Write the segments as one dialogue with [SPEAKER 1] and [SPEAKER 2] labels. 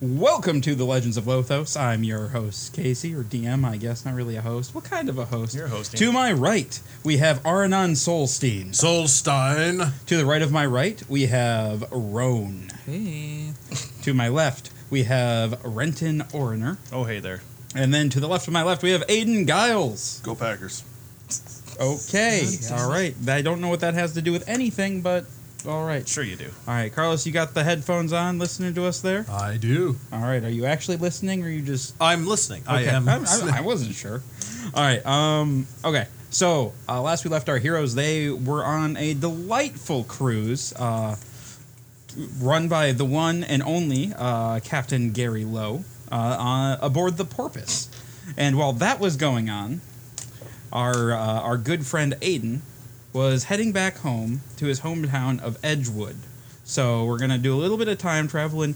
[SPEAKER 1] Welcome to the Legends of Lothos. I'm your host, Casey, or DM, I guess. Not really a host. What kind of a host?
[SPEAKER 2] You're hosting.
[SPEAKER 1] To my right, we have Aranon Solstein.
[SPEAKER 3] Solstein.
[SPEAKER 1] To the right of my right, we have Roan.
[SPEAKER 4] Hey.
[SPEAKER 1] To my left, we have Renton Orner.
[SPEAKER 2] Oh, hey there.
[SPEAKER 1] And then to the left of my left, we have Aiden Giles.
[SPEAKER 3] Go Packers.
[SPEAKER 1] Okay. All right. I don't know what that has to do with anything, but all right.
[SPEAKER 2] Sure you do.
[SPEAKER 1] All right, Carlos, you got the headphones on listening to us there?
[SPEAKER 3] I do.
[SPEAKER 1] All right. Are you actually listening or are you just
[SPEAKER 3] I'm listening. I am.
[SPEAKER 1] I'm- I, I wasn't sure. All right. Um. Okay. So uh, last we left our heroes, they were on a delightful cruise, uh, run by the one and only uh, Captain Gary Lowe, uh, on, aboard the Porpoise. And while that was going on, our uh, our good friend Aiden was heading back home to his hometown of Edgewood. So we're gonna do a little bit of time traveling.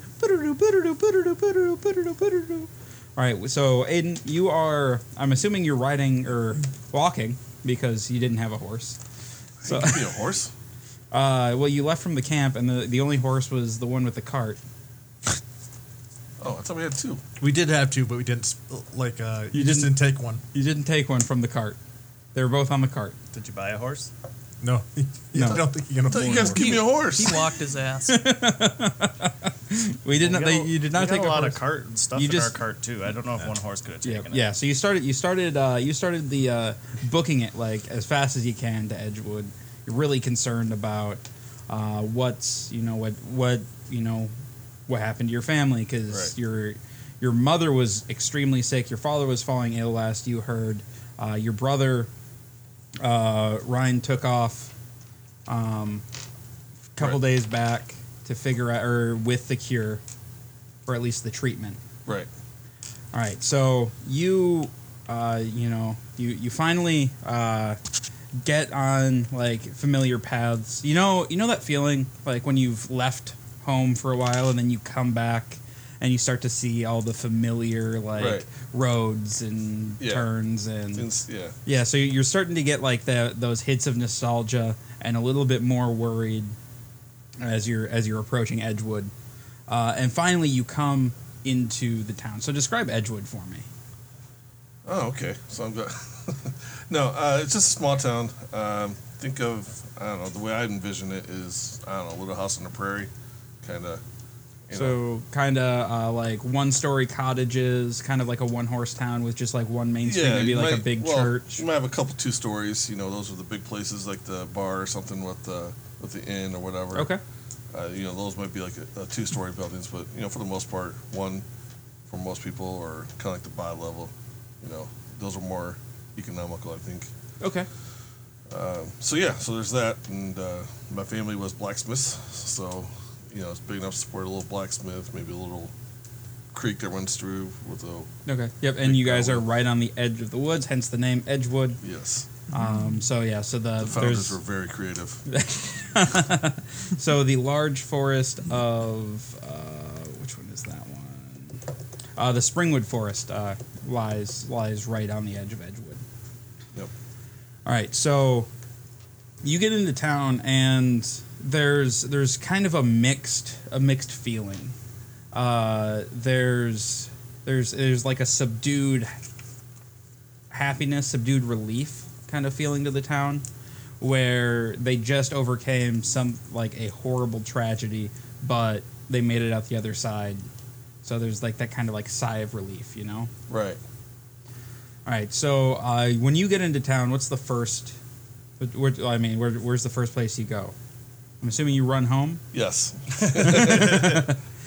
[SPEAKER 1] All right. So Aiden, you are. I'm assuming you're riding or walking because you didn't have a horse. So,
[SPEAKER 3] Could be a horse.
[SPEAKER 1] uh, well, you left from the camp, and the the only horse was the one with the cart.
[SPEAKER 5] Oh, I thought we had two.
[SPEAKER 3] We did have two, but we didn't sp- like. uh You, just
[SPEAKER 1] didn't-
[SPEAKER 3] didn't take one.
[SPEAKER 1] You didn't take one from the cart. They were both on the cart.
[SPEAKER 2] Did you buy a horse?
[SPEAKER 3] No,
[SPEAKER 1] No.
[SPEAKER 3] I don't think you can
[SPEAKER 5] I thought
[SPEAKER 3] afford
[SPEAKER 5] you guys
[SPEAKER 3] one.
[SPEAKER 5] give me a horse.
[SPEAKER 4] He walked his ass.
[SPEAKER 1] We did not.
[SPEAKER 2] We got
[SPEAKER 1] they,
[SPEAKER 2] a-
[SPEAKER 1] you did not
[SPEAKER 2] we got
[SPEAKER 1] take
[SPEAKER 2] a lot
[SPEAKER 1] horse.
[SPEAKER 2] of cart and stuff
[SPEAKER 1] You
[SPEAKER 2] in
[SPEAKER 1] just-
[SPEAKER 2] our cart too. I don't know if one horse could have
[SPEAKER 1] Yeah,
[SPEAKER 2] taken it.
[SPEAKER 1] yeah. So you started, you started, uh, you started the uh, booking it like as fast as you can to Edgewood. You're really concerned about uh, what's, you know, what, what, you know, what happened to your family because
[SPEAKER 2] Right.
[SPEAKER 1] your your mother was extremely sick. Your father was falling ill. Last you heard, uh, your brother uh, Ryan took off um, a couple days back to figure out, or with the cure, or at least the treatment.
[SPEAKER 5] Right.
[SPEAKER 1] All right, so you, uh, you know, you you finally uh, get on like familiar paths. You know, you know that feeling like when you've left home for a while and then you come back and you start to see all the familiar like
[SPEAKER 5] Right.
[SPEAKER 1] roads and
[SPEAKER 5] Yeah.
[SPEAKER 1] turns and
[SPEAKER 5] Since- yeah.
[SPEAKER 1] yeah, so you're starting to get like the, those hits of nostalgia and a little bit more worried as you're as you're approaching Edgewood, uh, and finally you come into the town. So describe Edgewood for me.
[SPEAKER 5] Oh, okay. So I'm good. no, uh, it's just a small town. Um, think of I don't know the way I envision it is I don't know little house on the prairie, kind of. You know,
[SPEAKER 1] So kind of uh, like one story cottages, kind of like a one horse town with just like one main street, maybe
[SPEAKER 5] you
[SPEAKER 1] like a
[SPEAKER 5] might-
[SPEAKER 1] big
[SPEAKER 5] well,
[SPEAKER 1] church.
[SPEAKER 5] You might have a couple two stories. You know, those are the big places like the bar or something with the with the inn or whatever.
[SPEAKER 1] Okay.
[SPEAKER 5] Uh, you know, those might be like a, a two story buildings, but you know, for the most part, one for most people or kind of like the bi level. You know, those are more economical, I think. Um,
[SPEAKER 1] Okay.
[SPEAKER 5] So yeah, so there's that, and uh, my family was blacksmiths, so you know it's big enough to support a little blacksmith, maybe a little creek that runs through with a
[SPEAKER 1] Okay. Yep. And you guys are right on the edge of the woods, hence the name Edgewood.
[SPEAKER 5] yes.
[SPEAKER 1] Um, so yeah. So the,
[SPEAKER 5] The
[SPEAKER 1] there's
[SPEAKER 5] founders were very creative.
[SPEAKER 1] So the large forest of uh, which one is that one? Uh, the Springwood Forest uh, lies lies right on the edge of Edgewood.
[SPEAKER 5] Yep.
[SPEAKER 1] All right, so you get into town and there's there's kind of a mixed a mixed feeling. Uh, there's there's there's like a subdued happiness, subdued relief kind of feeling to the town where they just overcame some like a horrible tragedy, but they made it out the other side. So there's like that kind of like sigh of relief, you know.
[SPEAKER 5] Right.
[SPEAKER 1] All right. So uh, when you get into town, what's the first? Where, I mean, where, where's the first place you go? I'm assuming you run home.
[SPEAKER 5] Yes.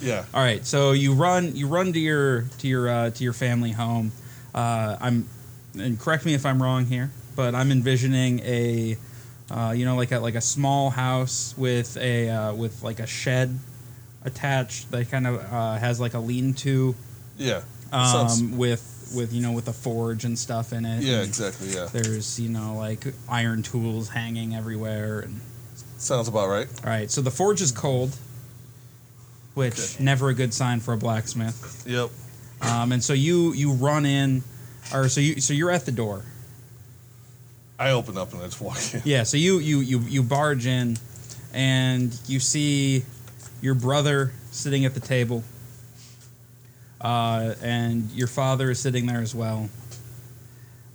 [SPEAKER 5] yeah.
[SPEAKER 1] All right. So you run you run to your to your uh, to your family home. Uh, I'm and correct me if I'm wrong here, but I'm envisioning a uh, you know like a like a small house with a uh, with like a shed attached that kind of uh, has like a lean-to
[SPEAKER 5] Yeah. Sounds-
[SPEAKER 1] um, with with you know with a forge and stuff in it.
[SPEAKER 5] yeah.
[SPEAKER 1] And-
[SPEAKER 5] Exactly. Yeah.
[SPEAKER 1] There's, you know, like iron tools hanging everywhere. And,
[SPEAKER 5] Sounds about right.
[SPEAKER 1] all right, so the forge is cold, which
[SPEAKER 5] Okay.
[SPEAKER 1] never a good sign for a blacksmith.
[SPEAKER 5] Yep.
[SPEAKER 1] Um, and so you you run in, or so you so you're at the door.
[SPEAKER 5] I open up and I just walk in.
[SPEAKER 1] Yeah, so you you you you barge in, and you see your brother sitting at the table, uh, and your father is sitting there as well.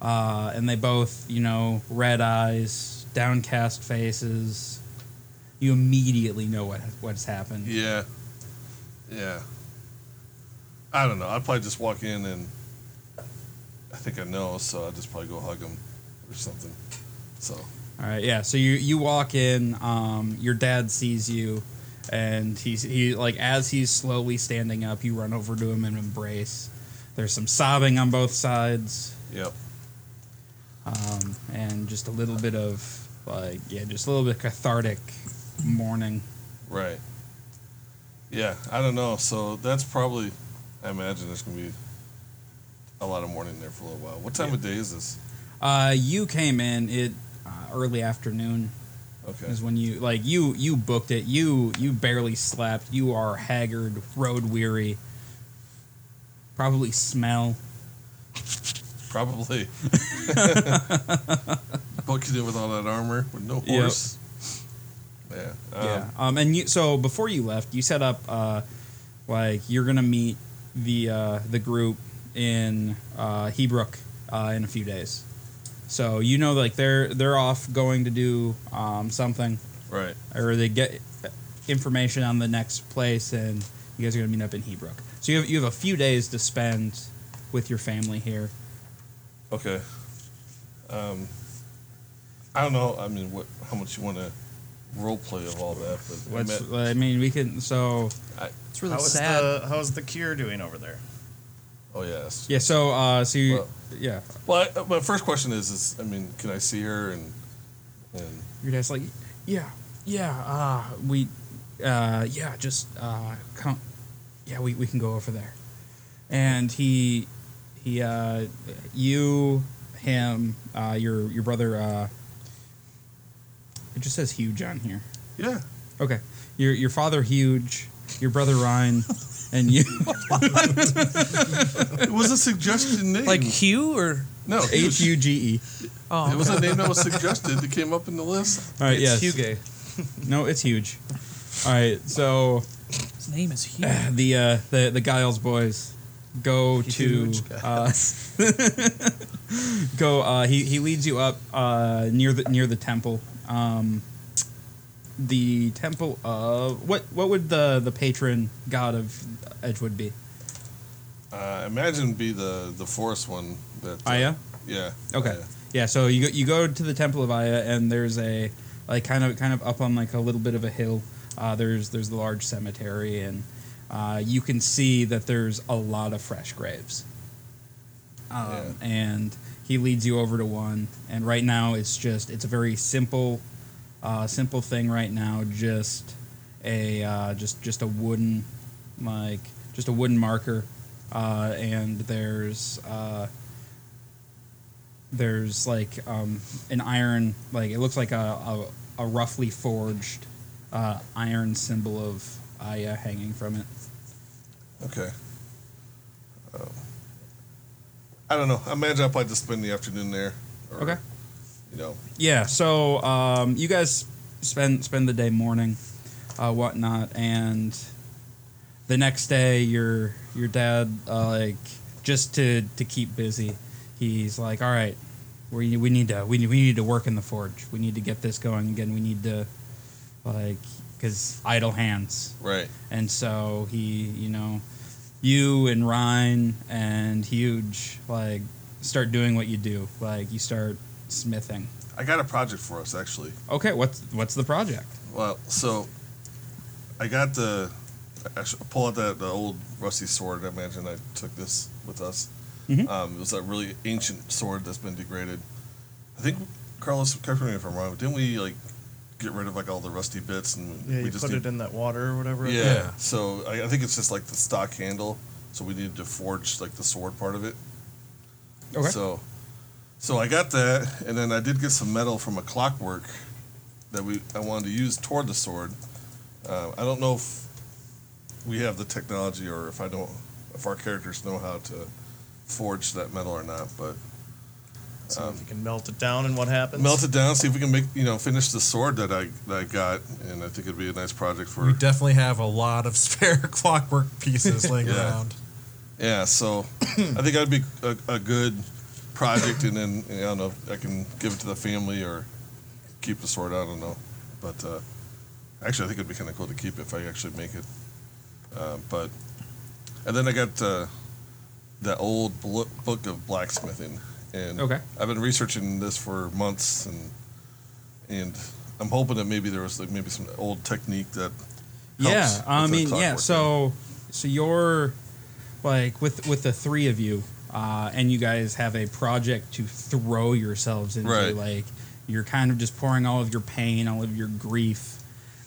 [SPEAKER 1] Uh, and they both, you know, red eyes, downcast faces. You immediately know what what's happened.
[SPEAKER 5] Yeah. Yeah. I don't know. I'd probably just walk in and I think I know, so I'd just probably go hug him or something. So,
[SPEAKER 1] All right, yeah. So you you walk in. Um, your dad sees you, and he's he like as he's slowly standing up, you run over to him and embrace. There's some sobbing on both sides,
[SPEAKER 5] yep.
[SPEAKER 1] um, and just a little bit of like yeah, just a little bit cathartic mourning.
[SPEAKER 5] Right. Yeah, I don't know. So that's probably, I imagine there's going to be a lot of mourning there for a little while. What time of day is this?
[SPEAKER 1] Uh, you came in it uh, early afternoon
[SPEAKER 5] Okay.
[SPEAKER 1] is when you like you you booked it. You you barely slept. You are haggard, road weary. Probably smell.
[SPEAKER 5] Probably. what could you do with all that armor with no
[SPEAKER 1] Yep.
[SPEAKER 5] horse? Yeah. Um,
[SPEAKER 1] yeah. Um, and you, so before you left, you set up uh, like you're gonna meet the uh, the group in uh, Hebrook uh, in a few days. So you know, like they're they're off going to do um, something,
[SPEAKER 5] Right.
[SPEAKER 1] or they get information on the next place, and you guys are gonna meet up in Hebrook. So you have you have a few days to spend with your family here.
[SPEAKER 5] Okay. Um, I don't know. I mean, what? How much you want to role play of all that? But I
[SPEAKER 1] What's,
[SPEAKER 5] meant-
[SPEAKER 1] I mean, we can so
[SPEAKER 4] It's really
[SPEAKER 2] How's
[SPEAKER 4] sad.
[SPEAKER 2] the how's the cure doing over there?
[SPEAKER 5] oh yes.
[SPEAKER 1] yeah. So uh, so you,
[SPEAKER 5] Well-
[SPEAKER 1] yeah.
[SPEAKER 5] Well, I, my first question is: is I mean, can I see her and and
[SPEAKER 1] Your dad's like, yeah, yeah, uh, we, uh, yeah, just uh, come, yeah, we, we can go over there. And he, he, uh, you, him, uh, your your brother. Uh, it just says huge on here.
[SPEAKER 5] yeah,
[SPEAKER 1] Okay, your your father huge, your brother Ryan, and you
[SPEAKER 5] it was a suggestion name.
[SPEAKER 4] like Hugh or
[SPEAKER 5] no,
[SPEAKER 1] H U G E.
[SPEAKER 4] oh,
[SPEAKER 5] It was a name that was suggested that came up in the list.
[SPEAKER 1] All right, yes,
[SPEAKER 4] it's Hugo.
[SPEAKER 1] no, it's huge. All right, so
[SPEAKER 4] His name is Hugh.
[SPEAKER 1] the uh, the the Giles boys go to
[SPEAKER 4] Huge
[SPEAKER 1] uh, go. Uh, he he leads you up uh, near the near the temple. Um, the temple of what what would the the patron god of Edgewood be?
[SPEAKER 5] Uh, imagine be the the forest one that uh,
[SPEAKER 1] Aya.
[SPEAKER 5] Yeah.
[SPEAKER 1] Okay.
[SPEAKER 5] Aya.
[SPEAKER 1] Yeah. So you go, you go to the temple of Aya, and there's a like kind of kind of up on like a little bit of a hill. Uh, there's there's the large cemetery, and uh, you can see that there's a lot of fresh graves. Um,
[SPEAKER 5] Yeah.
[SPEAKER 1] And he leads you over to one, and right now it's just it's a very simple, uh, simple thing right now. Just a uh, just just a wooden like just a wooden marker, uh, and there's. Uh, there's like um, an iron like it looks like a, a, a roughly forged uh, iron symbol of Aya hanging from it.
[SPEAKER 5] Okay. Um, I don't know. I imagine I'll probably just spend the afternoon there. or,
[SPEAKER 1] Okay.
[SPEAKER 5] You know,
[SPEAKER 1] Yeah. So um, you guys spend spend the day mourning, uh, whatnot, and the next day your your dad uh, like just to to keep busy, he's like, all right, we we need to we need, we need to work in the forge. We need to get this going again. We need to like because idle hands
[SPEAKER 5] right.
[SPEAKER 1] And so he, you know, you and Ryan and Huge, like, start doing what you do. Like, you start smithing.
[SPEAKER 5] I got a project for us actually.
[SPEAKER 1] Okay, what's what's the project?
[SPEAKER 5] Well, so I got the actually I'll pull out that the old rusty sword. I imagine I took this with us.
[SPEAKER 2] Mm-hmm.
[SPEAKER 1] Mhm.
[SPEAKER 5] Um, it was a really ancient sword that's been degraded. I think Carlos, correct me if I'm wrong. but Didn't we like get rid of like all the rusty bits and
[SPEAKER 2] Yeah,
[SPEAKER 5] we
[SPEAKER 2] you put
[SPEAKER 5] need-
[SPEAKER 2] it in that water or whatever.
[SPEAKER 5] Yeah.
[SPEAKER 3] Yeah.
[SPEAKER 5] So I, I think it's just like the stock handle. So we needed to forge like the sword part of it.
[SPEAKER 1] Okay.
[SPEAKER 5] So, so I got that, and then I did get some metal from a clockwork that we I wanted to use toward the sword. Uh, I don't know if we have the technology, or if I don't, if our characters know how to forge that metal or not. But
[SPEAKER 2] So if you can melt it down and what happens?
[SPEAKER 5] melt it down, see if we can make you know finish the sword that I that I got, and I think it'd be a nice project for.
[SPEAKER 3] We definitely have a lot of spare clockwork pieces laying
[SPEAKER 5] Yeah.
[SPEAKER 3] around.
[SPEAKER 5] Yeah, so I think that'd be a, a good project, and then I don't know. I can give it to the family or keep the sword. I don't know, but uh, actually, I think it'd be kind of cool to keep if I actually make it. Uh, but and then I got uh, the old bl- book of blacksmithing, and
[SPEAKER 1] Okay.
[SPEAKER 5] I've been researching this for months, and and I'm hoping that maybe there was like maybe some old technique that helps
[SPEAKER 1] Yeah, I
[SPEAKER 5] with the
[SPEAKER 1] mean, yeah.
[SPEAKER 5] clockwork
[SPEAKER 1] So, so you're like with with the three of you, uh, and you guys have a project to throw yourselves into.
[SPEAKER 5] Right.
[SPEAKER 1] Like you're kind of just pouring all of your pain, all of your grief,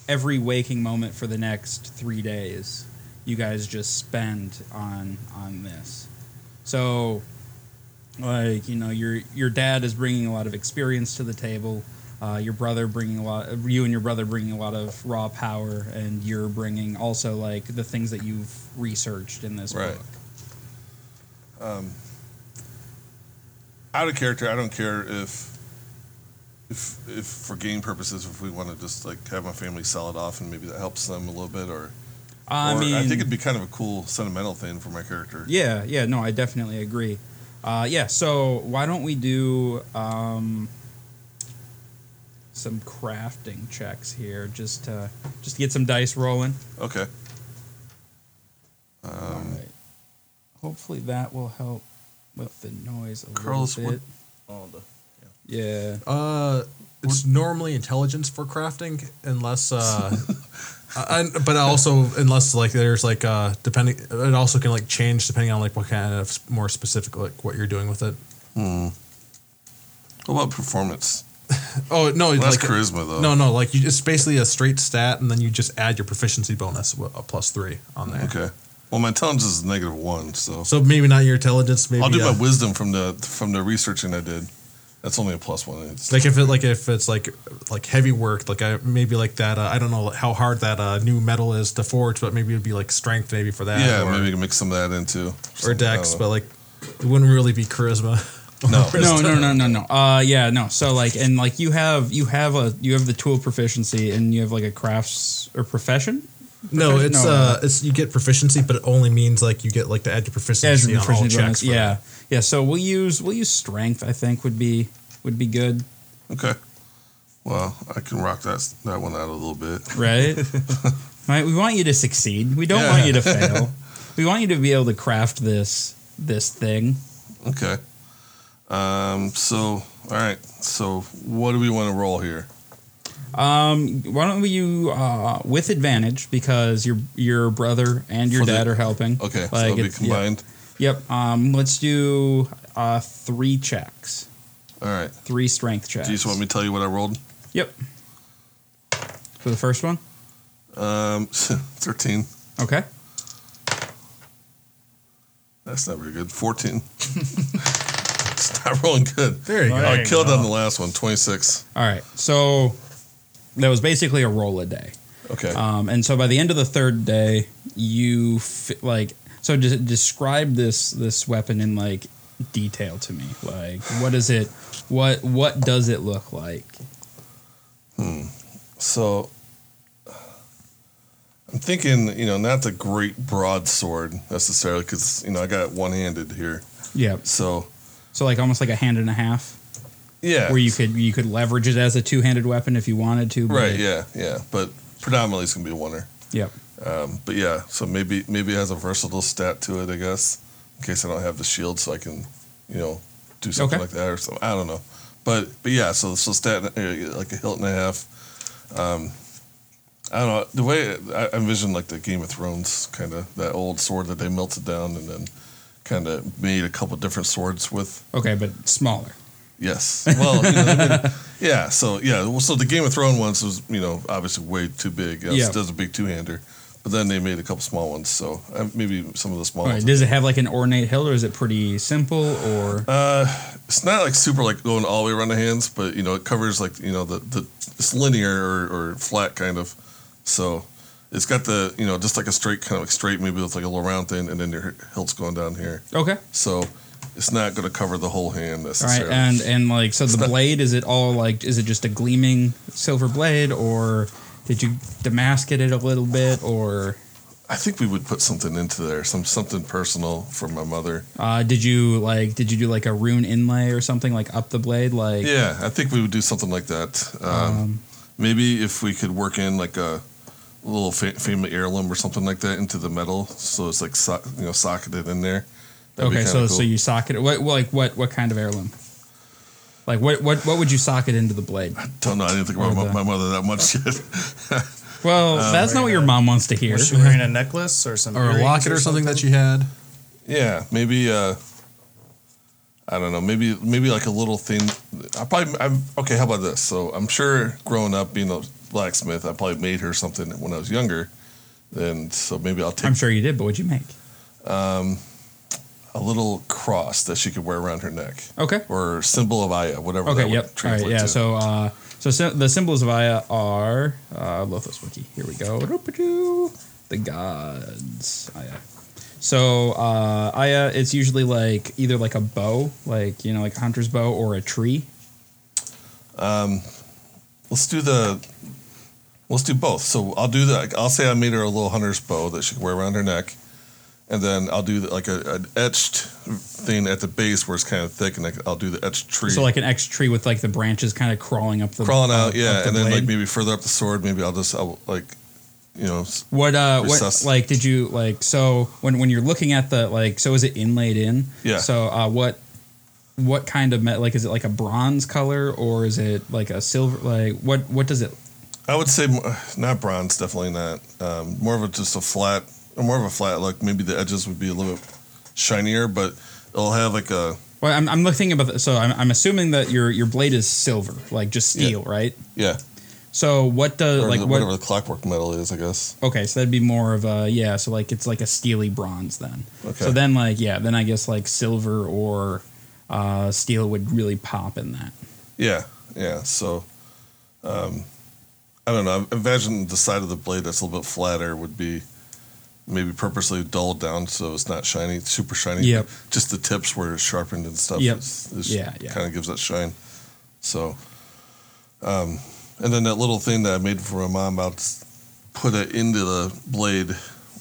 [SPEAKER 1] every waking moment for the next three days. You guys just spend on on this. So, like you know, your your dad is bringing a lot of experience to the table. Uh, your brother bringing a lot, you and your brother bringing a lot of raw power, and you're bringing also like the things that you've researched in this
[SPEAKER 5] Right.
[SPEAKER 1] book.
[SPEAKER 5] out of character. I don't care if if if for game purposes, if we want to just like have my family sell it off and maybe that helps them a little bit, or
[SPEAKER 1] I
[SPEAKER 5] or
[SPEAKER 1] mean,
[SPEAKER 5] I think it'd be kind of a cool sentimental thing for my character.
[SPEAKER 1] yeah, yeah, no, I definitely agree. Uh, yeah, so why don't we do um, some crafting checks here, just to just to get some dice rolling.
[SPEAKER 5] Okay.
[SPEAKER 1] All
[SPEAKER 5] Um,
[SPEAKER 1] right. Hopefully that will help with the noise a
[SPEAKER 5] Carlos,
[SPEAKER 1] little
[SPEAKER 5] what-
[SPEAKER 1] bit.
[SPEAKER 2] Oh, the
[SPEAKER 1] Yeah.
[SPEAKER 3] Uh, it's normally intelligence for crafting, unless. Uh, I, I- but also unless like there's like uh depending it also can like change depending on like what kind of s- more specific like what you're doing with it.
[SPEAKER 5] Hmm. What about performance?
[SPEAKER 3] Oh no,
[SPEAKER 5] Well, that's
[SPEAKER 3] like
[SPEAKER 5] charisma though.
[SPEAKER 3] no no like you it's basically a straight stat and then you just add your proficiency bonus w- a plus three on there.
[SPEAKER 5] Okay. Well, my intelligence is negative one, so,
[SPEAKER 3] So maybe not your intelligence. Maybe
[SPEAKER 5] I'll do
[SPEAKER 3] uh,
[SPEAKER 5] my wisdom from the from the researching I did. That's only a plus one. It's
[SPEAKER 3] like if it like if it's like like heavy work like I maybe like that uh, I don't know how hard that uh, new metal is to forge but maybe it'd be like strength maybe for that
[SPEAKER 5] yeah,
[SPEAKER 3] or,
[SPEAKER 5] maybe you can mix some of that into
[SPEAKER 3] or dex but like it wouldn't really be charisma
[SPEAKER 5] no,
[SPEAKER 1] no, no, no, no, no. Uh, yeah, no. So like, and like, you have you have a you have the tool proficiency, and you have like a crafts or profession.
[SPEAKER 3] no
[SPEAKER 1] Profici-
[SPEAKER 3] it's
[SPEAKER 1] no,
[SPEAKER 3] uh it's you get proficiency but it only means like you get like to add your
[SPEAKER 1] As
[SPEAKER 3] proficiency
[SPEAKER 1] a
[SPEAKER 3] on all
[SPEAKER 1] proficiency bonus.
[SPEAKER 3] checks for
[SPEAKER 1] Yeah,
[SPEAKER 3] that.
[SPEAKER 1] yeah. So we'll use we'll use strength. I think would be would be good,
[SPEAKER 5] Okay. Well, I can rock that that one out a little bit.
[SPEAKER 1] right? right. We want you to succeed. We don't
[SPEAKER 5] Yeah.
[SPEAKER 1] want you to fail. we want you to be able to craft this this thing.
[SPEAKER 5] Okay. Um, so, all right. So, what do we want to roll here?
[SPEAKER 1] Um, why don't you uh, with advantage because your your brother and your
[SPEAKER 5] For the-
[SPEAKER 1] dad are helping.
[SPEAKER 5] Okay. so,
[SPEAKER 1] Like
[SPEAKER 5] it'll be
[SPEAKER 1] it's- yeah.
[SPEAKER 5] combined.
[SPEAKER 1] Yep. Um, let's do uh, three checks,
[SPEAKER 5] All right.
[SPEAKER 1] three strength checks.
[SPEAKER 5] Do you just want me to tell you what I rolled?
[SPEAKER 1] Yep. For the first one,
[SPEAKER 5] Um, 13.
[SPEAKER 1] okay.
[SPEAKER 5] That's not very good. 14. it's not rolling good.
[SPEAKER 3] there you go
[SPEAKER 5] I
[SPEAKER 2] There you
[SPEAKER 5] killed
[SPEAKER 2] go.
[SPEAKER 5] on the last one, 26.
[SPEAKER 1] All right. So that was basically a roll a day,
[SPEAKER 5] Okay.
[SPEAKER 1] um, and so by the end of the third day, you f- like so. De- describe this this weapon in like detail to me. Like, what is it? What what does it look like?
[SPEAKER 5] So I'm thinking, you know, not the great broadsword necessarily, because, you know, I got it one handed here.
[SPEAKER 1] Yeah.
[SPEAKER 5] So,
[SPEAKER 1] So like almost like a hand and a half,
[SPEAKER 5] yeah.
[SPEAKER 1] where you could you could leverage it as a two handed weapon if you wanted to. but-
[SPEAKER 5] Right. Yeah. Yeah. But predominantly it's going to be a winner.
[SPEAKER 1] Yep.
[SPEAKER 5] Um, but yeah, so maybe maybe it has a versatile stat to it, I guess. In case I don't have the shield, so I can, you know, do something
[SPEAKER 1] Okay.
[SPEAKER 5] like that or something. I don't know. But but yeah, so so stat uh, like a hilt and a half. Um, I don't know the way I I envision like the Game of Thrones kind of that old sword that they melted down and then kind of made a couple different swords with.
[SPEAKER 1] Okay, but smaller.
[SPEAKER 5] Yes. Well, you know, they made- yeah. So yeah. Well, so the Game of Thrones ones was you know obviously way too big. Yeah.
[SPEAKER 1] Yeah.
[SPEAKER 5] It does a big two hander, but then they made a couple small ones. So uh, maybe some of the small
[SPEAKER 1] All right,
[SPEAKER 5] ones.
[SPEAKER 1] does it have like an ornate hilt, or is it pretty simple? Or
[SPEAKER 5] Uh, it's not like super like going all the way around the hands, but you know it covers like you know the the it's linear or, or flat kind of. So it's got the you know just like a straight kind of like straight maybe with like a little round thing, and then your hilt's going down here.
[SPEAKER 1] okay,
[SPEAKER 5] So it's not going to cover the whole
[SPEAKER 1] all
[SPEAKER 5] hand
[SPEAKER 1] right,
[SPEAKER 5] necessarily.
[SPEAKER 1] and and like so the blade is it all like is it just a gleaming silver blade, or did you damask it a little bit, or
[SPEAKER 5] I think we would put something into there, some something personal from my mother.
[SPEAKER 1] Uh, did you like? Did you do like a rune inlay or something like up the blade? Like
[SPEAKER 5] Yeah, I think we would do something like that. Um, maybe if we could work in like a little fa- family heirloom or something like that into the metal, so it's like so- you know socketed in there. That'd be
[SPEAKER 1] okay, so
[SPEAKER 5] kinda
[SPEAKER 1] so
[SPEAKER 5] cool.
[SPEAKER 1] you socket it. What like what what kind of heirloom? Like what what what would you socket into the blade?
[SPEAKER 5] don't know. I didn't think about
[SPEAKER 1] Or
[SPEAKER 5] my,
[SPEAKER 1] the-
[SPEAKER 5] my mother that much yet.
[SPEAKER 1] Well,
[SPEAKER 5] Um,
[SPEAKER 1] that's not what your mom wants to hear.
[SPEAKER 2] Was she wearing a necklace or some
[SPEAKER 3] or a
[SPEAKER 2] earrings
[SPEAKER 3] locket or something that she had.
[SPEAKER 5] yeah, maybe. Uh, I don't know. Maybe maybe like a little thing. I probably. I'm okay. How about this? So I'm sure growing up being a blacksmith, I probably made her something when I was younger. And so maybe I'll take
[SPEAKER 1] I'm sure you did, but what'd you make?
[SPEAKER 5] a little cross that she could wear around her neck.
[SPEAKER 1] Okay.
[SPEAKER 5] Or symbol of Aya, whatever.
[SPEAKER 1] Okay. Yep.
[SPEAKER 5] that Would
[SPEAKER 1] All right.
[SPEAKER 5] translate
[SPEAKER 1] Yeah.
[SPEAKER 5] to.
[SPEAKER 1] So, uh, so sim- the symbols of Aya are uh, Lothos Wiki. Here we go. The gods. Aya. So uh, Aya, it's usually like either like a bow, like you know, like a hunter's bow, or a tree.
[SPEAKER 5] Um, let's do the. Let's do both. So I'll do the. I'll say I made her a little hunter's bow that she could wear around her neck, and then I'll do the, like a, an etched thing at the base where it's kind of thick, and like, I'll do the etched tree.
[SPEAKER 1] So like an X tree with like the branches kind of crawling up the
[SPEAKER 5] crawling out,
[SPEAKER 1] up-
[SPEAKER 5] yeah,
[SPEAKER 1] up the
[SPEAKER 5] and then like
[SPEAKER 1] blade.
[SPEAKER 5] maybe further up the sword, maybe I'll just I'll like, you know, s-
[SPEAKER 1] What uh what
[SPEAKER 5] recess.
[SPEAKER 1] like did you like so when when you're looking at the like so is it inlaid in?
[SPEAKER 5] Yeah.
[SPEAKER 1] So uh what what kind of metal like is it like a bronze color or is it like a silver like what what does it
[SPEAKER 5] I would say mo- not bronze, definitely not. Um, more of a just a flat, more of a flat look. Maybe the edges would be a little bit shinier, but it'll have like a
[SPEAKER 1] well I'm I'm looking about the, so I'm I'm assuming that your your blade is silver like just steel, right?
[SPEAKER 5] yeah,
[SPEAKER 1] So what does
[SPEAKER 5] or
[SPEAKER 1] like
[SPEAKER 5] the-
[SPEAKER 1] what
[SPEAKER 5] whatever the clockwork metal is, I guess.
[SPEAKER 1] Okay, so that'd be more of a yeah. So like it's like a steely bronze then.
[SPEAKER 5] Okay.
[SPEAKER 1] So then like yeah, then I guess like silver or uh, steel would really pop in that.
[SPEAKER 5] Yeah, yeah. So, um, I don't know. I imagine the side of the blade that's a little bit flatter would be maybe purposely dulled down so it's not shiny, super shiny.
[SPEAKER 1] Yep.
[SPEAKER 5] Just the tips where it's sharpened and stuff.
[SPEAKER 1] Yep.
[SPEAKER 5] Is, is
[SPEAKER 1] Yeah, yeah.
[SPEAKER 5] Kind of gives that shine. So, um, and then that little thing that I made for my mom, I'll just put it into the blade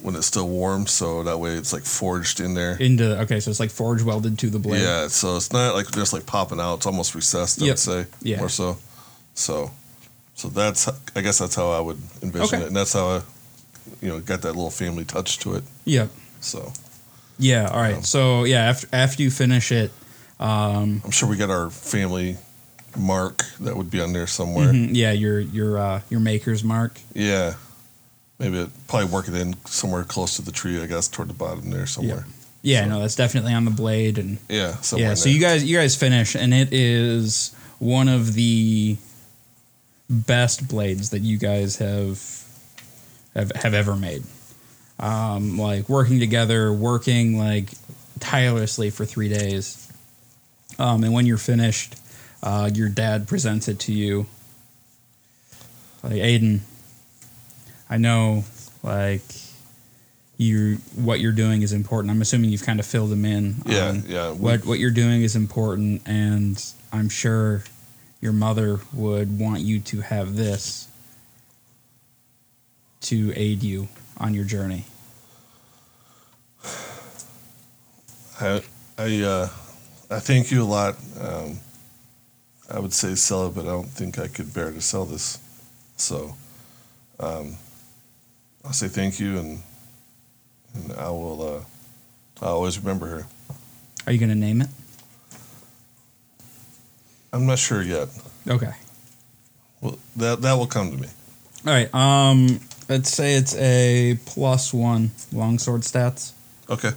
[SPEAKER 5] when it's still warm, so that way it's like forged in there.
[SPEAKER 1] Into okay, so it's like forge welded to the blade.
[SPEAKER 5] Yeah, so it's not like just like popping out. It's almost recessed, I
[SPEAKER 1] Yep.
[SPEAKER 5] would say,
[SPEAKER 1] Yeah.
[SPEAKER 5] more so. So, so that's I guess that's how I would envision
[SPEAKER 1] Okay.
[SPEAKER 5] it, and that's how I, you know, got that little family touch to it.
[SPEAKER 1] Yep.
[SPEAKER 5] So
[SPEAKER 1] Yeah. All right. So yeah, after after you finish it,
[SPEAKER 5] I'm sure we got our family mark that would be on there somewhere.
[SPEAKER 1] mm, yeah, your your uh, your maker's mark.
[SPEAKER 5] Yeah, maybe it, probably work it in somewhere close to the tree. I guess toward the bottom there somewhere.
[SPEAKER 1] Yeah. No, that's definitely on the blade and
[SPEAKER 5] Yeah, somewhere.
[SPEAKER 1] yeah. So you guys you guys finish and it is one of the best blades that you guys have have, have ever made. Um, like working together, working like tirelessly for three days. Um, and when you're finished, uh, your dad presents it to you. Like Aiden, I know like you what you're doing is important. I'm assuming you've kind of filled him in.
[SPEAKER 5] Yeah,
[SPEAKER 1] on
[SPEAKER 5] yeah. We-
[SPEAKER 1] What what you're doing is important, and I'm sure your mother would want you to have this to aid you on your journey.
[SPEAKER 5] I I uh, I thank you a lot. Um, I would say sell it, but I don't think I could bear to sell this. So, um, I'll say thank you, and and I will. Uh, I always remember her.
[SPEAKER 1] Are you going to name it?
[SPEAKER 5] I'm not sure yet.
[SPEAKER 1] Okay.
[SPEAKER 5] Well, that that will come to me.
[SPEAKER 1] All right. Um, let's say it's a plus one longsword stats.
[SPEAKER 5] Okay,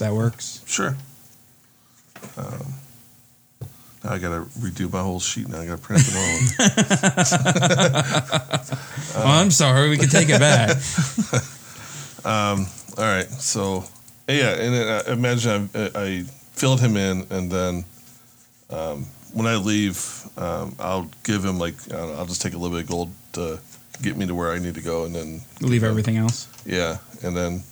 [SPEAKER 1] That works.
[SPEAKER 5] sure. Um, now I gotta redo my whole sheet. Now I gotta print it all.
[SPEAKER 1] oh, I'm sorry. We can take it back.
[SPEAKER 5] All right. So, yeah, and then I imagine I, I filled him in, and then um, when I leave, um, I'll give him like I don't know, I'll just take a little bit of gold to get me to where I need to go, and then
[SPEAKER 1] Leave everything else.
[SPEAKER 5] yeah, and then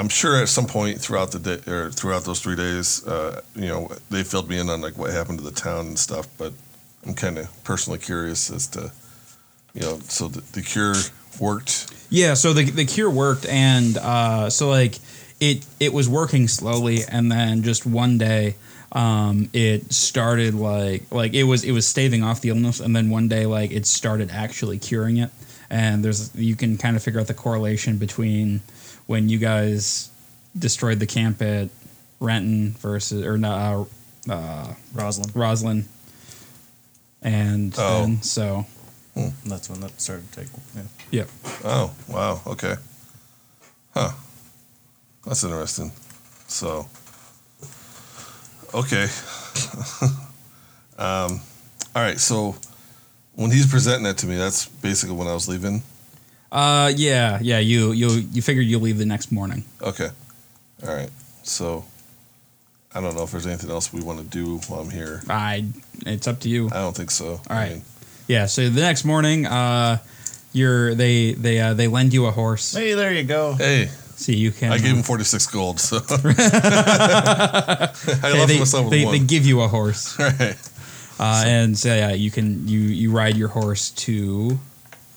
[SPEAKER 5] I'm sure at some point throughout the day or throughout those three days, uh, you know, they filled me in on like what happened to the town and stuff. But I'm kind of personally curious as to, you you know, so the, the cure worked.
[SPEAKER 1] Yeah, so the the cure worked, and uh, so like it it was working slowly, and then just one day, um, it started like like it was it was staving off the illness, and then one day like it started actually curing it, and there's you can kind of figure out the correlation between when you guys destroyed the camp at Renton versus or no uh, uh,
[SPEAKER 2] Rosalind.
[SPEAKER 1] Roslyn, and
[SPEAKER 5] Oh.
[SPEAKER 1] then, so
[SPEAKER 2] That's when that started to take. Yeah.
[SPEAKER 1] yeah.
[SPEAKER 5] Oh, wow. Okay. Huh. That's interesting. So, okay. um, all right. So, when he's presenting that to me, that's basically when I was leaving.
[SPEAKER 1] Uh, yeah, yeah. You you you figured you leave the next morning.
[SPEAKER 5] Okay. All right. So, I don't know if there's anything else we want to do while I'm here.
[SPEAKER 1] I it's up to you.
[SPEAKER 5] I don't think so.
[SPEAKER 1] All right.
[SPEAKER 5] I mean,
[SPEAKER 1] Yeah. So the next morning, uh, you're they they uh, they lend you a horse,
[SPEAKER 2] Hey, there you go.
[SPEAKER 5] hey,
[SPEAKER 1] so you can.
[SPEAKER 5] I gave him 46 gold, so I
[SPEAKER 1] they,
[SPEAKER 5] left
[SPEAKER 1] uh, they,
[SPEAKER 5] myself with
[SPEAKER 1] they,
[SPEAKER 5] one.
[SPEAKER 1] they give you a horse,
[SPEAKER 5] All right.
[SPEAKER 1] uh, and so yeah, you can you you ride your horse to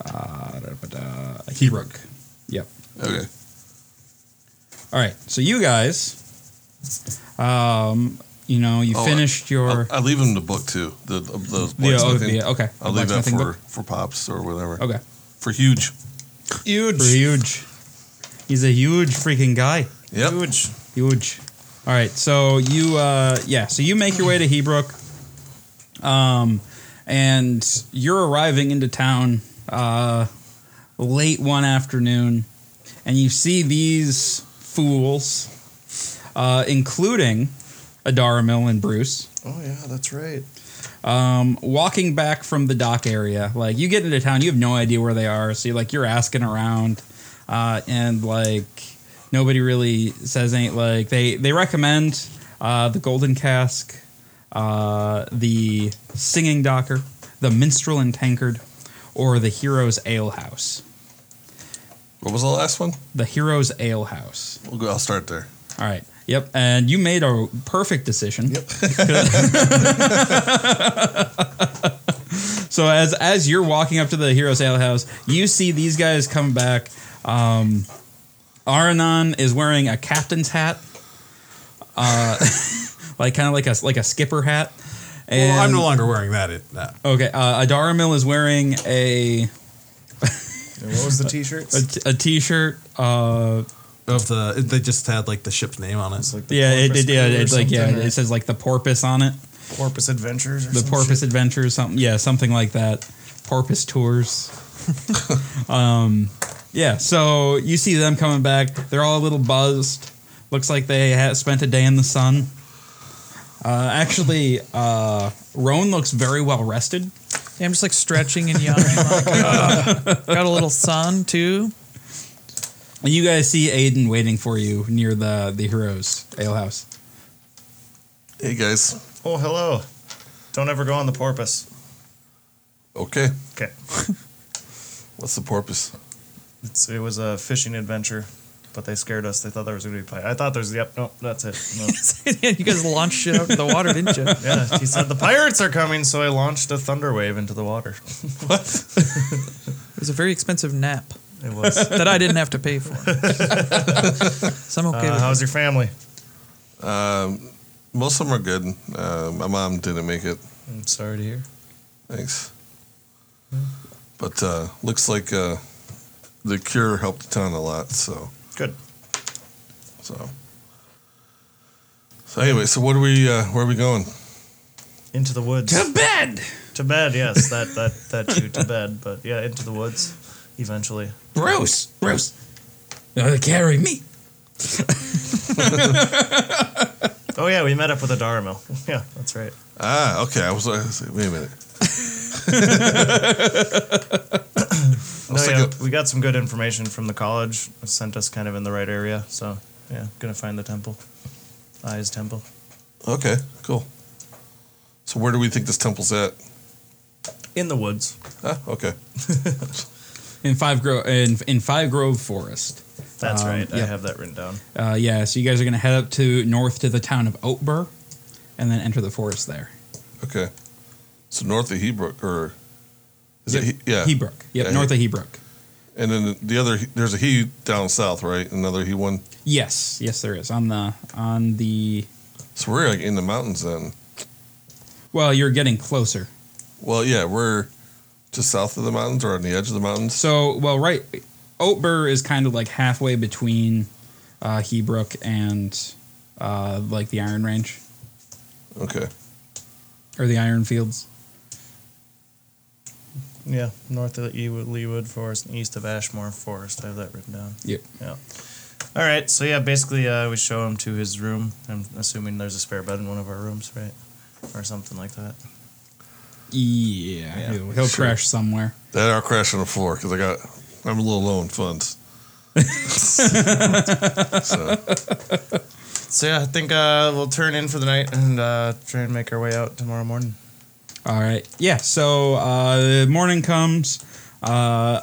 [SPEAKER 1] uh, da-da-da-da, Hebrook. Yep.
[SPEAKER 5] Okay.
[SPEAKER 1] All right. So you guys, um, you know, you
[SPEAKER 5] Oh, I-
[SPEAKER 1] finished your.
[SPEAKER 5] I leave him the book too. The the, the
[SPEAKER 1] yeah, oh,
[SPEAKER 5] blacksmithing.
[SPEAKER 1] yeah, okay.
[SPEAKER 5] I'll leave that
[SPEAKER 1] Blacksmithing
[SPEAKER 5] for
[SPEAKER 1] book.
[SPEAKER 5] for pops or whatever.
[SPEAKER 1] Okay.
[SPEAKER 5] For huge.
[SPEAKER 1] Huge. huge. He's a huge freaking guy.
[SPEAKER 5] Yep.
[SPEAKER 2] Huge.
[SPEAKER 1] Huge. All right, so you, uh, yeah, so you make your way to Hebrook, um, and you're arriving into town uh, late one afternoon, and you see these fools, uh, including Adaramil and Bruce,
[SPEAKER 2] Oh yeah, that's right.
[SPEAKER 1] um, walking back from the dock area. Like you get into town, you have no idea where they are, so you like you're asking around, uh, and like nobody really says any. Like they they recommend uh, the golden cask, uh, the singing docker, the minstrel and tankard, or the hero's ale house.
[SPEAKER 5] What was the last one?
[SPEAKER 1] The hero's ale house.
[SPEAKER 5] We'll go. I'll start there.
[SPEAKER 1] All right. Yep. And you made a perfect decision. Yep. so as as you're walking up to the Heroes Ale House, you see these guys come back. Um, Aranon is wearing a captain's hat, uh, like kind of like a like a skipper hat. And
[SPEAKER 3] well, I'm no longer wearing that. It, that.
[SPEAKER 1] okay. Uh, Adaramil is wearing a
[SPEAKER 2] And what was the
[SPEAKER 1] a,
[SPEAKER 2] T-shirts?
[SPEAKER 1] t- a t-shirt. Uh,
[SPEAKER 3] Of the, they just had like the ship's name on it.
[SPEAKER 2] It's like the
[SPEAKER 1] yeah, it,
[SPEAKER 2] Porpoise
[SPEAKER 1] it, yeah,
[SPEAKER 2] Crew or
[SPEAKER 1] it's like yeah,
[SPEAKER 2] something, or
[SPEAKER 1] it says like the porpoise on it.
[SPEAKER 2] Porpoise Adventures. Or
[SPEAKER 1] uh, the
[SPEAKER 2] some
[SPEAKER 1] Porpoise
[SPEAKER 2] shit.
[SPEAKER 1] Adventures, something, yeah, something like that. Porpoise Tours. um, yeah, so you see them coming back. They're all a little buzzed. Looks like they had spent a day in the sun. Uh, actually, uh, Roan looks very well rested.
[SPEAKER 4] Yeah, I'm just like stretching and yawning. like, "Ugh." got a little sun too.
[SPEAKER 1] And you guys see Aiden waiting for you near the the Heroes Alehouse.
[SPEAKER 5] Hey guys.
[SPEAKER 2] Oh hello. Don't ever go on the porpoise.
[SPEAKER 5] Okay.
[SPEAKER 2] Okay.
[SPEAKER 5] What's the porpoise?
[SPEAKER 2] It's, it was a fishing adventure, but they scared us. They thought there was gonna be pie. I thought there was. Yep. No, that's it. No.
[SPEAKER 4] yeah, you guys launched shit out to the water, didn't you?
[SPEAKER 2] yeah. He said the pirates are coming, so I launched a thunder wave into the water.
[SPEAKER 4] It was a very expensive nap
[SPEAKER 2] It was.
[SPEAKER 4] that I didn't have to pay for. so I'm
[SPEAKER 2] Uh,
[SPEAKER 4] okay with
[SPEAKER 2] how's
[SPEAKER 4] it.
[SPEAKER 2] your family?
[SPEAKER 5] Um, Most of them are good. Uh, my mom didn't make it.
[SPEAKER 2] I'm sorry to hear.
[SPEAKER 5] Thanks. But uh, looks like uh, the cure helped the town a lot. So
[SPEAKER 2] Good.
[SPEAKER 5] so. So anyway, so what are we? Uh, where are we going?
[SPEAKER 2] Into the woods.
[SPEAKER 1] To bed!
[SPEAKER 2] To bed, yes, that that that too. To bed, but yeah, into the woods, eventually.
[SPEAKER 1] Bruce! Bruce! Uh, carry me!
[SPEAKER 2] Oh yeah, we met up with a Darmo. Yeah, that's right.
[SPEAKER 5] Ah, okay. I was like, I was like, wait a minute. I
[SPEAKER 2] No,
[SPEAKER 5] was
[SPEAKER 2] yeah,
[SPEAKER 5] thinking-
[SPEAKER 2] we got some good information from the college. It sent us kind of in the right area, so yeah, gonna find the temple, Eyes Temple.
[SPEAKER 5] Okay, cool. So where do we think this temple's at?
[SPEAKER 2] In the woods.
[SPEAKER 5] Ah, okay.
[SPEAKER 1] In Five Grove, in, in Five Grove Forest.
[SPEAKER 2] That's
[SPEAKER 1] Um,
[SPEAKER 2] right. I
[SPEAKER 1] yeah.
[SPEAKER 2] have that written down.
[SPEAKER 1] Uh, yeah, so you guys are going to head up to north to the town of Oatbur and then enter the forest there.
[SPEAKER 5] Okay. So north of Hebrook, or Is it He- yeah.
[SPEAKER 1] Hebrook. Yep,
[SPEAKER 5] Yeah,
[SPEAKER 1] north
[SPEAKER 5] He-
[SPEAKER 1] of Hebrook.
[SPEAKER 5] And then the other, there's a he down south, right? Another he one.
[SPEAKER 1] Yes, yes, there is on the on the.
[SPEAKER 5] So we're like in the mountains then.
[SPEAKER 1] Well, you're getting closer.
[SPEAKER 5] Well, yeah, we're just south of the mountains or on the edge of the mountains.
[SPEAKER 1] So, well, right, Oatbur is kind of like halfway between uh, Hebrook and uh, like the Iron Range
[SPEAKER 5] Okay.
[SPEAKER 1] or the Iron Fields.
[SPEAKER 2] Yeah, north of Ewood, Leewood Forest and east of Ashmore Forest. I have that written down.
[SPEAKER 1] Yep.
[SPEAKER 2] Yeah. All right. So yeah, basically, uh, we show him to his room. I'm assuming there's a spare bed in one of our rooms, right, or something like that.
[SPEAKER 1] Yeah,
[SPEAKER 2] Yeah.
[SPEAKER 1] he'll- he'll
[SPEAKER 5] Sure.
[SPEAKER 1] crash somewhere.
[SPEAKER 5] That are crash on the floor because I got, I'm a little low in funds. so,
[SPEAKER 2] So yeah, I think uh, we'll turn in for the night and uh, try and make our way out tomorrow morning.
[SPEAKER 1] All right. Yeah. So uh, morning comes. Uh,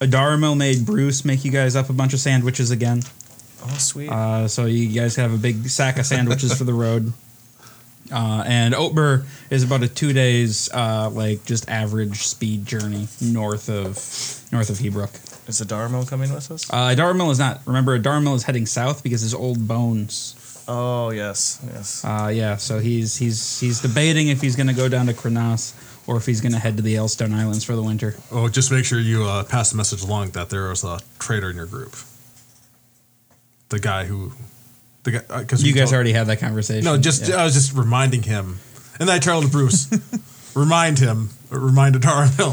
[SPEAKER 1] Adaramel made Bruce make you guys up a bunch of sandwiches again.
[SPEAKER 2] Oh sweet.
[SPEAKER 1] Uh, so you guys have a big sack of sandwiches for the road. Uh, and Oatbur is about a two days, uh, like just average speed journey north of north of Hebrook.
[SPEAKER 2] Is the Darmo coming with us?
[SPEAKER 1] Uh, Darmil is not. Remember, Darmil is heading south because his old bones.
[SPEAKER 2] oh yes, yes.
[SPEAKER 1] Uh, yeah, so he's he's he's debating if he's going to go down to Krenas or if he's going to head to the Elstone Islands for the winter.
[SPEAKER 3] Oh, just make sure you uh, pass the message along that there was a traitor in your group. The guy who, the guy, uh, because
[SPEAKER 1] You guys already had that conversation.
[SPEAKER 3] No, just
[SPEAKER 1] Yeah.
[SPEAKER 3] I was just reminding him, and then I turned to Bruce, remind him, remind Hill.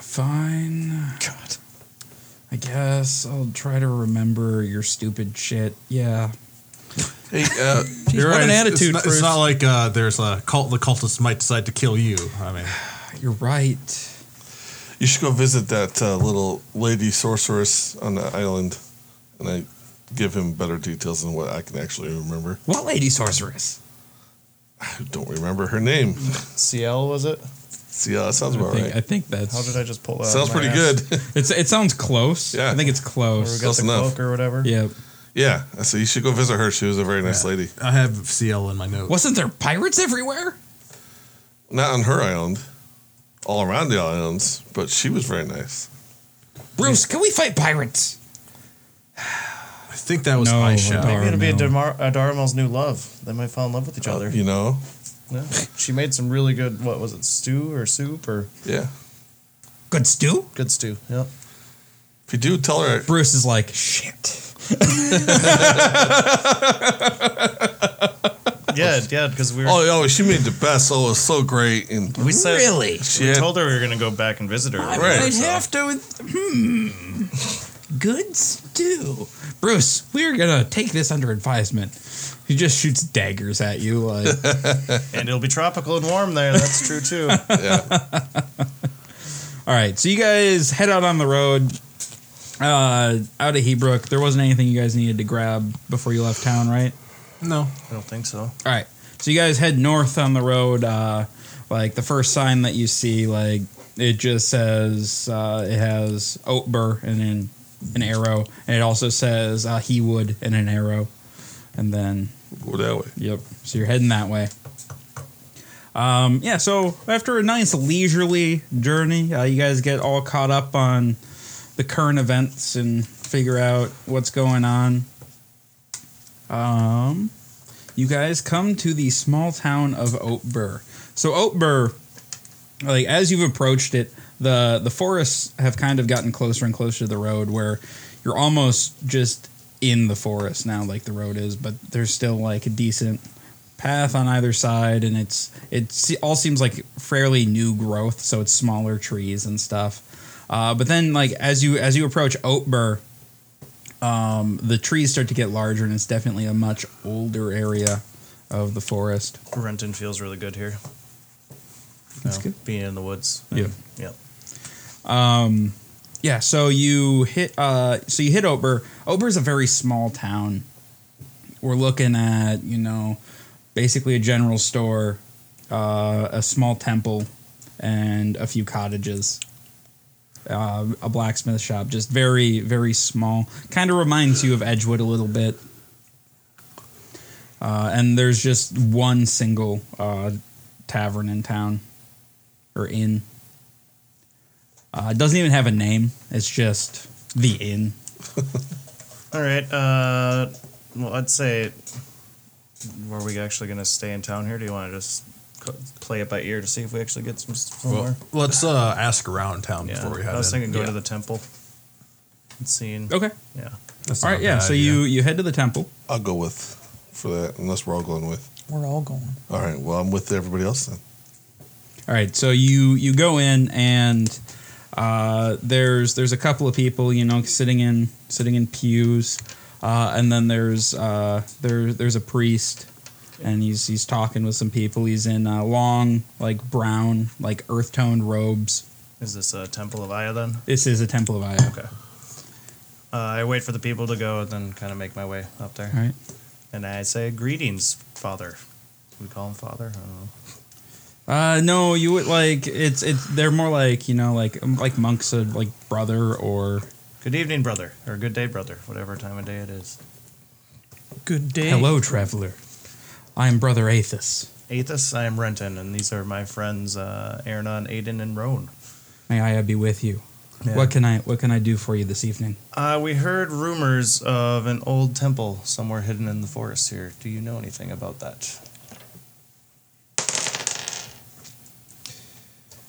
[SPEAKER 1] fine. oh, God, I guess I'll try to remember your stupid shit. Yeah,
[SPEAKER 5] hey, uh,
[SPEAKER 3] You're
[SPEAKER 4] what an
[SPEAKER 3] It's-
[SPEAKER 4] attitude,
[SPEAKER 3] It's not, it's
[SPEAKER 4] Bruce.
[SPEAKER 3] not like uh, there's a cult. The cultists might decide to kill you. I mean,
[SPEAKER 1] you're right.
[SPEAKER 5] you should go visit that uh, little lady sorceress on the island, and I give him better details than what I can actually remember.
[SPEAKER 1] What lady sorceress?
[SPEAKER 5] I don't remember her name.
[SPEAKER 2] CL was it?
[SPEAKER 5] See, yeah, that sounds
[SPEAKER 1] I
[SPEAKER 5] about
[SPEAKER 1] think, I
[SPEAKER 5] right.
[SPEAKER 1] think
[SPEAKER 2] How
[SPEAKER 1] that's.
[SPEAKER 2] did I just pull that? out of
[SPEAKER 5] Sounds
[SPEAKER 2] my
[SPEAKER 5] pretty
[SPEAKER 2] ass?
[SPEAKER 5] good.
[SPEAKER 1] It's it sounds close.
[SPEAKER 5] Yeah.
[SPEAKER 1] I think it's
[SPEAKER 2] Or we
[SPEAKER 1] close.
[SPEAKER 2] got
[SPEAKER 5] Close
[SPEAKER 2] the
[SPEAKER 5] enough.
[SPEAKER 2] cloak or whatever.
[SPEAKER 1] Yeah.
[SPEAKER 5] yeah, so you should go visit her. She was a very nice
[SPEAKER 3] Yeah.
[SPEAKER 5] lady.
[SPEAKER 3] I have CL in my notes.
[SPEAKER 1] Wasn't there pirates everywhere?
[SPEAKER 5] Not on her island, all around the islands, but she was very nice.
[SPEAKER 1] Bruce, can we fight pirates?
[SPEAKER 3] I think that was
[SPEAKER 1] No,
[SPEAKER 3] my shadow.
[SPEAKER 1] Dar-
[SPEAKER 2] Maybe it'll be a
[SPEAKER 1] Darmo.
[SPEAKER 2] Damar- a Darmo's new love. They might fall in love with
[SPEAKER 1] Oh,
[SPEAKER 2] each other.
[SPEAKER 5] You know?
[SPEAKER 2] Yeah. She made some really good. What was it? Stew or soup or
[SPEAKER 5] Yeah.
[SPEAKER 1] Good stew.
[SPEAKER 2] good stew? Yep.
[SPEAKER 5] If you do, tell her.
[SPEAKER 1] Bruce is like shit.
[SPEAKER 2] Yeah, yeah. Because we were.
[SPEAKER 5] Oh, oh, she made the best. Oh, it was so great. And
[SPEAKER 2] we said
[SPEAKER 1] really?
[SPEAKER 2] We
[SPEAKER 5] Yeah.
[SPEAKER 2] told her we were gonna go back and visit her.
[SPEAKER 1] I
[SPEAKER 5] Right.
[SPEAKER 1] might have to. with- Hmm. Good stew. Bruce, we're gonna take this under advisement. He just shoots daggers at you like
[SPEAKER 2] And it'll be tropical and warm there. That's true too.
[SPEAKER 5] yeah.
[SPEAKER 1] All right, so you guys head out on the road, uh, out of Hebrook. There wasn't anything you guys needed to grab before you left town, right?
[SPEAKER 3] No,
[SPEAKER 2] I don't think so.
[SPEAKER 1] All right, so you guys head north on the road. Uh, like the first sign that you see, like it just says uh, it has Oatbur and then an arrow, and it also says uh, He Would and an arrow, and then
[SPEAKER 5] Go that way.
[SPEAKER 1] Yep. So you're heading that way. Um, yeah. So after a nice leisurely journey, uh, you guys get all caught up on the current events and figure out what's going on. Um, you guys come to the small town of Oatbur. So Oatbur, like as you've approached it, the the forests have kind of gotten closer and closer to the road, where you're almost just in the forest now, like the road is. But there's still like a decent path on either side, and it's it se- all seems like fairly new growth, so it's smaller trees and stuff. Uh, but then, like as you as you approach Oatbur, um, the trees start to get larger, and it's definitely a much older area of the forest.
[SPEAKER 2] Renton feels really good here.
[SPEAKER 1] That's
[SPEAKER 2] No,
[SPEAKER 1] good.
[SPEAKER 2] Being in the woods.
[SPEAKER 1] Yeah.
[SPEAKER 2] Yep.
[SPEAKER 1] Yeah, so you hit uh so you hit Ober. Ober's a very small town. We're looking at, you know, basically a general store, uh, a small temple, and a few cottages. Uh, a blacksmith shop, just very, very small. Kind of reminds you of Edgewood a little bit. Uh, and there's just one single uh, tavern in town or inn. Uh, it doesn't even have a name. It's just the inn.
[SPEAKER 2] All right. Uh, well, I'd say, were we actually going to stay in town here? Do you want to just co- play it by ear to see if we actually get some somewhere?
[SPEAKER 3] Well, let's uh, ask around town before we head
[SPEAKER 2] I was
[SPEAKER 3] in.
[SPEAKER 2] thinking go
[SPEAKER 1] Yeah.
[SPEAKER 2] to the temple and seeing.
[SPEAKER 1] Okay.
[SPEAKER 2] Yeah.
[SPEAKER 3] That's
[SPEAKER 1] All
[SPEAKER 3] not
[SPEAKER 1] right.
[SPEAKER 3] a
[SPEAKER 1] Yeah.
[SPEAKER 3] bad
[SPEAKER 1] So
[SPEAKER 3] idea.
[SPEAKER 1] you you head to the temple.
[SPEAKER 5] I'll go with for that, unless we're all going with.
[SPEAKER 4] We're all going.
[SPEAKER 5] All right. Well, I'm with everybody else then.
[SPEAKER 1] All right. So you you go in and uh, there's there's a couple of people you know sitting in sitting in pews, uh, and then there's uh, there there's a priest, and he's he's talking with some people. He's in uh, long like brown like earth toned robes.
[SPEAKER 2] Is this a temple of Aya then?
[SPEAKER 1] This is a temple of Io.
[SPEAKER 2] Okay. Uh, I wait for the people to go and then kind of make my way up there.
[SPEAKER 1] All right.
[SPEAKER 2] And I say, Greetings, Father. We call him Father? Oh. I don't know.
[SPEAKER 1] Uh, no, you would like it's it's they're more like you know like um, like monks are like brother or
[SPEAKER 2] Good evening, brother. Or good day, brother. Whatever time of day it is.
[SPEAKER 4] Good day.
[SPEAKER 1] hello traveler. I am brother Athos.
[SPEAKER 2] Athos, I am Renton, and these are my friends, uh, Ernan, Aiden, and Roan.
[SPEAKER 1] May I be with you.
[SPEAKER 2] Yeah.
[SPEAKER 1] What can I what can I do for you this evening?
[SPEAKER 2] Uh, we heard rumors of an old temple somewhere hidden in the forest here. Do you know anything about that?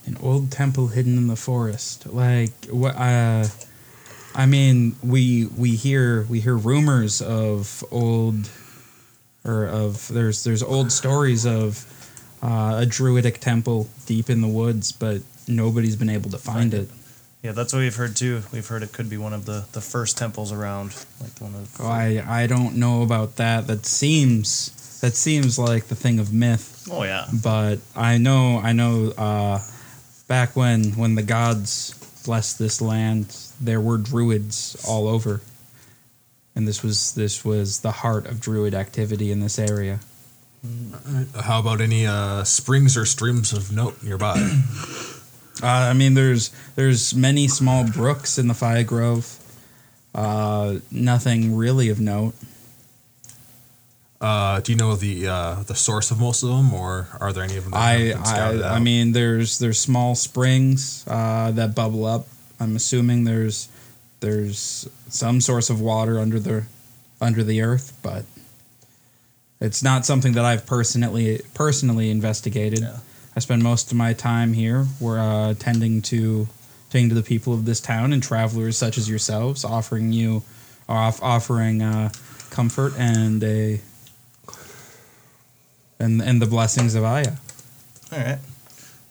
[SPEAKER 1] An old temple hidden in the forest. Like what uh I mean, we we hear we hear rumors of old or of there's there's old stories of uh, a druidic temple deep in the woods, but nobody's been able to find it.
[SPEAKER 2] Yeah, that's what we've heard too. We've heard it could be one of the, the first temples around, like one of.
[SPEAKER 1] Oh, I I don't know about that. That seems that seems like the thing of myth,
[SPEAKER 2] Oh, yeah.
[SPEAKER 1] but I know I know uh, back when when the gods blessed this land, there were druids all over, and this was this was the heart of druid activity in this area.
[SPEAKER 3] How about any uh, springs or streams of note nearby?
[SPEAKER 1] Uh, I mean, there's there's many small brooks in the Fire Grove. Uh, nothing really of note.
[SPEAKER 3] uh, do you know the uh, the source of most of them, or are there any of them? that
[SPEAKER 1] I,
[SPEAKER 3] haven't been scouted
[SPEAKER 1] I, I
[SPEAKER 3] out?
[SPEAKER 1] mean, there's there's small springs uh, that bubble up. I'm assuming there's there's some source of water under the under the earth, but it's not something that I've personally personally investigated.
[SPEAKER 2] Yeah.
[SPEAKER 1] I spend most of my time here. We're uh, tending to tending to the people of this town and travelers such as yourselves, offering you off, offering uh, comfort and a and and the blessings of Aya.
[SPEAKER 2] All right.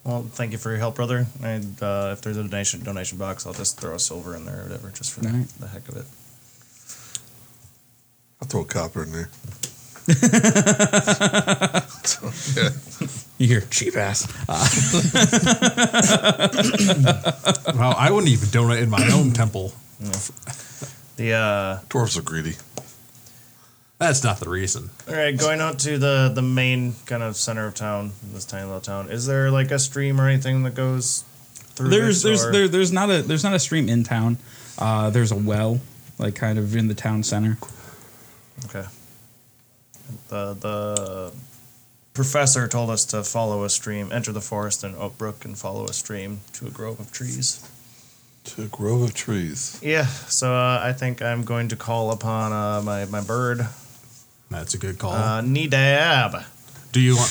[SPEAKER 2] Well, thank you for your help, brother. And uh, if there's a donation donation box, I'll just throw a silver in there or whatever, just for the,
[SPEAKER 1] Alright.
[SPEAKER 2] the heck of it.
[SPEAKER 5] I'll throw a copper in there.
[SPEAKER 1] You hear cheap ass.
[SPEAKER 3] well, I wouldn't even donate in my own temple.
[SPEAKER 2] The uh,
[SPEAKER 5] Dwarves are greedy.
[SPEAKER 3] That's not the reason.
[SPEAKER 2] all right, going out to the the main kind of center of town, this tiny little town. Is there like a stream or anything that goes through?
[SPEAKER 1] There's
[SPEAKER 2] it,
[SPEAKER 1] there's
[SPEAKER 2] or-
[SPEAKER 1] there, there's not a there's not a stream in town. Uh, there's a well, like kind of in the town center.
[SPEAKER 2] Okay. The the professor told us to follow a stream, enter the forest in Oak Brook, and follow a stream to a grove of trees.
[SPEAKER 5] To a grove of trees.
[SPEAKER 2] Yeah, so uh, I think I'm going to call upon uh, my my bird,
[SPEAKER 3] That's a good call.
[SPEAKER 2] uh, Nidab.
[SPEAKER 3] do you want?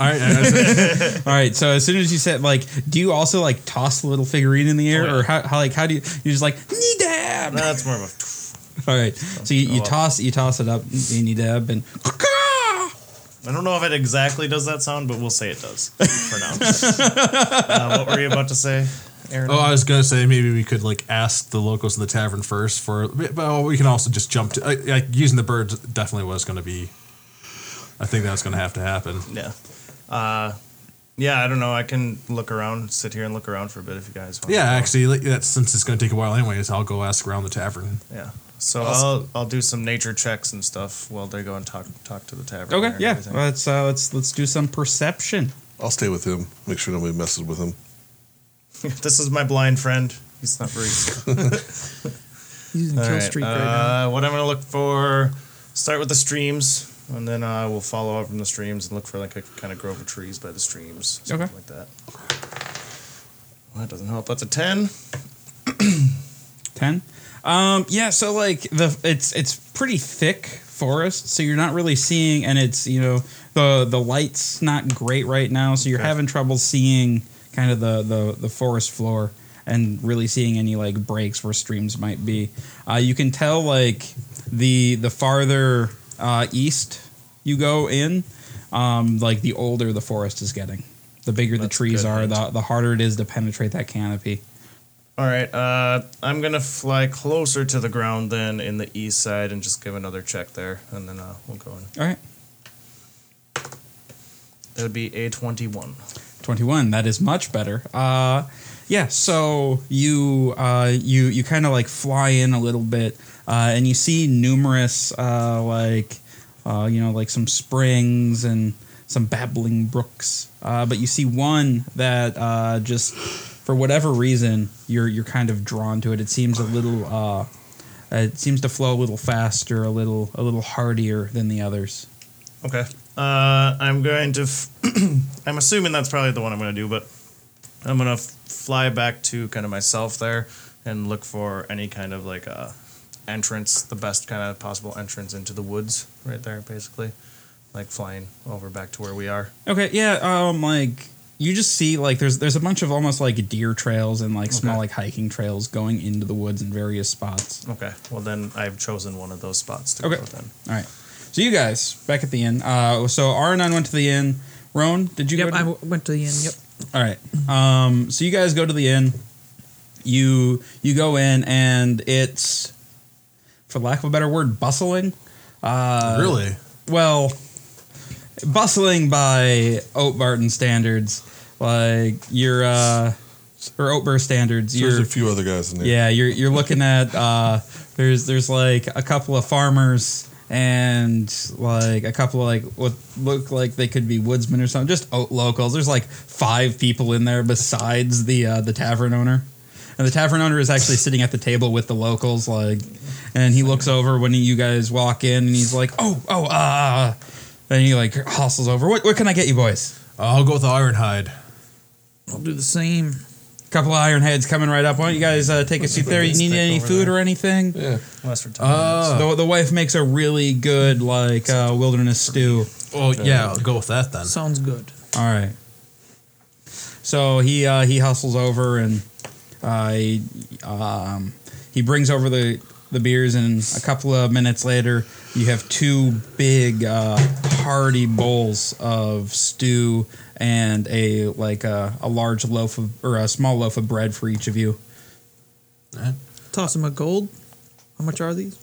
[SPEAKER 3] All right, I was-
[SPEAKER 1] All right. So as soon as you said like, do you also like toss the little figurine in the air,
[SPEAKER 2] Oh, yeah.
[SPEAKER 1] or how, how like how do you you just like knee dab?
[SPEAKER 2] No, That's more of a.
[SPEAKER 1] All right. So you,
[SPEAKER 3] Oh.
[SPEAKER 1] you toss you toss it up knee dab and.
[SPEAKER 2] I don't know if it exactly does that sound, but we'll say it does for now. uh, what were you about to say, Aaron?
[SPEAKER 3] Oh, I was gonna say maybe we could like ask the locals in the tavern first for, but we can also just jump to like, like using the birds. Definitely was gonna be. I think that's gonna have to happen.
[SPEAKER 2] yeah. Uh, yeah, I don't know. I can look around, sit here and look around for a bit if you guys want.
[SPEAKER 3] Yeah, actually, like, that's since it's gonna take a while anyways. I'll go ask around the tavern.
[SPEAKER 2] Yeah. So
[SPEAKER 5] Awesome.
[SPEAKER 2] I'll I'll do some nature checks and stuff while they go and talk talk to the tavern. there
[SPEAKER 1] Okay.
[SPEAKER 2] and
[SPEAKER 1] Yeah.
[SPEAKER 2] everything.
[SPEAKER 1] Let's uh, let's let's do some perception.
[SPEAKER 5] I'll stay with him. Make sure nobody messes with him.
[SPEAKER 2] this is my blind friend. He's not Bruce.
[SPEAKER 4] He's in
[SPEAKER 2] All
[SPEAKER 4] Kill
[SPEAKER 2] right,
[SPEAKER 4] Street right now.
[SPEAKER 2] uh, What I'm gonna look for, start with the streams, and then uh, we'll follow up from the streams and look for like a kind of grove of trees by the streams, something
[SPEAKER 1] Okay.
[SPEAKER 2] like that. Well, that doesn't help. That's a ten.
[SPEAKER 1] Ten. Um, yeah, so like the it's it's pretty thick forest, so you're not really seeing, and it's you know the the light's not great right now, so you're
[SPEAKER 2] Okay.
[SPEAKER 1] having trouble seeing kind of the the the forest floor and really seeing any like breaks where streams might be. Uh, you can tell like the the farther uh, east you go in, um, like the older the forest is getting. The bigger the
[SPEAKER 2] That's a
[SPEAKER 1] trees
[SPEAKER 2] good
[SPEAKER 1] are,
[SPEAKER 2] hint.
[SPEAKER 1] the, the harder it is to penetrate that canopy.
[SPEAKER 2] All right, uh, I'm gonna fly closer to the ground then in the east side and just give another check there, and then uh, we'll go in.
[SPEAKER 1] All right.
[SPEAKER 2] That would be a twenty-one.
[SPEAKER 1] 21 that is much better uh yeah so you uh you you kind of like fly in a little bit uh and you see numerous uh like uh you know like some springs and some babbling brooks uh but you see one that uh just for whatever reason you're you're kind of drawn to it it seems a little uh it seems to flow a little faster a little a little hardier than the others
[SPEAKER 2] Okay. Uh, I'm going to. F- I'm assuming that's probably the one I'm going to do, but I'm going to f- fly back to kind of myself there and look for any kind of like uh, entrance, the best kind of possible entrance into the woods right there, basically. Like flying over back to where we are.
[SPEAKER 1] Okay, yeah, um like you just see like there's there's a bunch of almost like deer trails and like small
[SPEAKER 2] Okay.
[SPEAKER 1] like hiking trails going into the woods in various spots.
[SPEAKER 2] Okay. Well, then I've chosen one of those spots to
[SPEAKER 1] Okay.
[SPEAKER 2] go then.
[SPEAKER 1] All right. So you guys back at the inn. Uh so Arnon went to the inn. Roan, did you
[SPEAKER 4] Yep,
[SPEAKER 1] go to
[SPEAKER 4] I w- went to the inn. Yep.
[SPEAKER 1] All right. Um, so you guys go to the inn. You you go in and it's, for lack of a better word, bustling. Uh,
[SPEAKER 3] really?
[SPEAKER 1] well, bustling by Oat Barton standards, like your uh, or Oat Burr standards,
[SPEAKER 5] There's
[SPEAKER 1] you're
[SPEAKER 5] a few other guys in there.
[SPEAKER 1] yeah, you're you're looking at uh, there's there's like a couple of farmers and like a couple of like what look like they could be woodsmen or something, just out locals. There's like five people in there besides the uh, the tavern owner. And the tavern owner is actually sitting at the table with the locals, like, and he looks over when you guys walk in, and he's like, "Oh, oh, uh," then he like hustles over. What, what can I get you boys?
[SPEAKER 3] I'll go with the Ironhide.
[SPEAKER 4] I'll do the same.
[SPEAKER 1] Couple of iron heads coming right up. Why don't you guys uh, take a seat there? You need any
[SPEAKER 2] Over
[SPEAKER 1] food
[SPEAKER 2] there.
[SPEAKER 1] or anything?
[SPEAKER 5] Yeah.
[SPEAKER 2] Unless we're talking.
[SPEAKER 3] Uh,
[SPEAKER 1] the, the wife makes a really good like uh, wilderness stew.
[SPEAKER 3] well, yeah, I'll go with that then.
[SPEAKER 4] Sounds good.
[SPEAKER 1] All right. So he uh, he hustles over and uh, he, um, he brings over the the beers and a couple of minutes later you have two big uh, hearty bowls of stew and a like a, a large loaf of or a small loaf of bread for each of you.
[SPEAKER 4] Toss him a gold. How much are these?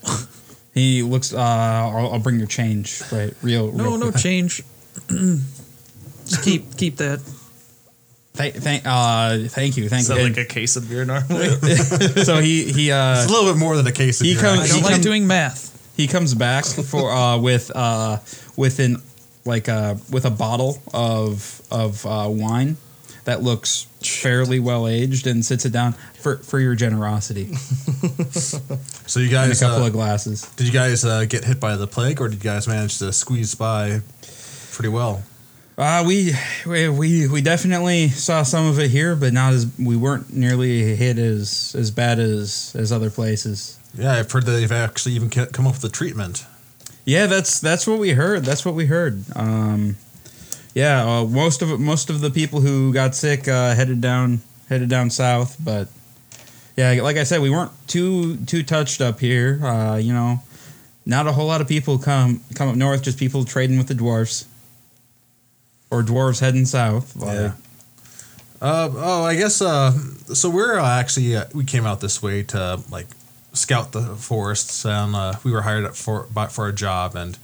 [SPEAKER 1] He looks. Uh, I'll, I'll bring your change. Right, real.
[SPEAKER 4] No,
[SPEAKER 1] real
[SPEAKER 4] no
[SPEAKER 1] quick.
[SPEAKER 4] change. Just keep keep that.
[SPEAKER 1] Thank, thank, uh, thank you, thank
[SPEAKER 2] Is that
[SPEAKER 1] you.
[SPEAKER 2] like a case of beer normally?
[SPEAKER 1] so he he uh,
[SPEAKER 3] It's a little bit more than a case of
[SPEAKER 1] He
[SPEAKER 3] your
[SPEAKER 1] comes-
[SPEAKER 4] I
[SPEAKER 3] eyes.
[SPEAKER 1] He
[SPEAKER 4] don't like
[SPEAKER 1] come-
[SPEAKER 4] doing math.
[SPEAKER 1] he comes back for uh, with uh, with an like uh, with a bottle of of uh, wine that looks fairly well aged and sits it down for for your generosity
[SPEAKER 3] So
[SPEAKER 1] and
[SPEAKER 3] you
[SPEAKER 1] a
[SPEAKER 3] guys,
[SPEAKER 1] couple
[SPEAKER 3] uh,
[SPEAKER 1] of glasses.
[SPEAKER 3] did you guys uh, get hit by the plague, or did you guys manage to squeeze by pretty well?
[SPEAKER 1] Uh, we, we we we definitely saw some of it here, but not as we weren't nearly hit as as bad as as other places.
[SPEAKER 3] Yeah, I've heard that they've actually even ca- come up with a treatment.
[SPEAKER 1] Yeah, that's that's what we heard. That's what we heard. Um, yeah, uh, most of most of the people who got sick uh, headed down headed down south, but yeah, like I said, we weren't too too touched up here. Uh, you know, not a whole lot of people come come up north. Just people trading with the dwarves, or dwarves heading south. Like,
[SPEAKER 3] Yeah. Uh, oh, I guess. Uh, so we're uh, actually uh, we came out this way to like scout the forests, and uh, we were hired up for by, for a job. And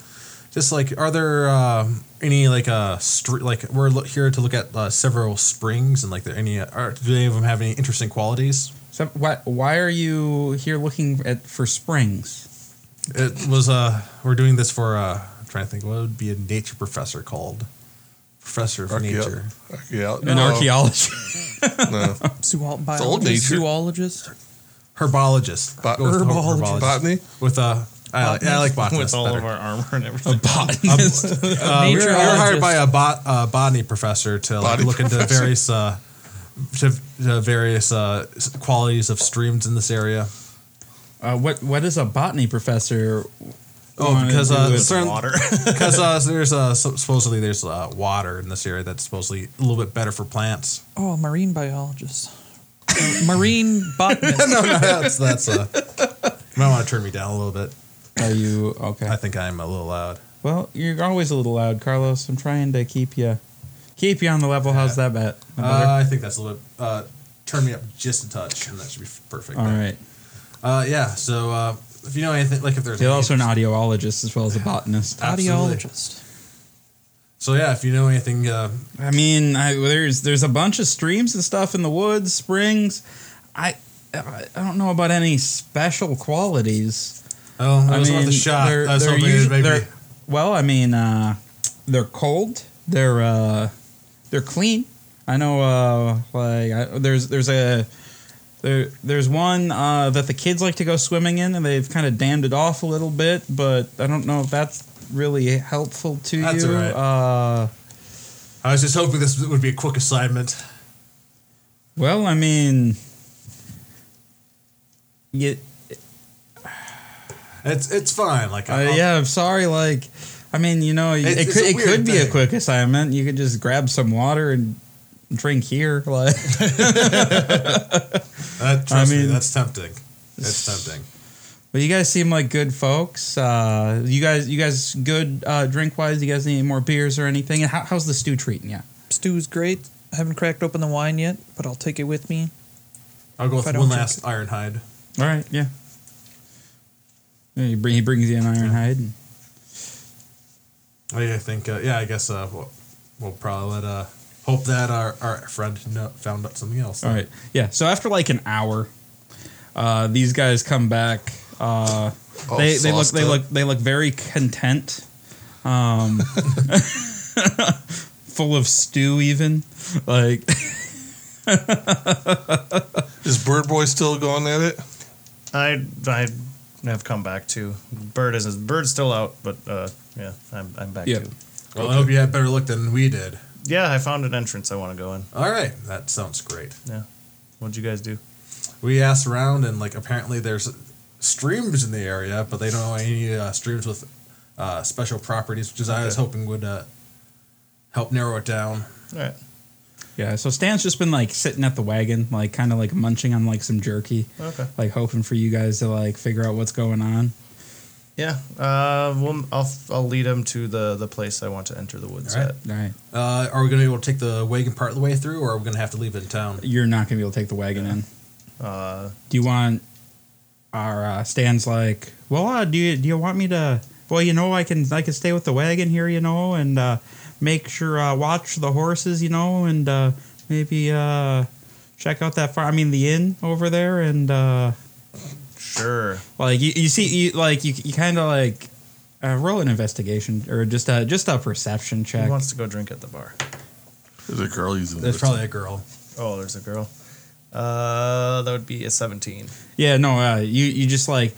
[SPEAKER 3] just like, are there uh, any like uh street like we're lo- here to look at uh, several springs and like there any uh, are, do any of them have any interesting qualities?
[SPEAKER 1] So why why are you here looking at for springs?
[SPEAKER 3] It was uh we're doing this for uh I'm trying to think what would be a nature professor called professor of
[SPEAKER 5] Archaeo-
[SPEAKER 3] nature.
[SPEAKER 5] Archaeo-
[SPEAKER 3] Oh.
[SPEAKER 1] An archaeologist.
[SPEAKER 5] No.
[SPEAKER 4] Zool-
[SPEAKER 5] nature.
[SPEAKER 4] biologist, zoologist.
[SPEAKER 3] herbologist.
[SPEAKER 5] Bo-
[SPEAKER 3] Go with her-
[SPEAKER 5] Herbologist. Botany?
[SPEAKER 3] With uh, I like, I like botanist
[SPEAKER 2] With all
[SPEAKER 3] better.
[SPEAKER 2] of our armor and everything.
[SPEAKER 3] Um,
[SPEAKER 1] botanist.
[SPEAKER 3] Uh, we were we were hired
[SPEAKER 4] Naturologist.
[SPEAKER 3] by a bot, uh, botany professor to like,
[SPEAKER 5] Botany
[SPEAKER 3] look into
[SPEAKER 5] professor.
[SPEAKER 3] various uh, to, to various uh, s- qualities of streams in this area.
[SPEAKER 1] Uh, what what is a botany professor?
[SPEAKER 3] Oh,
[SPEAKER 1] wanna
[SPEAKER 3] because
[SPEAKER 1] do
[SPEAKER 3] uh,
[SPEAKER 1] with
[SPEAKER 3] certain, water. Because uh, there's uh, sup- supposedly there's uh, water in this area that's supposedly a little bit better for plants.
[SPEAKER 4] Oh, marine biologist. Uh, marine botanist.
[SPEAKER 3] no, no, that's that's. Uh, you might want to turn me down a little bit.
[SPEAKER 1] Are you okay?
[SPEAKER 3] I think I'm a little loud.
[SPEAKER 1] Well, you're always a little loud, Carlos. I'm trying to keep you keep you on the level. How's that bet?
[SPEAKER 3] Uh, I think that's a little bit. Uh, turn me up just a touch, and that should be f- perfect.
[SPEAKER 1] All right.
[SPEAKER 3] Uh, yeah. So uh, if you know anything, like if there's
[SPEAKER 1] He's
[SPEAKER 3] any-
[SPEAKER 1] also an audiologist as well as a botanist.
[SPEAKER 3] Absolutely.
[SPEAKER 4] Audiologist.
[SPEAKER 3] So yeah, if you know anything, uh,
[SPEAKER 1] I mean, I, there's there's a bunch of streams and stuff in the woods, springs. I I I don't know about any special qualities.
[SPEAKER 3] oh, I,
[SPEAKER 1] I
[SPEAKER 3] was
[SPEAKER 1] mean,
[SPEAKER 3] worth a shot.
[SPEAKER 1] They're,
[SPEAKER 3] I was
[SPEAKER 1] they're
[SPEAKER 3] hoping
[SPEAKER 1] usu-
[SPEAKER 3] it'd maybe-
[SPEAKER 1] they're- well, I mean, uh, they're cold. They're uh, they're clean. I know, uh, like I, there's there's a there there's one uh, that the kids like to go swimming in, and they've kind of dammed it off a little bit, but I don't know if that's really helpful to
[SPEAKER 3] That's
[SPEAKER 1] you.
[SPEAKER 3] all right.
[SPEAKER 1] Uh,
[SPEAKER 3] I was just hoping this would be a quick assignment.
[SPEAKER 1] Well, I mean, yeah,
[SPEAKER 3] It's it's fine. Like
[SPEAKER 1] uh,
[SPEAKER 3] I'll-
[SPEAKER 1] yeah. I'm sorry. Like, I mean, you know,
[SPEAKER 3] It's-
[SPEAKER 1] it
[SPEAKER 3] it's
[SPEAKER 1] could,
[SPEAKER 3] a
[SPEAKER 1] it
[SPEAKER 3] weird
[SPEAKER 1] could be
[SPEAKER 3] thing.
[SPEAKER 1] a quick assignment. You could just grab some water and drink here. Like,
[SPEAKER 3] That, uh, trust me,
[SPEAKER 1] mean-
[SPEAKER 3] that's tempting. It's tempting.
[SPEAKER 1] but you guys seem like good folks. Uh, you guys, you guys, good uh, drink wise. You guys need any more beers or anything? And how, how's the stew treating you?
[SPEAKER 4] Stew's great. I haven't cracked open the wine yet, but I'll take it with me.
[SPEAKER 3] I'll go
[SPEAKER 4] If I
[SPEAKER 3] with
[SPEAKER 4] don't
[SPEAKER 3] one
[SPEAKER 4] drink
[SPEAKER 3] last Ironhide.
[SPEAKER 1] All right. Yeah. Yeah, He bring- he brings you an iron hide. and-
[SPEAKER 3] I think, uh, yeah, I guess uh, we'll, we'll probably let, uh, hope that our, our friend no, found out something else.
[SPEAKER 1] All right. Yeah. So after like an hour, uh, these guys come back. Uh,
[SPEAKER 5] All
[SPEAKER 1] they they look
[SPEAKER 5] sauced
[SPEAKER 1] they
[SPEAKER 5] up.
[SPEAKER 1] look they look very content. Um, full of stew, even like
[SPEAKER 5] Is Bird Boy still going at it?
[SPEAKER 2] I I have come back too. Bird is bird's still out, but uh, yeah, I'm I'm back
[SPEAKER 1] Yeah.
[SPEAKER 2] too.
[SPEAKER 3] Well, I hope you had better luck than we did.
[SPEAKER 2] Yeah, I found an entrance I want to go in.
[SPEAKER 3] All right. That sounds great.
[SPEAKER 2] Yeah, what'd you guys do?
[SPEAKER 3] We asked around, and, like, apparently there's streams in the area, but they don't know any uh, streams with uh, special properties, which is I was hoping would uh, help narrow it down.
[SPEAKER 2] All right.
[SPEAKER 1] yeah. So Stan's just been like sitting at the wagon, like kind of like munching on like some jerky,
[SPEAKER 2] Okay.
[SPEAKER 1] like hoping for you guys to like figure out what's going on.
[SPEAKER 2] Yeah. Uh, we'll, I'll I'll lead him to the the place I want to enter the woods
[SPEAKER 3] All right.
[SPEAKER 2] at.
[SPEAKER 1] All right,
[SPEAKER 3] Uh, are we going to be able to take the wagon part of the way through, or are we going to have to leave it in town?
[SPEAKER 1] you're not gonna be able to take the wagon in.
[SPEAKER 2] Uh,
[SPEAKER 1] do you want our uh, stands like well uh, do you do you want me to well you know i can i can stay with the wagon here you know and uh make sure uh watch the horses you know and uh maybe uh check out that farm i mean the inn over there and uh
[SPEAKER 2] sure.
[SPEAKER 1] like you, you see you like you, you kind of like uh, roll an investigation or just a just a perception check
[SPEAKER 2] Who wants to go drink at the bar?
[SPEAKER 5] There's a girl using
[SPEAKER 3] There's probably a girl.
[SPEAKER 2] Oh, there's a girl. Uh, that would be a seventeen.
[SPEAKER 1] Yeah, no, uh, you you just like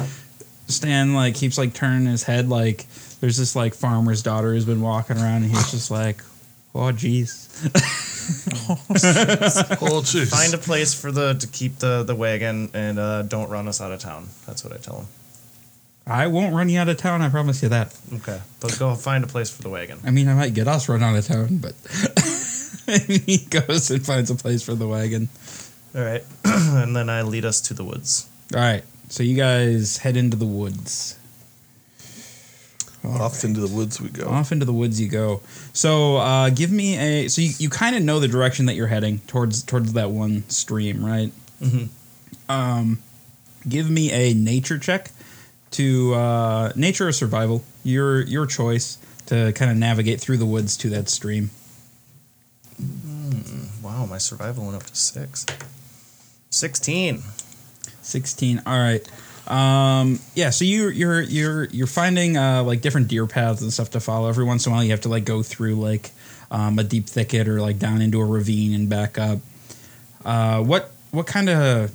[SPEAKER 1] Stan like keeps like turning his head like there's this like farmer's daughter who's been walking around and he's just like, oh jeez,
[SPEAKER 5] Oh, jeez.
[SPEAKER 2] Find a place for the to keep the the wagon and uh, don't run us out of town. That's what I tell him.
[SPEAKER 1] I won't run you out of town. I promise you that.
[SPEAKER 2] Okay, but go find a place for the wagon.
[SPEAKER 1] I mean, I might get us run out of town, but he goes and finds a place for the wagon.
[SPEAKER 2] All right, and then I lead us to the woods.
[SPEAKER 1] All right, so you guys head into the woods.
[SPEAKER 5] Off into the woods we go.
[SPEAKER 1] Off into the woods you go. So uh, give me a. So you, you kind of know the direction that you're heading towards towards that one stream, right?
[SPEAKER 3] Mm-hmm.
[SPEAKER 2] Mhm.
[SPEAKER 1] Um, give me a nature check to uh, nature or survival, your your choice to kind of navigate through the woods to that stream.
[SPEAKER 2] Wow, my survival went up to six. Sixteen.
[SPEAKER 1] 16 all right um yeah so you you're you're you're finding uh like different deer paths and stuff to follow every once in a while you have to like go through like um a deep thicket or like down into a ravine and back up uh what what kind of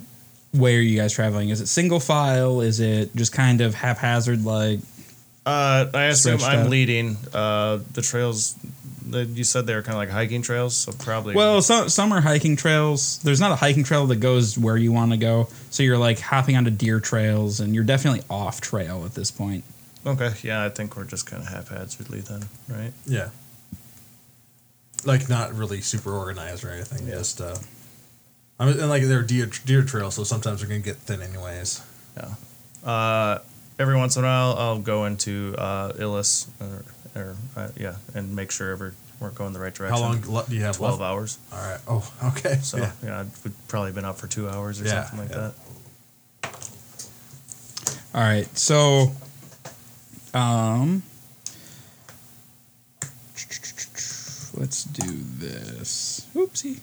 [SPEAKER 1] way are you guys traveling is it single file is it just kind of haphazard like
[SPEAKER 2] Uh, I assume
[SPEAKER 1] Stretched
[SPEAKER 2] I'm
[SPEAKER 1] out.
[SPEAKER 2] leading. Uh, the trails the- you said they were kind of like hiking trails, so probably.
[SPEAKER 1] Well, some some are hiking trails. There's not a hiking trail that goes where you want to go, so you're like hopping onto deer trails, and you're definitely off trail at this point.
[SPEAKER 2] okay, yeah, I think we're just kind of haphazardly then, right?
[SPEAKER 3] Yeah. Like not really super organized or anything.
[SPEAKER 2] Yeah.
[SPEAKER 3] Just uh, I mean, and like they're deer deer trails, so sometimes they're gonna get thin anyways.
[SPEAKER 2] Yeah. Uh, every once in a while, I'll go into uh, Illis, or, or uh, yeah, and make sure every, we're going the right direction.
[SPEAKER 3] How long le- do you have?
[SPEAKER 2] Twelve
[SPEAKER 3] left?
[SPEAKER 2] hours.
[SPEAKER 3] All right. Oh, okay.
[SPEAKER 2] So yeah,
[SPEAKER 3] yeah.
[SPEAKER 2] we've probably been up for two hours or
[SPEAKER 3] Yeah,
[SPEAKER 2] something like
[SPEAKER 3] yeah.
[SPEAKER 2] that.
[SPEAKER 1] All right, so, um, let's do this. Oopsie.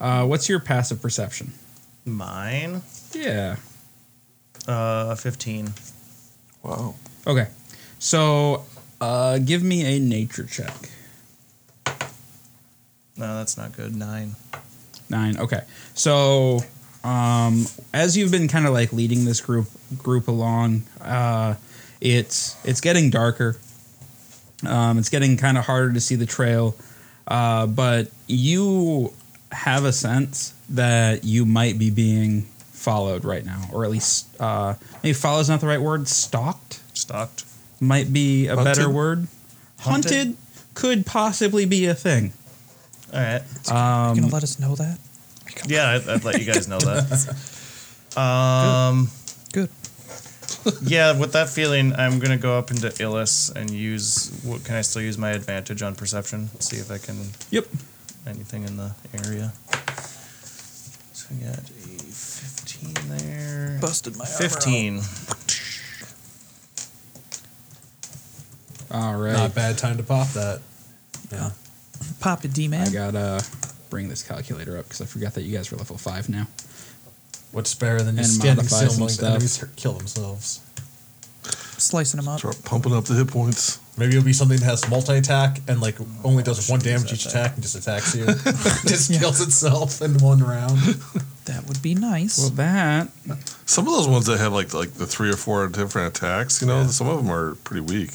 [SPEAKER 1] Uh, what's your passive perception?
[SPEAKER 2] Mine,
[SPEAKER 1] Yeah.
[SPEAKER 2] uh, fifteen.
[SPEAKER 5] Wow.
[SPEAKER 1] Okay. So, uh, give me a nature check.
[SPEAKER 2] No, that's not good. Nine.
[SPEAKER 1] Nine. Okay. So, um, as you've been kind of like leading this group group along, uh, it's it's getting darker. Um, it's getting kind of harder to see the trail, uh, but you have a sense that you might be being followed right now, or at least uh, maybe follow is not the right word. Stalked
[SPEAKER 2] Stocked.
[SPEAKER 1] might be a better
[SPEAKER 3] Hunted?
[SPEAKER 1] word.
[SPEAKER 2] Hunted?
[SPEAKER 1] Hunted could possibly be a thing.
[SPEAKER 2] All right.
[SPEAKER 1] Uh,
[SPEAKER 4] you gonna let us know that?
[SPEAKER 2] Yeah, I'd, I'd let you guys know that. Um,
[SPEAKER 4] Good.
[SPEAKER 2] yeah, with that feeling, I'm gonna go up into Illis and use. What can I still use my advantage on perception? See if I can
[SPEAKER 1] Yep.
[SPEAKER 2] anything in the area. So we got a 15 there.
[SPEAKER 4] Busted my armor out.
[SPEAKER 2] 15.
[SPEAKER 1] All right.
[SPEAKER 3] Not a bad time to pop that. Yeah.
[SPEAKER 4] Pop it, D man.
[SPEAKER 1] I gotta bring this calculator up because I forgot that you guys are level five now.
[SPEAKER 3] What's better than
[SPEAKER 1] And
[SPEAKER 3] just standing
[SPEAKER 1] modify
[SPEAKER 3] still
[SPEAKER 1] some
[SPEAKER 3] and letting
[SPEAKER 1] stuff.
[SPEAKER 3] the enemies hurt- kill themselves?
[SPEAKER 4] Slicing them up.
[SPEAKER 5] Start pumping up the hit points.
[SPEAKER 3] Maybe it'll be something that has multi attack and like
[SPEAKER 1] Oh,
[SPEAKER 3] only does one damage
[SPEAKER 2] that
[SPEAKER 3] each
[SPEAKER 2] thing.
[SPEAKER 3] attack and just attacks you, just kills itself in one round.
[SPEAKER 4] That would be nice.
[SPEAKER 1] Well, that
[SPEAKER 5] Some of those ones that have like like the three or four different attacks, you know, some of them are pretty weak.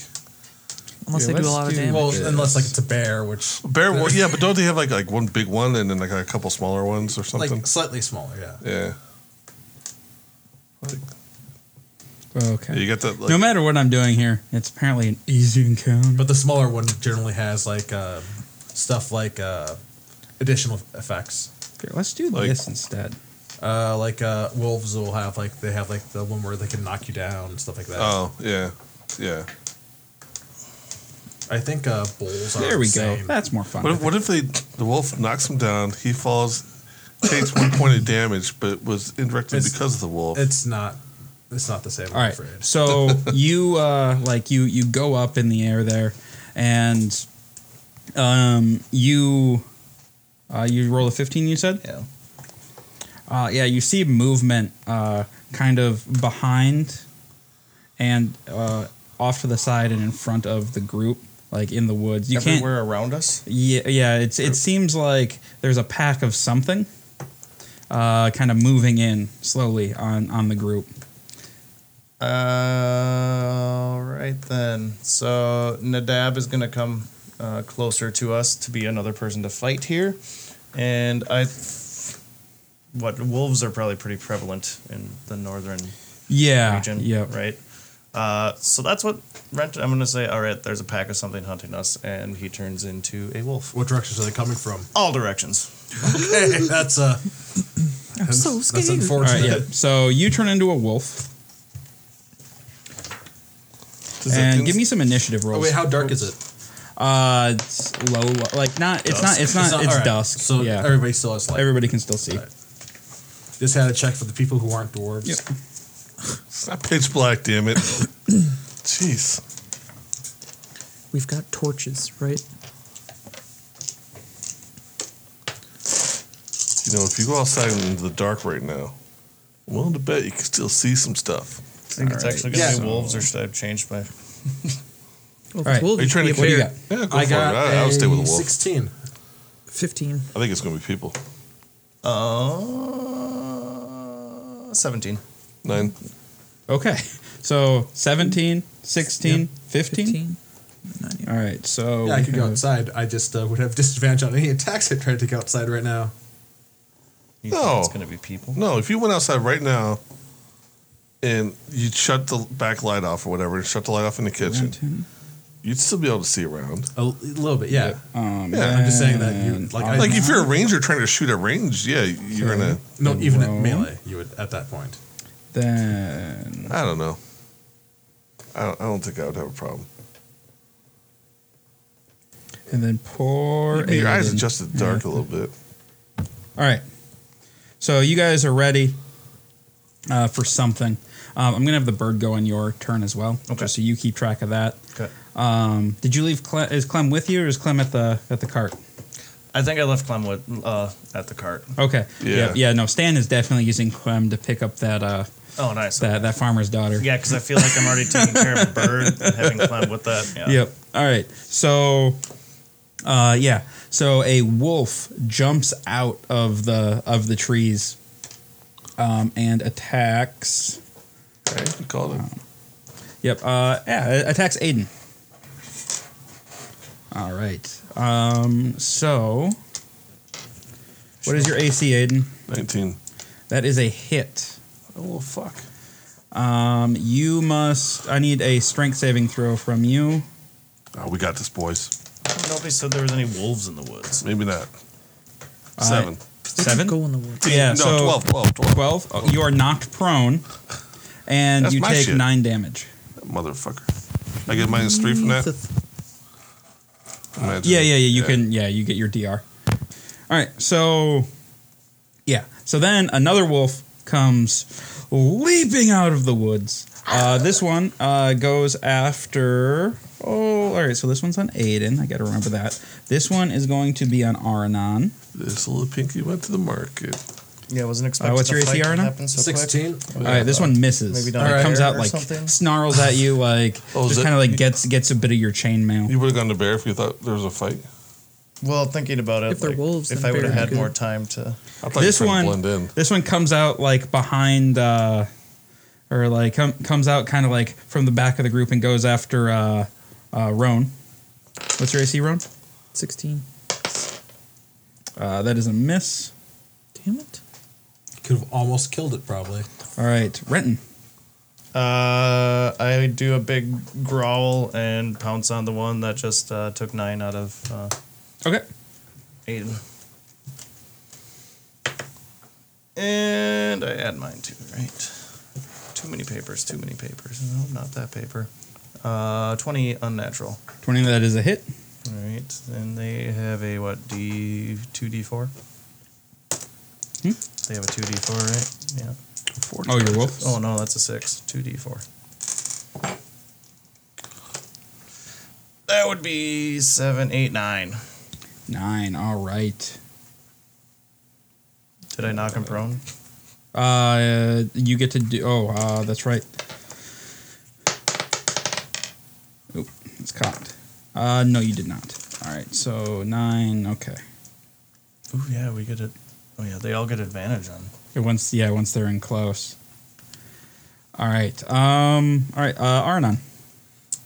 [SPEAKER 4] Unless
[SPEAKER 1] yeah,
[SPEAKER 4] they do a
[SPEAKER 1] let's
[SPEAKER 4] lot of
[SPEAKER 1] do-
[SPEAKER 4] damage.
[SPEAKER 3] Well,
[SPEAKER 1] Yes.
[SPEAKER 3] unless like it's a bear, which
[SPEAKER 5] Bear, well, yeah, but don't they have like like one big one and then like a couple smaller ones or something?
[SPEAKER 3] like slightly smaller. Yeah.
[SPEAKER 5] yeah. Like,
[SPEAKER 1] okay.
[SPEAKER 5] you got that. Like,
[SPEAKER 1] no matter what I'm doing here, it's apparently an easy encounter.
[SPEAKER 3] But the smaller one generally has like uh, stuff like uh, additional effects.
[SPEAKER 1] Here, let's do
[SPEAKER 5] Like-
[SPEAKER 1] this instead.
[SPEAKER 3] Uh, like uh, wolves will have like they have like the one where they can knock you down and stuff like that.
[SPEAKER 5] oh yeah, yeah.
[SPEAKER 3] I think uh, bulls. Are
[SPEAKER 1] There we
[SPEAKER 3] the
[SPEAKER 1] go.
[SPEAKER 3] same.
[SPEAKER 1] That's more fun.
[SPEAKER 5] What
[SPEAKER 1] I
[SPEAKER 5] if, what if they the wolf knocks him down? He falls, takes one point of damage, but was indirectly
[SPEAKER 3] It's-
[SPEAKER 5] because of the wolf.
[SPEAKER 3] It's not. It's not the same. I'm
[SPEAKER 1] All right.
[SPEAKER 3] afraid.
[SPEAKER 1] So you uh, like you you go up in the air there, and um, you uh, you roll a 15. You said.
[SPEAKER 2] Yeah.
[SPEAKER 1] Uh, yeah, you see movement uh, kind of behind and uh, off to the side and in front of the group, like in the woods. You can't.
[SPEAKER 2] Everywhere around us?
[SPEAKER 1] Yeah, yeah. It's it seems like there's a pack of something, uh, kind of moving in slowly on on the group.
[SPEAKER 2] Uh, all right then. So Nadab is gonna come uh, closer to us to be another person to fight here, and I. Th- what wolves are probably pretty prevalent in the northern
[SPEAKER 1] Yeah.
[SPEAKER 2] region,
[SPEAKER 1] yeah.
[SPEAKER 2] right? Uh, so that's what Rent. I'm gonna say, all right, there's a pack of something hunting us, and he turns into a wolf.
[SPEAKER 3] What directions are they coming from?
[SPEAKER 2] All directions.
[SPEAKER 3] Hey, that's uh,
[SPEAKER 4] I'm so
[SPEAKER 3] that's
[SPEAKER 4] scared.
[SPEAKER 1] All right.
[SPEAKER 3] unfortunate.
[SPEAKER 1] Yeah. So you turn into a wolf
[SPEAKER 5] Does that
[SPEAKER 1] and
[SPEAKER 5] things-
[SPEAKER 1] give me some initiative
[SPEAKER 3] Oh,
[SPEAKER 1] rolls.
[SPEAKER 3] wait, how dark is it?
[SPEAKER 1] uh, it's low, lo- like not. It's not. It's not. It's,
[SPEAKER 3] all right.
[SPEAKER 1] dusk.
[SPEAKER 3] So
[SPEAKER 1] yeah.
[SPEAKER 3] everybody still has light.
[SPEAKER 1] Everybody can still see.
[SPEAKER 3] All right. Just had a check for the people who aren't dwarves.
[SPEAKER 1] Yep.
[SPEAKER 5] It's not pitch black, damn it. Jeez.
[SPEAKER 4] We've got torches, right?
[SPEAKER 5] You know, if you go outside into the dark right now, I'm willing to bet you can still see some stuff.
[SPEAKER 2] I think it's
[SPEAKER 1] Alright,
[SPEAKER 2] actually gonna
[SPEAKER 3] yeah.
[SPEAKER 2] be wolves, or should I have changed my?
[SPEAKER 4] Well,
[SPEAKER 1] All right.
[SPEAKER 4] wolves
[SPEAKER 5] Are you trying to
[SPEAKER 4] should be
[SPEAKER 1] what do
[SPEAKER 4] a
[SPEAKER 1] you
[SPEAKER 4] bear.
[SPEAKER 1] got?
[SPEAKER 5] Yeah, go
[SPEAKER 3] I
[SPEAKER 5] for
[SPEAKER 3] got
[SPEAKER 5] it. I, I would stay with a wolf.
[SPEAKER 3] sixteen.
[SPEAKER 4] Fifteen.
[SPEAKER 5] I think it's going to be people.
[SPEAKER 2] Uh, seventeen.
[SPEAKER 5] Nine.
[SPEAKER 1] Okay. So 17, 16, 15.
[SPEAKER 4] 15.
[SPEAKER 1] All right, so
[SPEAKER 3] Yeah, I
[SPEAKER 1] we
[SPEAKER 3] could go
[SPEAKER 1] have-
[SPEAKER 3] outside. I just uh, would have disadvantage on any attacks I tried to go outside right now.
[SPEAKER 2] You
[SPEAKER 5] No.
[SPEAKER 2] think it's gonna be people?
[SPEAKER 5] No, if you went outside right now and you shut the back light off or whatever, and shut the light off in the kitchen, you'd still be able to see around.
[SPEAKER 3] A l- little bit, yeah.
[SPEAKER 1] Um,
[SPEAKER 5] Yeah,
[SPEAKER 3] I'm just saying that you-
[SPEAKER 1] and
[SPEAKER 3] like,
[SPEAKER 1] on
[SPEAKER 3] I-
[SPEAKER 5] Like if you're a ranger trying to shoot at range, yeah, you're
[SPEAKER 1] Okay.
[SPEAKER 5] gonna.
[SPEAKER 3] No, even at
[SPEAKER 1] Roll.
[SPEAKER 3] melee, you would at that point.
[SPEAKER 1] then
[SPEAKER 5] I don't know. I don't, I don't think I would have a problem.
[SPEAKER 1] and then poor
[SPEAKER 5] Your eyes
[SPEAKER 1] Aiden.
[SPEAKER 5] adjusted dark a little bit.
[SPEAKER 1] All right. So you guys are ready uh, for something. Um, I'm gonna have the bird go on your turn as well,
[SPEAKER 2] Okay.
[SPEAKER 1] just so you keep track of that.
[SPEAKER 2] Okay.
[SPEAKER 1] Um, did you leave? Cle- is Clem with you, or is Clem at the at the cart?
[SPEAKER 2] I think I left Clem with, uh, at the cart.
[SPEAKER 1] Okay.
[SPEAKER 5] Yeah.
[SPEAKER 1] Yeah. yeah, No, Stan is definitely using Clem to pick up that uh,
[SPEAKER 2] Oh, nice.
[SPEAKER 1] that that farmer's daughter.
[SPEAKER 2] Yeah, because I feel like I'm already taking care of a bird and having Clem with that. Yeah.
[SPEAKER 1] Yep. All right. So, uh, yeah. So a wolf jumps out of the of the trees, um, and attacks.
[SPEAKER 5] Okay, you called it.
[SPEAKER 1] Yep. Uh, yeah. Attacks Aiden. All right. Um, so, what is your AC, Aiden?
[SPEAKER 5] Nineteen.
[SPEAKER 1] That is a hit.
[SPEAKER 5] Oh well, fuck.
[SPEAKER 1] Um, you must. I need a strength saving throw from you.
[SPEAKER 5] Oh, we got this, boys.
[SPEAKER 2] Nobody said there was any wolves in the woods.
[SPEAKER 5] Maybe not.
[SPEAKER 1] Uh,
[SPEAKER 5] Seven.
[SPEAKER 1] Seven.
[SPEAKER 4] Go in the woods.
[SPEAKER 1] Yeah.
[SPEAKER 5] no,
[SPEAKER 1] so
[SPEAKER 5] 12, 12, 12.
[SPEAKER 1] 12. Oh, you are knocked prone, and
[SPEAKER 5] That's
[SPEAKER 1] you
[SPEAKER 5] my
[SPEAKER 1] take
[SPEAKER 5] shit.
[SPEAKER 1] nine damage.
[SPEAKER 5] Motherfucker. I get minus three from that. Imagine.
[SPEAKER 1] Yeah, yeah, yeah. You can, yeah, you get your DR. All right, so, yeah. So then another wolf comes leaping out of the woods. Uh, this one uh, goes after. Oh, all right. So this one's on Aiden. I got to remember that. This one is going to be on Aranon.
[SPEAKER 5] This little pinky went to the market.
[SPEAKER 2] Yeah, I wasn't expecting.
[SPEAKER 1] Uh, what's
[SPEAKER 2] the
[SPEAKER 1] your
[SPEAKER 2] fight
[SPEAKER 1] ACR
[SPEAKER 2] to
[SPEAKER 1] now?
[SPEAKER 2] happen so quick.
[SPEAKER 3] Sixteen.
[SPEAKER 1] All right, this one misses.
[SPEAKER 2] Maybe
[SPEAKER 1] Maybe
[SPEAKER 2] down
[SPEAKER 1] it
[SPEAKER 2] the
[SPEAKER 1] comes
[SPEAKER 2] air
[SPEAKER 1] out
[SPEAKER 2] or
[SPEAKER 1] like
[SPEAKER 2] something?
[SPEAKER 1] snarls at you, like
[SPEAKER 5] Oh, is
[SPEAKER 1] just
[SPEAKER 5] it-
[SPEAKER 1] kind of like gets gets a bit of your chainmail.
[SPEAKER 5] You would have gone to bear if you thought there was a fight.
[SPEAKER 2] Well, thinking about it,
[SPEAKER 4] If they're
[SPEAKER 2] like,
[SPEAKER 4] wolves,
[SPEAKER 2] if
[SPEAKER 4] then
[SPEAKER 2] I would have
[SPEAKER 4] very
[SPEAKER 2] had
[SPEAKER 4] good.
[SPEAKER 2] more time to.
[SPEAKER 5] I thought
[SPEAKER 1] This
[SPEAKER 5] you were trying
[SPEAKER 1] one,
[SPEAKER 5] to blend in.
[SPEAKER 1] this one comes out like behind, uh, or like com- comes out kind of like from the back of the group and goes after uh, uh, Roan. What's your AC, Roan?
[SPEAKER 4] 16.
[SPEAKER 1] Uh, that is a miss.
[SPEAKER 4] Damn it.
[SPEAKER 3] Could have almost killed it, probably.
[SPEAKER 1] All right, Renton.
[SPEAKER 2] Uh, I do a big growl and pounce on the one that just uh, took nine out of uh,
[SPEAKER 1] Okay,
[SPEAKER 2] Aiden. And I add mine too, right? Too many papers, too many papers. No, not that paper. Uh, 20 unnatural.
[SPEAKER 1] twenty. That is a hit.
[SPEAKER 2] All right. And they have a what? D2, D4?
[SPEAKER 1] Hmm?
[SPEAKER 2] They have a 2D4, right? Yeah.
[SPEAKER 1] Oh, your wolf.
[SPEAKER 2] Oh, no, that's a 6. 2D4. That would be seven, eight, nine.
[SPEAKER 1] Nine. All right.
[SPEAKER 2] Did I knock him prone?
[SPEAKER 1] Uh, you get to do. Oh, uh, that's right. Oop, it's cocked. Uh, no, you did not. All right, so nine. Okay.
[SPEAKER 2] Ooh, yeah, we get it. Oh, yeah, they all get advantage on
[SPEAKER 1] Yeah, Once, yeah, once they're in close. All right. Um. All right. Uh, Arnon.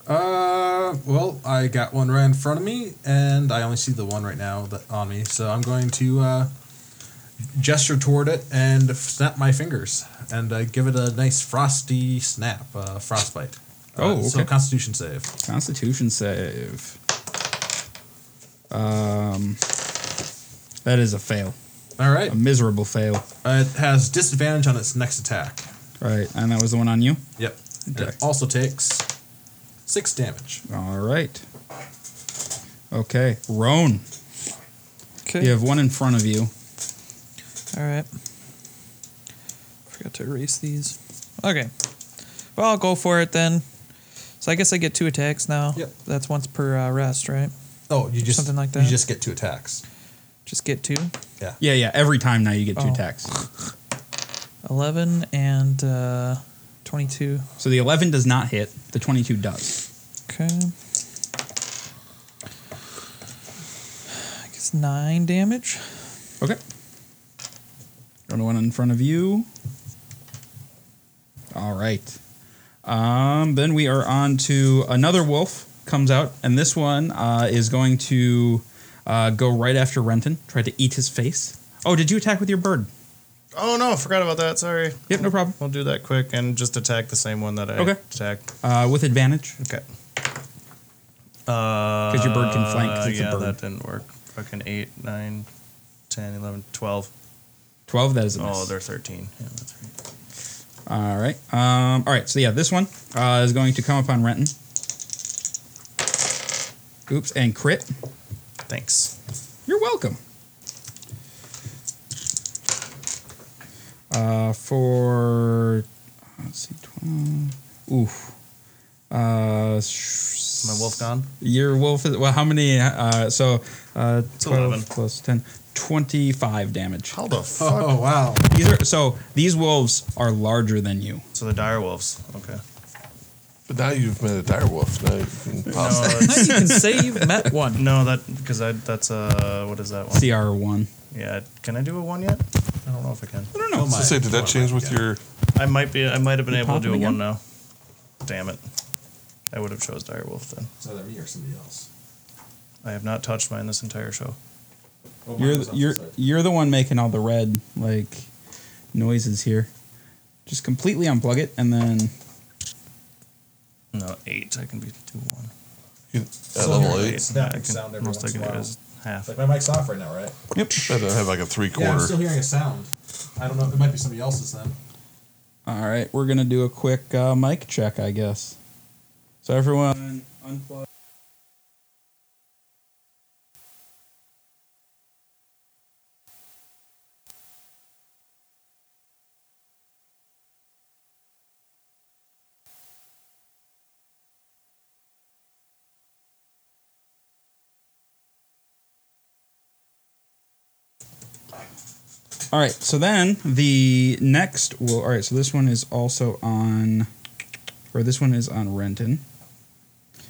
[SPEAKER 3] Uh, well, I got one right in front of me, and I only see the one right now that on me. So I'm going to uh, gesture toward it and snap my fingers and uh, give it a nice frosty snap, uh, frostbite.
[SPEAKER 1] Oh,
[SPEAKER 3] Uh, so
[SPEAKER 1] okay.
[SPEAKER 3] Constitution save.
[SPEAKER 1] Constitution save. Um. That is a fail.
[SPEAKER 3] All right,
[SPEAKER 1] A miserable fail.
[SPEAKER 3] uh, it has disadvantage on its next attack.
[SPEAKER 1] All right, and that was the one on you.
[SPEAKER 3] Yep. And
[SPEAKER 1] Okay.
[SPEAKER 3] It also takes six damage.
[SPEAKER 1] All right. Okay, Roan.
[SPEAKER 4] Okay.
[SPEAKER 1] You have one in front of you.
[SPEAKER 4] All right. Forgot to erase these. Okay. Well, I'll go for it then. So I guess I get two attacks now.
[SPEAKER 3] Yep.
[SPEAKER 4] That's once per uh, rest, right?
[SPEAKER 3] Oh, you just
[SPEAKER 4] Something like
[SPEAKER 3] You
[SPEAKER 4] that.
[SPEAKER 3] just get two attacks.
[SPEAKER 4] Just get two.
[SPEAKER 1] Yeah, yeah. Every time now you get two
[SPEAKER 4] Oh.
[SPEAKER 1] attacks.
[SPEAKER 4] 11 and uh, 22.
[SPEAKER 1] So the 11 does not hit. The 22 does.
[SPEAKER 4] Okay. I guess nine damage.
[SPEAKER 1] Okay. Go to one in front of you. All right. Um, then we are on to another wolf. comes out, and this one uh, is going to uh, go right after Renton, try to eat his face. Oh, did you attack with your bird?
[SPEAKER 2] Oh no, I forgot about that. Sorry.
[SPEAKER 1] Yep, no problem.
[SPEAKER 2] We'll do that quick and just attack the same one that I
[SPEAKER 1] Okay.
[SPEAKER 2] attacked.
[SPEAKER 1] Uh, with advantage.
[SPEAKER 2] Okay. Because
[SPEAKER 1] your bird can flank 'cause it's a
[SPEAKER 2] Uh, yeah,
[SPEAKER 1] bird.
[SPEAKER 2] that didn't work. Fucking 8, 9, 10, 11, 12.
[SPEAKER 1] 12, that is a miss.
[SPEAKER 2] Oh, they're 13. Yeah, that's right.
[SPEAKER 1] All right. Um, all right. So yeah, this one uh, is going to come upon Renton. Oops, and crit.
[SPEAKER 2] Thanks.
[SPEAKER 1] You're welcome. Uh, for let's see, twelve. Oof. Uh, sh-
[SPEAKER 2] Is my wolf gone?
[SPEAKER 1] Your wolf is well. How many? Uh, so uh, twelve
[SPEAKER 2] 11.
[SPEAKER 1] plus ten. 25 damage.
[SPEAKER 2] How the fuck?
[SPEAKER 3] Oh wow!
[SPEAKER 1] These are so these wolves are larger than you.
[SPEAKER 2] So the dire wolves. Okay.
[SPEAKER 5] But now you've met a dire wolf. Now you can
[SPEAKER 1] Oh.
[SPEAKER 2] No,
[SPEAKER 5] pop.
[SPEAKER 2] that's-
[SPEAKER 4] you can say you've met one.
[SPEAKER 2] no, that because I that's uh what is that one?
[SPEAKER 1] CR1.
[SPEAKER 2] Yeah, can I do a one yet? I don't know if I can.
[SPEAKER 1] I don't know.
[SPEAKER 5] So say, did that change with your?
[SPEAKER 2] I might be. I might have been
[SPEAKER 1] You
[SPEAKER 2] able
[SPEAKER 1] pop
[SPEAKER 2] to do a
[SPEAKER 1] him
[SPEAKER 2] one
[SPEAKER 1] again?
[SPEAKER 2] now. Damn it! I would have chose dire wolf then.
[SPEAKER 6] It's either me or somebody else.
[SPEAKER 2] I have not touched mine this entire show.
[SPEAKER 6] Oh, mine
[SPEAKER 1] You're
[SPEAKER 6] was on
[SPEAKER 1] you're
[SPEAKER 6] the side.
[SPEAKER 1] you're the one making all the red like noises here. Just completely unplug it and then
[SPEAKER 2] No, eight. I can be do one.
[SPEAKER 5] You, at
[SPEAKER 6] So
[SPEAKER 5] level
[SPEAKER 6] you're-
[SPEAKER 5] eight,
[SPEAKER 6] It's that
[SPEAKER 2] I can,
[SPEAKER 6] sound every
[SPEAKER 2] most I
[SPEAKER 6] once
[SPEAKER 2] can
[SPEAKER 6] in
[SPEAKER 2] do
[SPEAKER 6] a
[SPEAKER 2] is half.
[SPEAKER 6] Like my mic's off right now, right?
[SPEAKER 1] yep.
[SPEAKER 5] that would have like a three
[SPEAKER 6] Yeah, I'm
[SPEAKER 5] quarter.
[SPEAKER 6] still hearing a sound.
[SPEAKER 3] I don't know. It might be somebody else's then.
[SPEAKER 1] All right, we're gonna do a quick uh, mic check, I guess. So everyone, unplug. All right, so then the next will. All right, so this one is also on, or this one is on Renton.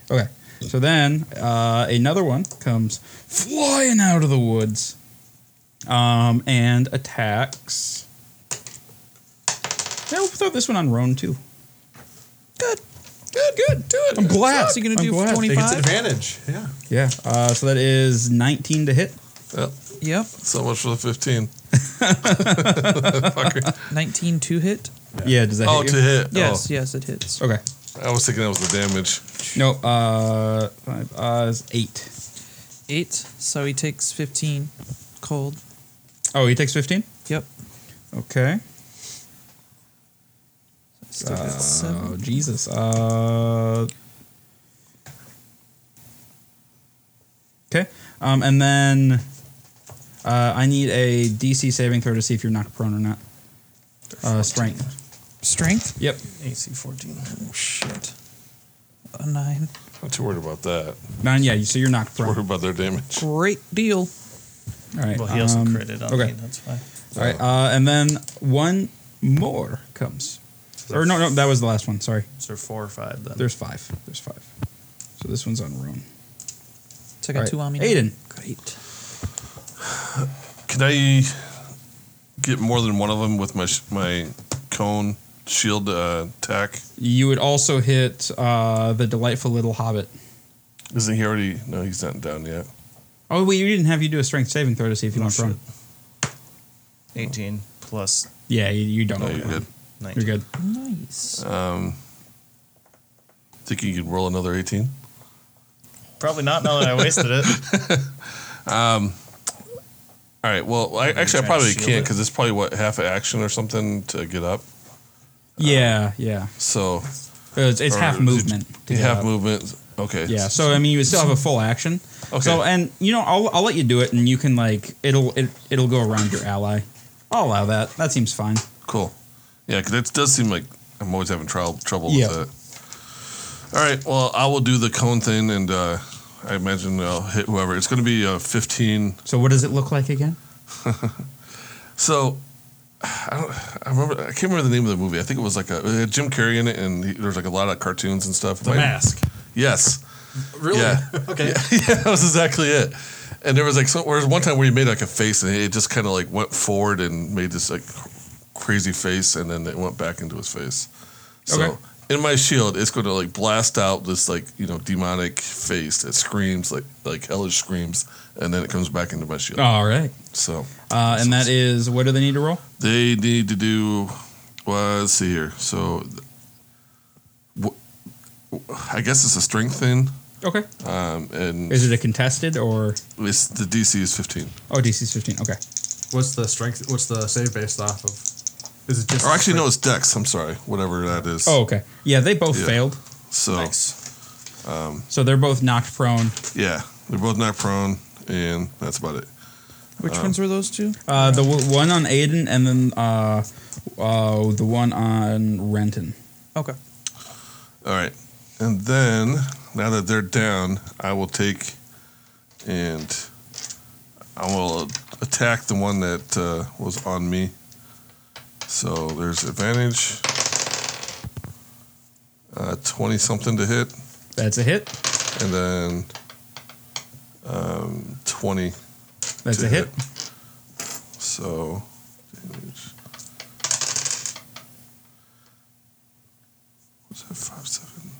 [SPEAKER 1] Okay, so then uh, another one comes flying out of the woods, um, and attacks. Yeah, we'll throw this one on Roan too. Good, good, good. Do it. I'm glad.
[SPEAKER 4] So you gonna
[SPEAKER 1] I'm
[SPEAKER 4] do
[SPEAKER 1] glad.
[SPEAKER 3] It gets
[SPEAKER 4] 25?
[SPEAKER 3] advantage. Yeah.
[SPEAKER 1] Yeah. Uh, so that is 19 to hit.
[SPEAKER 5] Yep,
[SPEAKER 4] Yep.
[SPEAKER 5] so much for the fifteen. Fucker.
[SPEAKER 4] 19 to hit.
[SPEAKER 1] Yeah. Does that
[SPEAKER 5] Oh,
[SPEAKER 1] hit
[SPEAKER 5] to
[SPEAKER 1] you?
[SPEAKER 5] hit.
[SPEAKER 4] Yes, yes, it hits.
[SPEAKER 1] Okay.
[SPEAKER 5] Oh, I was thinking that was the damage.
[SPEAKER 1] No. Uh, five. Uh, is eight.
[SPEAKER 4] Eight. So he takes 15 cold.
[SPEAKER 1] Oh, he takes 15?
[SPEAKER 4] Yep.
[SPEAKER 1] Okay.
[SPEAKER 4] Still
[SPEAKER 1] Uh,
[SPEAKER 4] gets seven.
[SPEAKER 1] Jesus. Uh, okay. Um, and then uh, I need a DC saving throw to see if you're knocked prone or not. Uh, strength.
[SPEAKER 4] Strength.
[SPEAKER 1] Yep.
[SPEAKER 2] AC fourteen.
[SPEAKER 4] Oh, shit. A nine.
[SPEAKER 5] Not too worried about that.
[SPEAKER 1] Nine. Yeah. So you're knocked prone.
[SPEAKER 5] Worried about their damage.
[SPEAKER 4] Great deal.
[SPEAKER 1] All right.
[SPEAKER 2] Well, he also
[SPEAKER 1] um,
[SPEAKER 2] critted on
[SPEAKER 1] okay.
[SPEAKER 2] me. That's why.
[SPEAKER 1] All right. Uh, and then one more comes. Or no, no, that was the last one. Sorry.
[SPEAKER 2] So they're four or five then.
[SPEAKER 1] There's five. There's five. So this one's on Roan.
[SPEAKER 4] So I got
[SPEAKER 1] All right.
[SPEAKER 4] two on me. now.
[SPEAKER 1] Aiden.
[SPEAKER 4] Great.
[SPEAKER 5] Can I get more than one of them with my sh- my cone shield uh, attack?
[SPEAKER 1] You would also hit uh, the delightful little hobbit.
[SPEAKER 5] Isn't he already? No, he's not down yet.
[SPEAKER 1] Oh wait, you didn't have you do a strength saving throw to see if you
[SPEAKER 2] Oh,
[SPEAKER 1] went prone.
[SPEAKER 2] shit. Eighteen plus
[SPEAKER 1] Yeah, you, you don't.
[SPEAKER 5] No,
[SPEAKER 1] go
[SPEAKER 5] you're
[SPEAKER 1] prone.
[SPEAKER 5] good.
[SPEAKER 2] nineteen.
[SPEAKER 1] You're good.
[SPEAKER 4] Nice.
[SPEAKER 2] Uh,
[SPEAKER 5] Think you could roll another eighteen?
[SPEAKER 2] Probably not. Now that I wasted it.
[SPEAKER 5] All right. Well, I,
[SPEAKER 2] you
[SPEAKER 5] actually, I
[SPEAKER 2] trying to
[SPEAKER 5] probably
[SPEAKER 2] shield
[SPEAKER 5] can't
[SPEAKER 2] it?
[SPEAKER 5] because it's probably what half an action or something to get up.
[SPEAKER 1] Yeah, yeah.
[SPEAKER 5] So
[SPEAKER 1] It's, it's
[SPEAKER 5] or
[SPEAKER 1] half
[SPEAKER 5] did-
[SPEAKER 1] movement. to
[SPEAKER 5] You
[SPEAKER 1] get
[SPEAKER 5] half
[SPEAKER 1] up.
[SPEAKER 5] movement. Okay.
[SPEAKER 1] Yeah. So I mean, you would still have a full action.
[SPEAKER 5] Okay.
[SPEAKER 1] So and you know, I'll, I'll let you do it, and you can like it'll it, it'll go around your ally. I'll allow that. That seems fine.
[SPEAKER 5] Cool. Yeah, because it does seem like I'm always having trial, trouble
[SPEAKER 1] Yeah.
[SPEAKER 5] with that. All right. Well, I will do the cone thing, and uh, I imagine I'll hit whoever. It's going to be uh, 15.
[SPEAKER 1] So what does it look like again?
[SPEAKER 5] So I don't. I remember. I can't remember the name of the movie. I think it was like a it had Jim Carrey in it, and he, there's like a lot of cartoons and stuff.
[SPEAKER 3] The
[SPEAKER 5] Might-
[SPEAKER 3] mask.
[SPEAKER 5] Yes.
[SPEAKER 3] Really?
[SPEAKER 5] Yeah.
[SPEAKER 3] okay.
[SPEAKER 5] yeah, that was exactly it. And there was like, so, there was one time where he made like a face, and it just kind of like went forward and made this like crazy face, and then it went back into his face. So
[SPEAKER 1] Okay.
[SPEAKER 5] in my shield, it's going to like blast out this like you know demonic face that screams like like hellish screams, and then it comes back into my shield.
[SPEAKER 1] All right.
[SPEAKER 5] So
[SPEAKER 1] Uh, and that is what do they need to roll?
[SPEAKER 5] they need to do. Well, let's see here. So, wh- I guess it's a strength thing,
[SPEAKER 1] Okay.
[SPEAKER 5] um, and
[SPEAKER 1] Is it a contested or
[SPEAKER 5] it's the DC is fifteen.
[SPEAKER 1] oh DC's fifteen? Okay.
[SPEAKER 3] What's the strength? What's the save based off of? Is it just?
[SPEAKER 5] Or Oh, actually, no, it's Dex. I'm sorry, whatever that is.
[SPEAKER 1] Oh, okay. Yeah, they both
[SPEAKER 5] Yeah.
[SPEAKER 1] failed,
[SPEAKER 5] so
[SPEAKER 1] so they're both knocked prone.
[SPEAKER 5] yeah, they're both not prone, and that's about it.
[SPEAKER 4] Which ones were those two?
[SPEAKER 1] Uh, the w- one on Aiden, and then uh, uh, the one on Renton.
[SPEAKER 4] Okay.
[SPEAKER 5] All right. And then, now that they're down, I will take and I will attack the one that uh, was on me. So there's advantage. Uh, 20 something to hit,
[SPEAKER 1] That's a hit.
[SPEAKER 5] and then um, 20.
[SPEAKER 1] That's
[SPEAKER 5] to
[SPEAKER 1] a hit.
[SPEAKER 5] So damage. What's that? Five seven.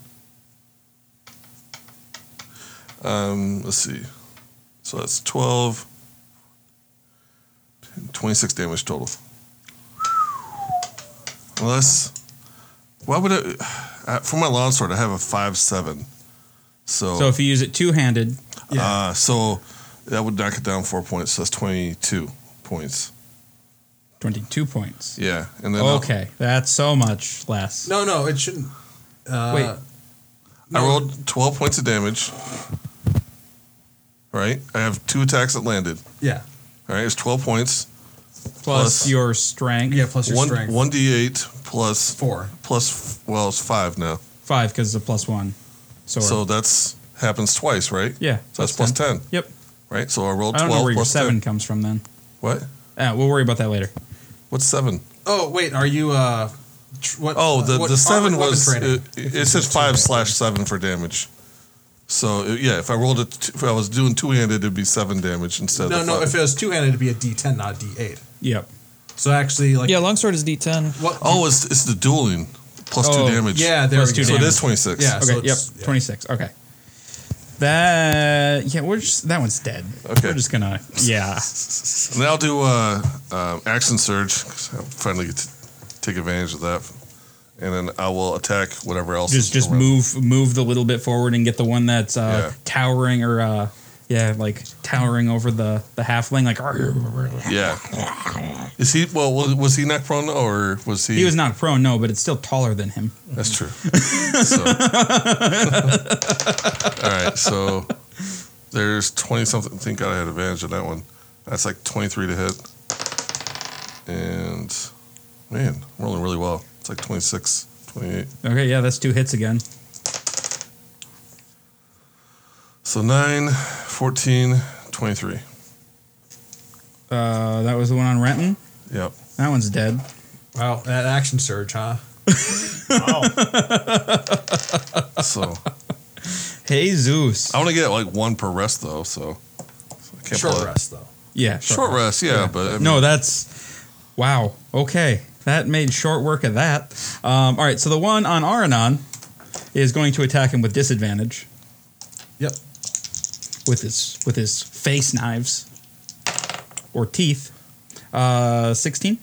[SPEAKER 5] Um, let's see. So that's 12, 26 damage total. Unless, why would it? uh, For my longsword, I have a five seven. So,
[SPEAKER 1] So if you use it two handed,
[SPEAKER 5] uh, so that would knock it down four points. So that's twenty two points.
[SPEAKER 1] twenty two points.
[SPEAKER 5] Yeah, and then uh, I'll-
[SPEAKER 1] Okay, that's so much less.
[SPEAKER 3] No, no, it shouldn't. Uh,
[SPEAKER 1] Wait,
[SPEAKER 5] I rolled 12 points of damage. Right? I have two attacks that landed.
[SPEAKER 3] Yeah.
[SPEAKER 5] All right, it's 12 points.
[SPEAKER 1] plus,
[SPEAKER 5] plus-
[SPEAKER 1] your strength.
[SPEAKER 3] Yeah. Plus your
[SPEAKER 5] one,
[SPEAKER 3] strength.
[SPEAKER 5] 1d8 plus,
[SPEAKER 3] Four.
[SPEAKER 5] plus, f- well, it's five now.
[SPEAKER 1] five because it's a plus one. So,
[SPEAKER 5] So that's happens twice, right?
[SPEAKER 1] yeah,
[SPEAKER 5] So that's plus 10.
[SPEAKER 1] Yep.
[SPEAKER 5] right? So I rolled
[SPEAKER 1] I don't
[SPEAKER 5] 12
[SPEAKER 1] know where your
[SPEAKER 5] plus
[SPEAKER 1] seven
[SPEAKER 5] 10.
[SPEAKER 1] comes from then.
[SPEAKER 5] What?
[SPEAKER 1] Uh, we'll worry about that later.
[SPEAKER 5] What's seven?
[SPEAKER 3] Oh wait, are you? uh tr- what,
[SPEAKER 5] Oh, the,
[SPEAKER 3] what-
[SPEAKER 5] the seven
[SPEAKER 3] oh, weapon
[SPEAKER 5] was, uh,
[SPEAKER 3] training.
[SPEAKER 5] it, it, it says five slash seven for damage. So it- yeah, if I rolled it, t- if I was doing two handed, it'd be seven damage instead
[SPEAKER 3] no,
[SPEAKER 5] of
[SPEAKER 3] no.
[SPEAKER 5] five.
[SPEAKER 3] If it was two handed, it'd be a D10, not a D8.
[SPEAKER 1] Yep.
[SPEAKER 3] So actually, like
[SPEAKER 4] Yeah, longsword is D10.
[SPEAKER 3] what?
[SPEAKER 5] oh, it's, it's the dueling plus
[SPEAKER 1] Oh,
[SPEAKER 5] two damage.
[SPEAKER 3] yeah, there
[SPEAKER 1] plus
[SPEAKER 3] we go.
[SPEAKER 1] two
[SPEAKER 5] So
[SPEAKER 1] damage.
[SPEAKER 5] it is 26.
[SPEAKER 3] Yeah.
[SPEAKER 1] Okay.
[SPEAKER 3] so
[SPEAKER 1] yep.
[SPEAKER 3] it's- yeah.
[SPEAKER 1] Twenty six. Okay. That yeah, we're just that one's dead.
[SPEAKER 5] Okay.
[SPEAKER 1] We're just gonna yeah.
[SPEAKER 5] And I'll do uh, uh, action surge. 'cause I'll finally get to take advantage of that, and then I will attack whatever else.
[SPEAKER 1] Just
[SPEAKER 5] is
[SPEAKER 1] just
[SPEAKER 5] around.
[SPEAKER 1] move move the little bit forward and get the one that's uh,
[SPEAKER 5] Yeah.
[SPEAKER 1] towering or uh, yeah like towering over the the halfling like
[SPEAKER 5] Yeah. Is he well? Was, was he neck prone or was he?
[SPEAKER 1] he was not prone no but it's still taller than him.
[SPEAKER 5] That's true. so. All right. So there's twenty something. Thank God I had advantage on that one. That's like twenty three to hit, and man, I'm rolling really well. It's like 26, 28.
[SPEAKER 1] Okay yeah that's two hits again.
[SPEAKER 5] So 9, 14, 23.
[SPEAKER 1] Uh, that was the one on Renton.
[SPEAKER 5] Yep.
[SPEAKER 1] That one's dead.
[SPEAKER 3] Wow, that action surge, huh?
[SPEAKER 5] So
[SPEAKER 1] Hey Zeus.
[SPEAKER 3] Oh,
[SPEAKER 5] I want to get like one per rest though. So, so I can't
[SPEAKER 3] Short
[SPEAKER 5] pull it.
[SPEAKER 3] rest though.
[SPEAKER 1] Yeah
[SPEAKER 5] Short rest, yeah, but I mean,
[SPEAKER 1] No, that's wow. Okay, that made short work of that. Um, all right, so the one on Aranon is going to attack him with disadvantage
[SPEAKER 3] Yep.
[SPEAKER 1] with his with his face knives or teeth. Uh, sixteen.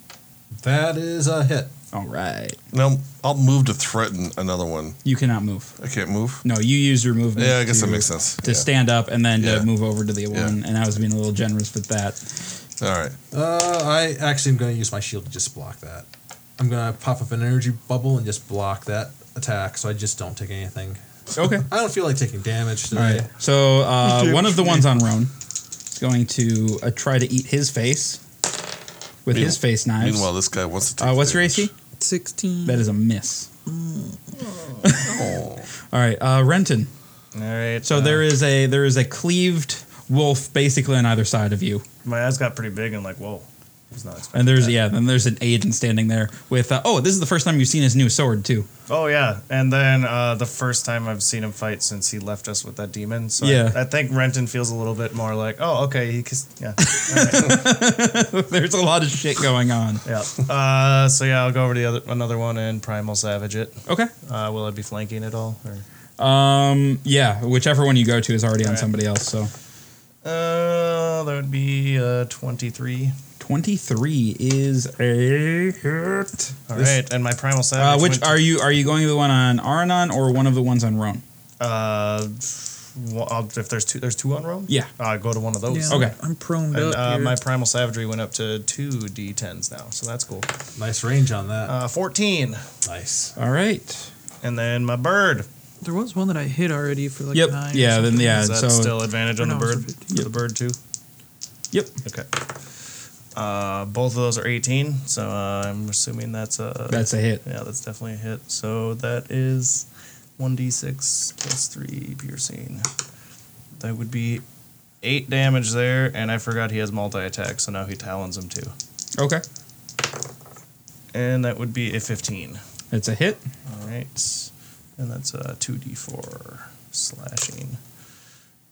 [SPEAKER 3] That is a hit.
[SPEAKER 1] All right,
[SPEAKER 5] no, I'll move to threaten another one.
[SPEAKER 1] you cannot move.
[SPEAKER 5] I can't move.
[SPEAKER 1] No, you use your movement.
[SPEAKER 5] Yeah, I guess
[SPEAKER 1] to,
[SPEAKER 5] that makes sense.
[SPEAKER 1] To
[SPEAKER 5] Yeah.
[SPEAKER 1] stand up and then
[SPEAKER 5] Yeah.
[SPEAKER 1] to move over to the
[SPEAKER 5] Yeah.
[SPEAKER 1] one, and I was being a little generous with that.
[SPEAKER 5] All right.
[SPEAKER 3] Uh, I actually am going to use my shield to just block that. I'm going to pop up an energy bubble and just block that attack, so I just don't take anything.
[SPEAKER 1] Okay.
[SPEAKER 3] I don't feel like taking damage
[SPEAKER 1] All
[SPEAKER 3] today.
[SPEAKER 1] right. So uh, one of the ones on Roan is going to uh, try to eat his face with his
[SPEAKER 5] Meanwhile-
[SPEAKER 1] face knives.
[SPEAKER 5] Meanwhile, this guy wants to take.
[SPEAKER 1] uh, what's your
[SPEAKER 5] damage.
[SPEAKER 1] AC?
[SPEAKER 4] 16.
[SPEAKER 1] That is a miss. All right, uh, Renton.
[SPEAKER 2] All right.
[SPEAKER 1] So
[SPEAKER 2] uh,
[SPEAKER 1] there is a there is a cleaved wolf basically on either side of you.
[SPEAKER 2] My eyes got pretty big and like, whoa. was not expecting.
[SPEAKER 1] And there's
[SPEAKER 5] Uh,
[SPEAKER 2] that.
[SPEAKER 1] yeah, then there's an agent standing there with uh, oh, this is the first time you've seen his new sword too.
[SPEAKER 2] Oh yeah, and then uh, the first time I've seen him fight since he left us with that demon. So I-
[SPEAKER 1] Yeah.
[SPEAKER 2] I, think Renton feels a little bit more like, oh okay, he cause, yeah
[SPEAKER 1] there's a lot of shit going on.
[SPEAKER 2] yeah. Uh, so yeah, I'll go over to the other another one and primal savage it.
[SPEAKER 1] Okay.
[SPEAKER 2] Uh, will I be flanking at all? Or?
[SPEAKER 1] Um. Yeah. Whichever one you go to is already on
[SPEAKER 2] Alright.
[SPEAKER 1] somebody else. So
[SPEAKER 2] Uh, that would be uh, twenty three.
[SPEAKER 1] twenty three is a hit.
[SPEAKER 2] All right,
[SPEAKER 1] This-
[SPEAKER 2] and my primal
[SPEAKER 1] Uh,
[SPEAKER 2] savage.
[SPEAKER 1] which
[SPEAKER 2] went
[SPEAKER 1] are you? Are you going to the one on Aranon or one of the ones on Roan?
[SPEAKER 2] to- uh, well, I'll- if there's two, there's two on Rome.
[SPEAKER 1] Yeah.
[SPEAKER 2] uh, go to one of those.
[SPEAKER 1] Yeah. Okay.
[SPEAKER 4] I'm proned
[SPEAKER 2] And
[SPEAKER 4] up.
[SPEAKER 2] uh,
[SPEAKER 4] here.
[SPEAKER 2] my primal savagery went up to two d10s now, so that's cool.
[SPEAKER 3] Nice range on that.
[SPEAKER 2] Uh, Fourteen,
[SPEAKER 3] nice.
[SPEAKER 1] All right.
[SPEAKER 2] and then my bird.
[SPEAKER 4] there was one that I hit already for like
[SPEAKER 1] yep.
[SPEAKER 4] nine. or
[SPEAKER 1] Yeah. Then
[SPEAKER 4] something.
[SPEAKER 1] yeah.
[SPEAKER 2] Is that
[SPEAKER 1] So
[SPEAKER 2] still advantage on the
[SPEAKER 4] No, it's
[SPEAKER 2] bird?
[SPEAKER 4] a fifteen.
[SPEAKER 2] The bird too.
[SPEAKER 1] yep.
[SPEAKER 2] Okay. Uh, both of those are 18, so uh, I'm assuming that's a.
[SPEAKER 1] That's a hit.
[SPEAKER 2] Yeah, that's definitely a hit. So that is 1d6 plus 3 piercing. That would be 8 damage there, and I forgot he has multi attack, so now he talons him too.
[SPEAKER 1] Okay.
[SPEAKER 2] And that would be a 15.
[SPEAKER 1] It's a hit.
[SPEAKER 2] All right. And that's uh, a 2d4 slashing.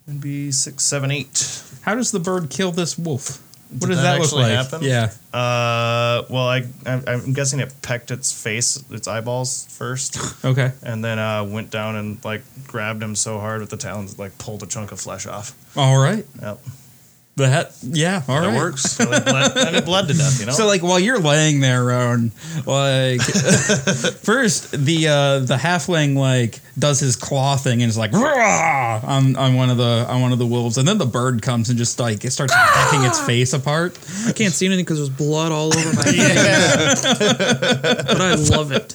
[SPEAKER 2] And be six, seven, eight.
[SPEAKER 1] How does the bird kill this wolf? What
[SPEAKER 2] Did
[SPEAKER 1] does
[SPEAKER 2] that
[SPEAKER 1] that, look
[SPEAKER 2] actually
[SPEAKER 1] like?
[SPEAKER 2] happen?
[SPEAKER 1] Yeah.
[SPEAKER 2] Uh, well, I, I I'm guessing it pecked its face, its eyeballs first,
[SPEAKER 1] Okay.
[SPEAKER 2] and then uh, went down and like grabbed him so hard with the talons, like pulled a chunk of flesh off.
[SPEAKER 1] All right.
[SPEAKER 2] Yep,
[SPEAKER 1] That. Yeah. All right.
[SPEAKER 5] That works.
[SPEAKER 2] and it bled, and it bled to death. You know.
[SPEAKER 1] So like while you're laying there, Roan, like first the uh, the halfling like does his claw thing and is like "Rah!" on on one of the on one of the wolves, and then the bird comes and just like it starts pecking its face apart.
[SPEAKER 4] I can't see anything because there's blood all over my hand. but I love it.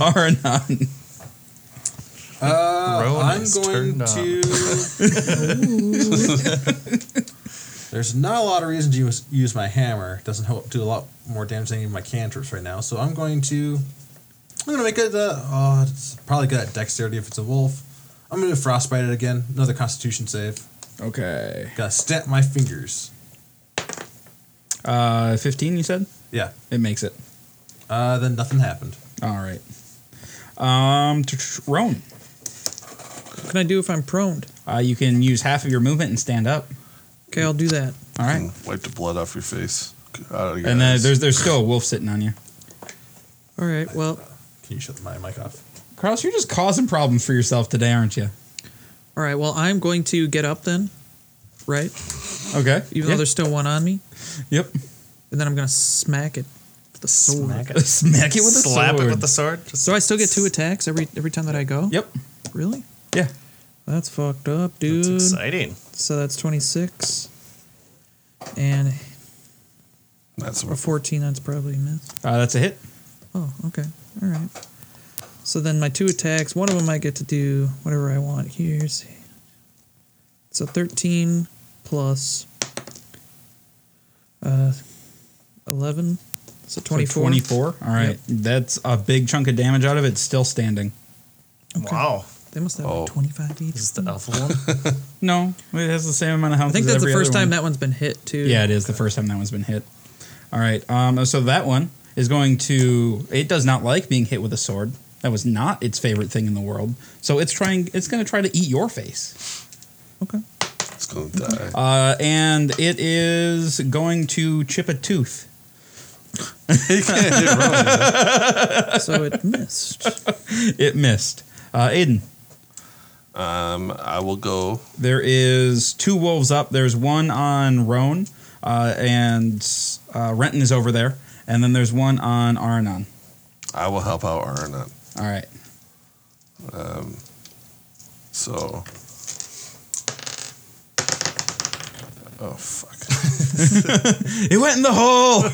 [SPEAKER 1] Aranon,
[SPEAKER 3] Uh,
[SPEAKER 2] Rowan
[SPEAKER 3] I'm
[SPEAKER 2] is
[SPEAKER 3] going
[SPEAKER 2] oh, turned on.
[SPEAKER 3] to. There's not a lot of reason to use, use my hammer. Doesn't help do a lot more damage than any of my cantrips right now. So I'm going to. I'm going to make it. Uh, oh, it's probably good at dexterity if it's a wolf. I'm going to frostbite it again. Another Constitution save.
[SPEAKER 1] okay,
[SPEAKER 3] Gotta snap my fingers.
[SPEAKER 1] uh, fifteen. You said
[SPEAKER 3] Yeah.
[SPEAKER 1] it makes it.
[SPEAKER 3] Uh, then nothing happened.
[SPEAKER 1] All right. Um, t- t- Roan,
[SPEAKER 4] What can I do if I'm proned?
[SPEAKER 1] uh, you can use half of your movement and stand up.
[SPEAKER 4] Okay, I'll do that.
[SPEAKER 1] All right,
[SPEAKER 5] And Wipe the blood off your face. Out of your
[SPEAKER 1] and then
[SPEAKER 5] eyes.
[SPEAKER 1] there's there's still a wolf sitting on you.
[SPEAKER 4] All right. Well,
[SPEAKER 3] Can you shut my mic off?
[SPEAKER 1] Carlos, you're just causing problems for yourself today, aren't you?
[SPEAKER 4] all right. Well, I'm going to get up then, right?
[SPEAKER 1] Okay.
[SPEAKER 4] Even though there's still one on me,
[SPEAKER 1] yep.
[SPEAKER 4] and then I'm gonna smack it with the sword.
[SPEAKER 1] Smack it with a
[SPEAKER 2] slap
[SPEAKER 1] sword.
[SPEAKER 2] it with the sword. Just
[SPEAKER 4] So I still get two attacks every every time that I go.
[SPEAKER 1] Yep.
[SPEAKER 4] Really?
[SPEAKER 1] Yeah.
[SPEAKER 4] That's fucked up,
[SPEAKER 2] it's
[SPEAKER 4] dude.
[SPEAKER 2] exciting.
[SPEAKER 4] so that's 26, and
[SPEAKER 5] That's
[SPEAKER 4] or
[SPEAKER 5] what
[SPEAKER 4] 14. That's probably a miss.
[SPEAKER 1] Uh, that's a hit.
[SPEAKER 4] Oh, okay. All right. So then my two attacks, one of them I get to do whatever I want. Here's so 13 plus uh 11.
[SPEAKER 1] So
[SPEAKER 4] So 24.
[SPEAKER 1] 24. All right.
[SPEAKER 4] Yep.
[SPEAKER 1] That's a big chunk of damage out of it. Still standing.
[SPEAKER 2] Wow,
[SPEAKER 4] They must have
[SPEAKER 5] Oh.
[SPEAKER 4] 25 each.
[SPEAKER 2] this is the alpha one.
[SPEAKER 1] No, it has the same amount of health.
[SPEAKER 4] I think that's the first time that one's been hit too.
[SPEAKER 1] yeah, it is the first time that one's been hit. All right. Um. So that one is going to. It does not like being hit with a sword. That was not its favorite thing in the world. So it's trying. It's going to try to eat your face.
[SPEAKER 4] Okay.
[SPEAKER 5] it's going to die.
[SPEAKER 1] Uh. And it is going to chip a tooth.
[SPEAKER 4] So it missed.
[SPEAKER 1] It missed. Uh. Aiden.
[SPEAKER 5] Um, I will go.
[SPEAKER 1] There is two wolves up. There's one on Roan, uh, and uh, Renton is over there, and then there's one on Aranon.
[SPEAKER 5] I will help out Arna.
[SPEAKER 1] All right.
[SPEAKER 5] So. Oh fuck!
[SPEAKER 1] It went in the hole.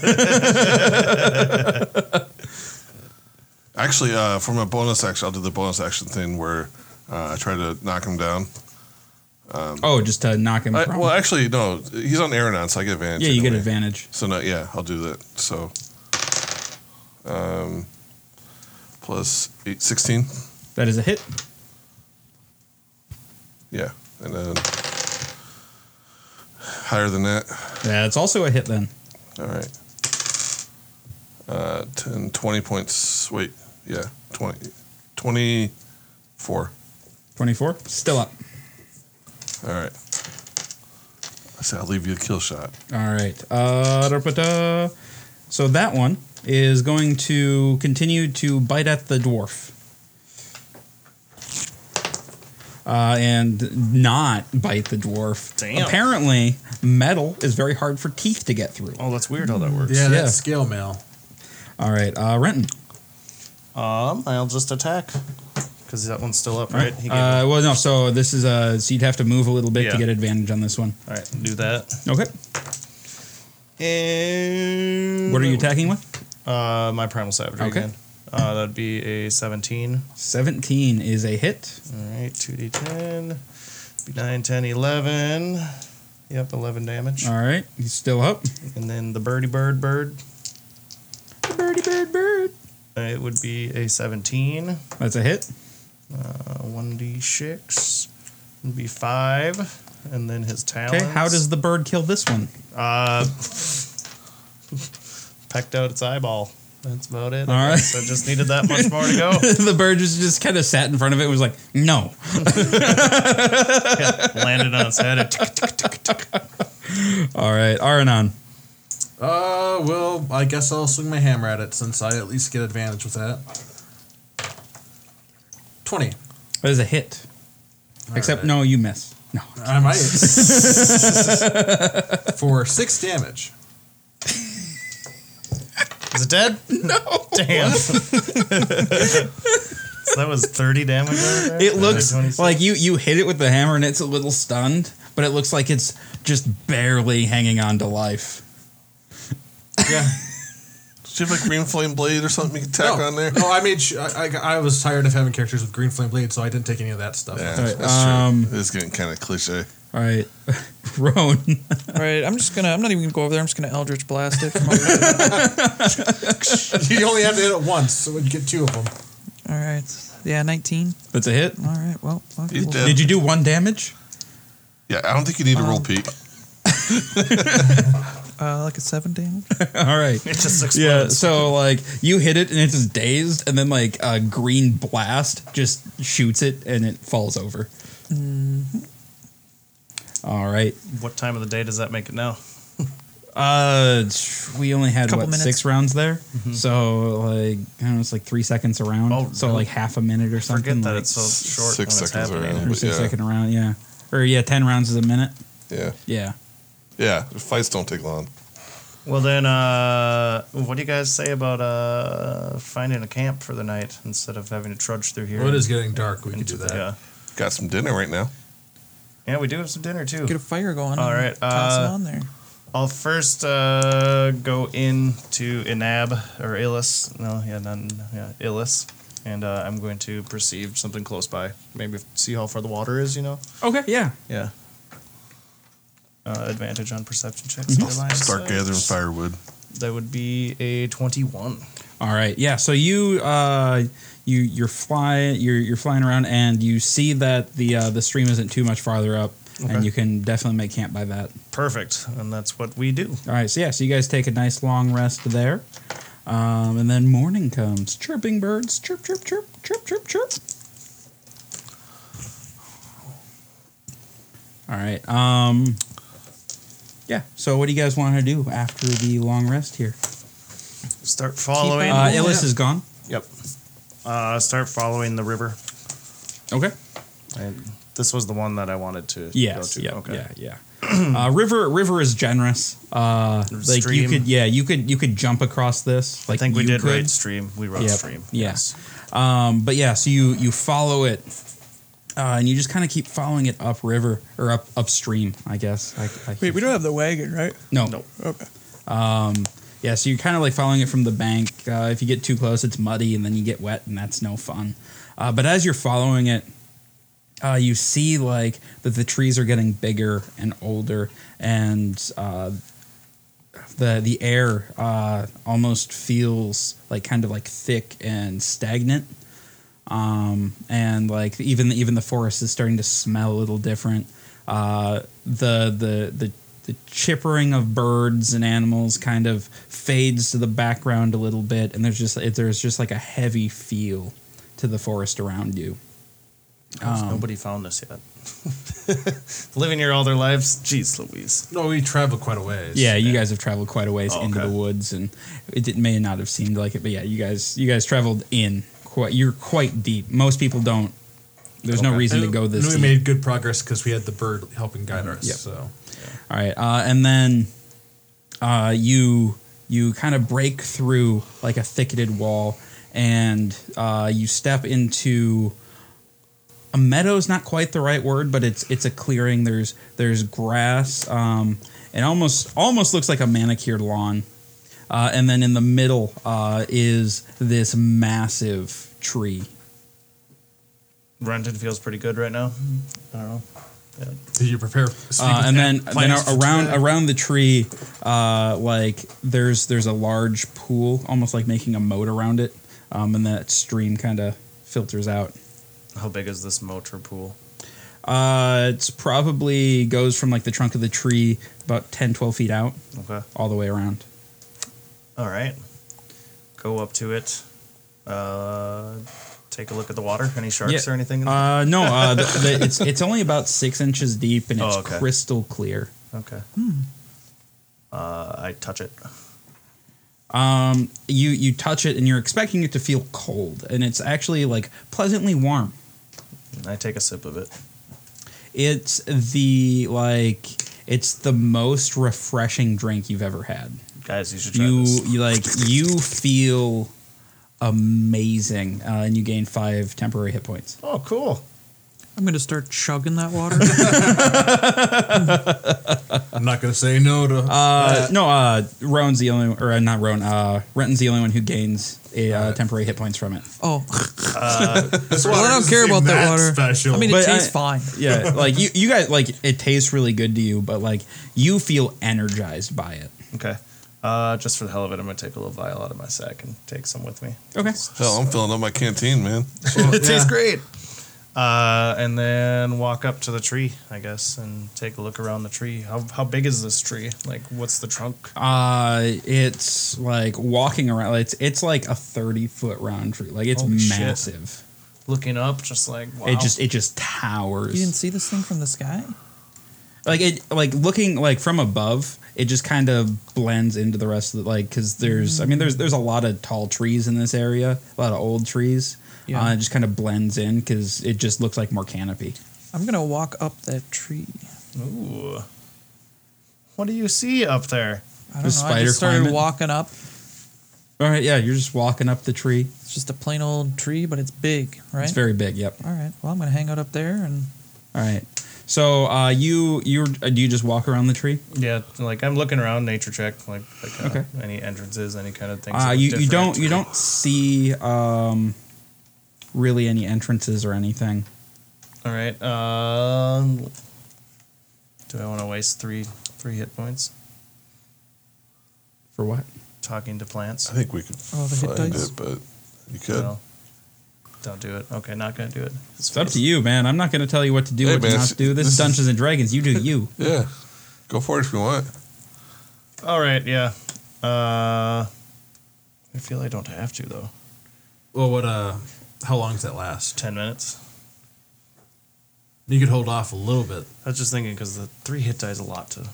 [SPEAKER 5] Actually, uh, for my bonus action, I'll do the bonus action thing where uh, I try to knock him down.
[SPEAKER 1] oh, just to knock him.
[SPEAKER 5] I,
[SPEAKER 1] prone.
[SPEAKER 5] well, actually, no, he's on Aranon, so I get advantage.
[SPEAKER 1] yeah, you get
[SPEAKER 5] anyway.
[SPEAKER 1] advantage.
[SPEAKER 5] So no, yeah, I'll do that. So, um, plus eight, 16.
[SPEAKER 1] That is a hit.
[SPEAKER 5] yeah, and then higher than that.
[SPEAKER 1] That's also a hit. Then
[SPEAKER 5] All right, uh, 10, 20 points. Wait, yeah, 20, 24.
[SPEAKER 1] Twenty-four. Still up.
[SPEAKER 5] All right. I said I'll leave you a kill shot.
[SPEAKER 1] All right. Uh, da-ba-da. so that one is going to continue to bite at the dwarf. Uh, and not bite the dwarf.
[SPEAKER 2] Damn.
[SPEAKER 1] Apparently, metal is very hard for teeth to get through.
[SPEAKER 2] Oh, that's weird how that works.
[SPEAKER 3] Yeah,
[SPEAKER 1] Yeah.
[SPEAKER 3] that's scale mail.
[SPEAKER 1] All right, uh, Renton.
[SPEAKER 2] Um, I'll just attack because that one's still up, right? He gave
[SPEAKER 1] Uh, well, no. So this is uh, so you'd have to move a little bit
[SPEAKER 2] Yeah.
[SPEAKER 1] to get advantage on this one.
[SPEAKER 2] All right, do that.
[SPEAKER 1] Okay.
[SPEAKER 2] And
[SPEAKER 1] What are you attacking with?
[SPEAKER 2] Uh, my primal savagery
[SPEAKER 1] Okay.
[SPEAKER 2] again. Uh, that'd be a seventeen.
[SPEAKER 1] Seventeen is a hit.
[SPEAKER 2] All right, two d ten, be 9, 10, 11. Yep, eleven damage.
[SPEAKER 1] All right, he's still up.
[SPEAKER 2] And then the birdie bird bird.
[SPEAKER 1] Birdie, bird, bird.
[SPEAKER 2] uh, It would be a seventeen. uh,
[SPEAKER 1] That's a hit.
[SPEAKER 2] One d six. Would be five. And then his talons.
[SPEAKER 1] Okay. How does the bird kill this one?
[SPEAKER 2] Uh, pecked out its eyeball. That's about it. I
[SPEAKER 1] All right.
[SPEAKER 2] guess. I just needed that much more to go.
[SPEAKER 1] the bird just, just kind of sat in front of it and was like, no.
[SPEAKER 2] Yeah, landed on its head.
[SPEAKER 1] All right, Aranon.
[SPEAKER 3] Uh, well, I guess I'll swing my hammer at it since I at least get advantage with that. Twenty.
[SPEAKER 1] That is a hit. Except,
[SPEAKER 3] right.
[SPEAKER 1] no, you miss. No.
[SPEAKER 3] I might. For six damage.
[SPEAKER 2] Is it dead? No. Damn. so that was 30 damage. right there?
[SPEAKER 1] It looks
[SPEAKER 2] 26.
[SPEAKER 1] like you, you hit it with the hammer and it's a little stunned, but it looks like it's just barely hanging on to life.
[SPEAKER 3] Yeah.
[SPEAKER 5] Does you have a green flame blade or something you can tack
[SPEAKER 3] no.
[SPEAKER 5] on there?
[SPEAKER 3] No, I made. Sh- I, I, I was tired of having characters with green flame blade, so I didn't take any of that stuff.
[SPEAKER 5] Yeah,
[SPEAKER 1] Alright,
[SPEAKER 5] that's
[SPEAKER 1] um,
[SPEAKER 5] true. It's getting kind of cliche.
[SPEAKER 1] All right, Roan.
[SPEAKER 4] All right, I'm just gonna. I'm not even gonna go over there. I'm just gonna Eldritch blast it. From over
[SPEAKER 3] you only have to hit it once, so we'd get two of them.
[SPEAKER 4] All right. Yeah, 19.
[SPEAKER 1] That's a hit.
[SPEAKER 4] All right. Well, fuck,
[SPEAKER 5] You
[SPEAKER 4] we'll-
[SPEAKER 5] did.
[SPEAKER 1] Did you do one damage?
[SPEAKER 5] Yeah, I don't think you need to roll
[SPEAKER 4] Um,
[SPEAKER 5] peak.
[SPEAKER 4] uh, like a seven damage.
[SPEAKER 1] All right.
[SPEAKER 2] It just
[SPEAKER 1] Yeah,
[SPEAKER 2] explodes.
[SPEAKER 1] so like you hit it and it's just dazed, and then like a green blast just shoots it and it falls over. All right.
[SPEAKER 2] What time of the day does that make it now?
[SPEAKER 1] Uh, tch, we only had
[SPEAKER 4] Couple
[SPEAKER 1] what
[SPEAKER 4] minutes.
[SPEAKER 1] six rounds there, so like I don't know, it's like three seconds around.
[SPEAKER 2] Mm-hmm. Oh,
[SPEAKER 1] so
[SPEAKER 2] really?
[SPEAKER 1] like half a minute or something.
[SPEAKER 2] Forget that
[SPEAKER 1] like,
[SPEAKER 2] it's so short.
[SPEAKER 5] Six
[SPEAKER 2] when it's
[SPEAKER 5] seconds
[SPEAKER 2] happening.
[SPEAKER 5] around.
[SPEAKER 1] or
[SPEAKER 5] but
[SPEAKER 1] six
[SPEAKER 5] yeah.
[SPEAKER 1] second round. Yeah, or yeah, ten rounds is a minute.
[SPEAKER 5] Yeah,
[SPEAKER 1] Yeah.
[SPEAKER 5] yeah. The fights don't take long.
[SPEAKER 2] Well, then, uh, what do you guys say about uh, finding a camp for the night instead of having to trudge through here?
[SPEAKER 3] Well, it is getting dark. We can
[SPEAKER 2] into
[SPEAKER 3] do that.
[SPEAKER 2] the- Yeah.
[SPEAKER 5] Got some dinner right now.
[SPEAKER 2] yeah, we do have some dinner too.
[SPEAKER 4] Get a fire going.
[SPEAKER 2] All
[SPEAKER 4] and
[SPEAKER 2] right,
[SPEAKER 4] Toss it
[SPEAKER 2] uh,
[SPEAKER 4] on there.
[SPEAKER 2] I'll first uh, go in to Inab or Illus. No, yeah, none. Yeah, Illus. And uh, I'm going to perceive something close by. Maybe see how far the water is, you know?
[SPEAKER 1] Okay. Yeah.
[SPEAKER 2] Yeah. Uh, advantage on perception checks. and line of
[SPEAKER 5] Start
[SPEAKER 2] sight.
[SPEAKER 5] gathering firewood.
[SPEAKER 2] That would be a 21.
[SPEAKER 1] All right. Yeah. So you uh, you you're fly you're you're flying around and you see that the uh, the stream isn't too much farther up,
[SPEAKER 2] Okay.
[SPEAKER 1] and you can definitely make camp by that.
[SPEAKER 2] Perfect. And that's what we do.
[SPEAKER 1] All right. So yeah. So you guys take a nice long rest there, um, and then morning comes. Chirping birds. Chirp chirp chirp chirp chirp chirp. All right. Um, yeah. So what do you guys want to do after the long rest here?
[SPEAKER 2] Start following.
[SPEAKER 4] on.
[SPEAKER 1] Uh,
[SPEAKER 4] Oh,
[SPEAKER 1] Illis
[SPEAKER 4] yeah.
[SPEAKER 1] is gone.
[SPEAKER 2] yep. Uh, start following the river.
[SPEAKER 1] Okay.
[SPEAKER 2] And this was the one that I wanted to
[SPEAKER 1] Yes.
[SPEAKER 2] go to.
[SPEAKER 1] Yeah. Yeah. Yeah. uh, river. River is generous. Uh, like you
[SPEAKER 2] Stream.
[SPEAKER 1] could. Yeah. You could. You could jump across this. Like
[SPEAKER 2] I think we
[SPEAKER 1] you
[SPEAKER 2] did
[SPEAKER 1] could.
[SPEAKER 2] right stream. We wrote
[SPEAKER 1] Yep.
[SPEAKER 2] stream.
[SPEAKER 1] Yeah. Um, but yeah. So you you follow it, uh, and you just kind of keep following it up river or up upstream. I guess. I, I
[SPEAKER 4] Wait, we don't have the wagon, right?
[SPEAKER 1] No.
[SPEAKER 2] No.
[SPEAKER 4] Okay.
[SPEAKER 1] Yeah. So you're kind of like following it from the bank. Uh, if you get too close, it's muddy, and then you get wet, and that's no fun. Uh, but as you're following it, uh, you see like that the trees are getting bigger and older, and uh, the the air uh, almost feels like kind of like thick and stagnant. Um, and like even even the forest is starting to smell a little different. Uh, the the the the chippering of birds and animals kind of fades to the background a little bit, and there's just it- there's just like a heavy feel to the forest around you. Um,
[SPEAKER 2] Nobody found this yet. Living here all their lives, jeez, Louise.
[SPEAKER 3] No, we traveled quite a ways.
[SPEAKER 1] Yeah, you guys have traveled quite a ways
[SPEAKER 2] Oh,
[SPEAKER 1] into
[SPEAKER 2] okay.
[SPEAKER 1] the woods, and it, did- may not have seemed like it, but yeah, you guys you guys traveled in quite. You're quite deep. Most people don't. There's no
[SPEAKER 2] Okay.
[SPEAKER 1] reason
[SPEAKER 3] And,
[SPEAKER 1] to go this.
[SPEAKER 3] and we
[SPEAKER 1] deep.
[SPEAKER 3] made good progress because we had the bird helping guide us.
[SPEAKER 1] Yep.
[SPEAKER 3] So
[SPEAKER 1] All right, uh, and then uh, you you kind of break through like a thicketed wall, and uh, you step into a meadow's not quite the right word, but it's it's a clearing. There's there's grass. Um, it almost almost looks like a manicured lawn, uh, and then in the middle uh, is this massive tree.
[SPEAKER 2] Renton feels pretty good right now. I don't know.
[SPEAKER 3] did you prepare? Speak
[SPEAKER 1] Uh, and then, then
[SPEAKER 2] plans for
[SPEAKER 1] around
[SPEAKER 2] today.
[SPEAKER 1] around the tree, uh, like there's there's a large pool, almost like making a moat around it, um, and that stream kind of filters out.
[SPEAKER 2] How big is this motor pool?
[SPEAKER 1] Uh, it's probably goes from like the trunk of the tree about 10, 12 feet out,
[SPEAKER 2] Okay.
[SPEAKER 1] all the way around.
[SPEAKER 2] All right. Go up to it. Uh, take a look at the water. Any sharks
[SPEAKER 1] Yeah.
[SPEAKER 2] or anything? In there?
[SPEAKER 1] Uh, no, uh, the, the, it's it's only about six inches deep and it's
[SPEAKER 2] Oh, okay.
[SPEAKER 1] crystal clear.
[SPEAKER 2] okay.
[SPEAKER 1] hmm.
[SPEAKER 2] Uh, I touch it.
[SPEAKER 1] Um, you you touch it and you're expecting it to feel cold, and it's actually like pleasantly warm.
[SPEAKER 2] I take a sip of it.
[SPEAKER 1] It's the like it's the most refreshing drink you've ever had.
[SPEAKER 2] Guys, you should try
[SPEAKER 1] You,
[SPEAKER 2] this.
[SPEAKER 1] you like you feel amazing, uh, and you gain five temporary hit points.
[SPEAKER 2] Oh, cool.
[SPEAKER 4] I'm gonna start chugging that water.
[SPEAKER 3] I'm not going to say no to.
[SPEAKER 1] Uh, no, uh, Roan's the only, or uh, not Roan. Uh, Renton's the only one who gains a uh, temporary hit points from it.
[SPEAKER 4] oh,
[SPEAKER 3] this
[SPEAKER 4] well, I
[SPEAKER 3] water
[SPEAKER 4] don't
[SPEAKER 3] doesn't
[SPEAKER 4] care
[SPEAKER 3] seem
[SPEAKER 4] about that water.
[SPEAKER 3] Special.
[SPEAKER 4] I mean,
[SPEAKER 1] But
[SPEAKER 4] it tastes
[SPEAKER 1] I-
[SPEAKER 4] fine.
[SPEAKER 1] Yeah, like you, you guys, like it tastes really good to you, but like you feel energized by it.
[SPEAKER 2] Okay. Uh, just for the hell of it, I'm gonna take a little vial out of my sack and take some with me.
[SPEAKER 1] Okay.
[SPEAKER 5] Hell, I'm filling up my canteen, man.
[SPEAKER 1] Oh,
[SPEAKER 2] it tastes great. Uh, and then walk up to the tree, I guess, and take a look around the tree. How, how big is this tree? Like, what's the trunk?
[SPEAKER 1] Uh, it's like walking around. It's it's like a thirty foot round tree. Like it's
[SPEAKER 2] Holy shit.
[SPEAKER 1] massive.
[SPEAKER 2] Looking up, just like wow.
[SPEAKER 1] It just it just
[SPEAKER 4] You didn't
[SPEAKER 1] towers.
[SPEAKER 4] see this thing from the sky?
[SPEAKER 1] Like it like looking like from above, it just kind of blends into the rest of the like because there's I mean there's there's a lot of tall trees in this area, a lot of old trees.
[SPEAKER 4] Yeah.
[SPEAKER 1] Uh, it just kind of blends in because it just looks like more canopy.
[SPEAKER 4] I'm gonna walk up that tree.
[SPEAKER 2] Ooh. What do you see up there?
[SPEAKER 4] I don't know.
[SPEAKER 1] Does
[SPEAKER 4] I
[SPEAKER 1] spider
[SPEAKER 4] just started
[SPEAKER 1] climb it?
[SPEAKER 4] walking up.
[SPEAKER 1] All right, yeah, you're just walking up the tree.
[SPEAKER 4] It's just a plain old tree, but it's big, right?
[SPEAKER 1] It's very big. Yep.
[SPEAKER 4] All right. Well, I'm gonna hang out up there, and
[SPEAKER 1] All right. So uh, you you uh, do you just walk around the tree?
[SPEAKER 2] Yeah, like I'm looking around, nature check, like, like uh,
[SPEAKER 1] Okay.
[SPEAKER 2] any entrances, any kind of things. that
[SPEAKER 1] Uh,
[SPEAKER 2] look
[SPEAKER 1] you you
[SPEAKER 2] different.
[SPEAKER 1] don't you don't see um, really any entrances or anything.
[SPEAKER 2] All right. Um, do I want to waste three three hit points
[SPEAKER 1] For what?
[SPEAKER 2] talking to plants?
[SPEAKER 5] I think we could
[SPEAKER 4] Oh, the hit
[SPEAKER 5] find
[SPEAKER 4] dice?
[SPEAKER 5] it, but you could.
[SPEAKER 2] No. Don't do it. Okay, not gonna do it.
[SPEAKER 1] It's up to you, man. I'm not going to tell you what to do,
[SPEAKER 5] Hey,
[SPEAKER 1] what
[SPEAKER 5] man,
[SPEAKER 1] to not
[SPEAKER 5] it's-
[SPEAKER 1] do. This is
[SPEAKER 5] this is-
[SPEAKER 1] Dungeons and Dragons. You do you.
[SPEAKER 5] Yeah, go for it if you want.
[SPEAKER 2] All right. Yeah. Uh, I feel I don't have to though.
[SPEAKER 3] well, what? Uh, how long does that last?
[SPEAKER 2] Ten minutes.
[SPEAKER 3] You could hold off a little bit.
[SPEAKER 2] I was just thinking because the three hit die is a lot to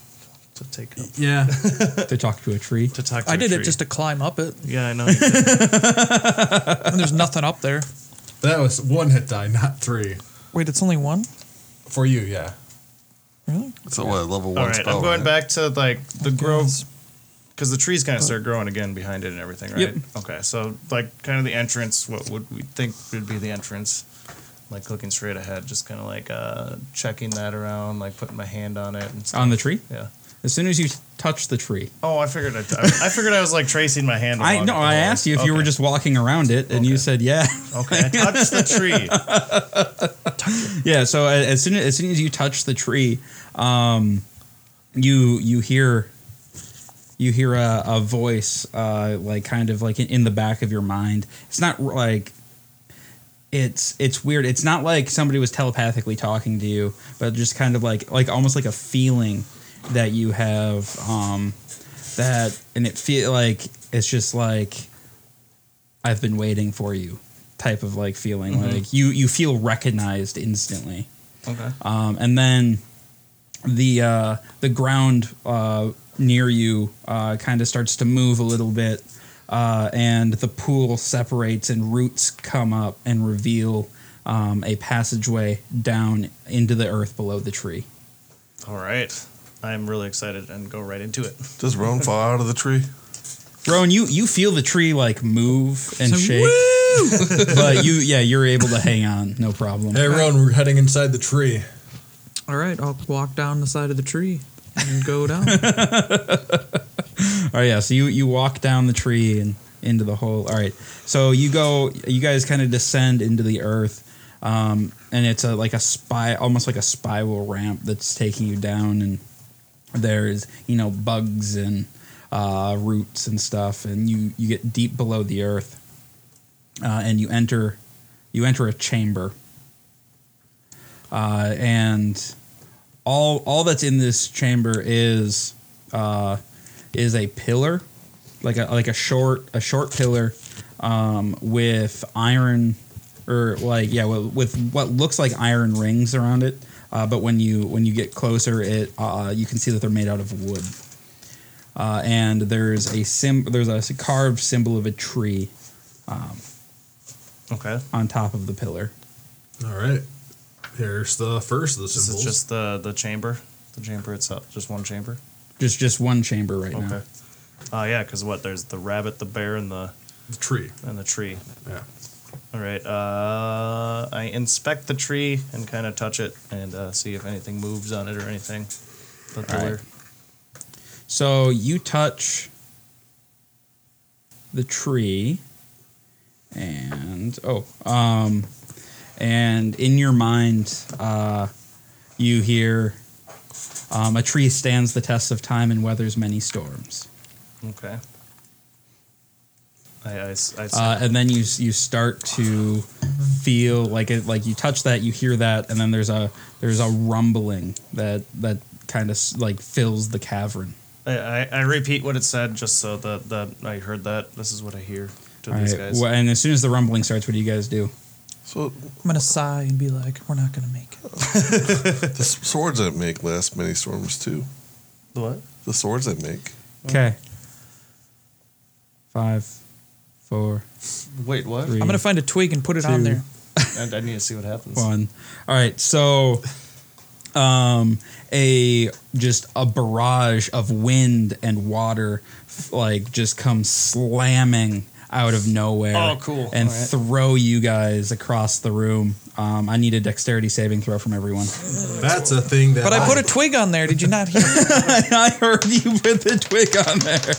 [SPEAKER 2] to take up
[SPEAKER 3] Yeah,
[SPEAKER 1] to talk to a tree.
[SPEAKER 2] to talk. To
[SPEAKER 4] I
[SPEAKER 2] a
[SPEAKER 4] did it
[SPEAKER 2] tree.
[SPEAKER 4] just to climb up it.
[SPEAKER 2] Yeah, I know. you did.
[SPEAKER 4] And there's nothing up there.
[SPEAKER 3] that was one hit die, not three.
[SPEAKER 4] Wait, it's only one.
[SPEAKER 3] For you, yeah.
[SPEAKER 4] Really?
[SPEAKER 5] So what? Level one
[SPEAKER 2] All right.
[SPEAKER 5] spell.
[SPEAKER 2] I'm going
[SPEAKER 5] right?
[SPEAKER 2] back to like the
[SPEAKER 4] Okay.
[SPEAKER 2] grove because the trees kind of start growing again behind it and everything, right?
[SPEAKER 1] Yep.
[SPEAKER 2] Okay, so like kind of the entrance. What would we think would be the entrance? Like looking straight ahead, just kind of like uh, checking that around, like putting my hand on it and stuff.
[SPEAKER 1] On the tree?
[SPEAKER 2] yeah.
[SPEAKER 1] As soon as you touch the tree.
[SPEAKER 2] Oh, I figured I, I figured I was like tracing my hand.
[SPEAKER 1] I
[SPEAKER 2] along
[SPEAKER 1] no,
[SPEAKER 2] it the
[SPEAKER 1] I
[SPEAKER 2] whole way.
[SPEAKER 1] asked you if you were
[SPEAKER 2] Okay.
[SPEAKER 1] just walking around it, and you
[SPEAKER 2] Okay.
[SPEAKER 1] said yeah,
[SPEAKER 2] okay. I touched the tree.
[SPEAKER 1] yeah. So a- as soon as, as soon as you touch the tree, um, you you hear you hear a, a voice uh, like kind of like in, in the back of your mind. It's not r- like it's it's weird. It's not like somebody was telepathically talking to you, but just kind of like like almost like a feeling that you have um, that, and it feel like it's just like I've been waiting for you type of like feeling. Like you you feel recognized instantly.
[SPEAKER 2] Okay.
[SPEAKER 1] Um, and then the uh, the ground uh, near you uh, kind of starts to move a little bit, uh, and the pool separates, and roots come up and reveal um, a passageway down into the earth below the tree.
[SPEAKER 2] All right. I'm really excited and go right into it.
[SPEAKER 5] Does Roan fall out of the tree?
[SPEAKER 1] Rowan, you you feel the tree like move and shake, but you yeah you're able to hang on, no problem.
[SPEAKER 3] Hey, Rowan, we're heading inside the tree.
[SPEAKER 4] All right, I'll walk down the side of the tree and go down.
[SPEAKER 1] All right, Oh, yeah. So you you walk down the tree and into the hole. All right. So you go. You guys kind of descend into the earth, um, and it's a like a spy, almost like a spiral ramp that's taking you down. And there's you know bugs and uh, roots and stuff, and you you get deep below the earth, uh, and you enter you enter a chamber. Uh, and all all that's in this chamber is uh, is a pillar, like a like a short a short pillar, um, with iron or like yeah with, with what looks like iron rings around it. Uh, but when you when you get closer, it uh, you can see that they're made out of wood. Uh, and there's a sim there's a carved symbol of a tree um,
[SPEAKER 2] Okay.
[SPEAKER 1] on top of the pillar.
[SPEAKER 3] All right. Here's the first of the
[SPEAKER 2] This
[SPEAKER 3] symbols.
[SPEAKER 2] is just the the chamber, the chamber itself, just one chamber.
[SPEAKER 1] Just just one chamber right now.
[SPEAKER 2] Okay. Oh yeah, because what? There's the rabbit, the bear, and the
[SPEAKER 3] the tree.
[SPEAKER 2] and the tree.
[SPEAKER 3] Yeah.
[SPEAKER 2] All right. Uh, I inspect the tree and kind of touch it and uh, see if anything moves on it or anything. The
[SPEAKER 1] All right.
[SPEAKER 2] pillar.
[SPEAKER 1] So you touch the tree, and oh, um, and in your mind, uh, you hear um, a tree stands the test of time and weathers many storms.
[SPEAKER 2] Okay. I, I, s- I s-
[SPEAKER 1] Uh, and then you you start to feel like it like you touch that you hear that and then there's a there's a rumbling that that kind of like fills the cavern.
[SPEAKER 2] I, I, I repeat what it said just so that, that I heard that. This is what I hear to
[SPEAKER 1] All
[SPEAKER 2] these
[SPEAKER 1] right,
[SPEAKER 2] guys.
[SPEAKER 1] wh- and as soon as the rumbling starts, what do you guys do?
[SPEAKER 5] So
[SPEAKER 4] I'm gonna sigh and be like, "We're not gonna make it."
[SPEAKER 5] the s- swords that make last many storms too.
[SPEAKER 2] What?
[SPEAKER 5] The swords that make.
[SPEAKER 1] Okay. Five, four,
[SPEAKER 2] Wait, what?
[SPEAKER 1] three,
[SPEAKER 4] I'm gonna find a twig and put it on
[SPEAKER 1] Two.
[SPEAKER 4] there.
[SPEAKER 2] I, I need to see what happens.
[SPEAKER 1] one. All right, so um a just a barrage of wind and water f- like just comes slamming out of nowhere.
[SPEAKER 2] Oh, cool.
[SPEAKER 1] And
[SPEAKER 2] All right.
[SPEAKER 1] throw you guys across the room. Um, I need a dexterity saving throw from everyone.
[SPEAKER 3] That's a thing that.
[SPEAKER 4] But I put a twig on there. Did you not hear?
[SPEAKER 1] I heard you put the twig on there.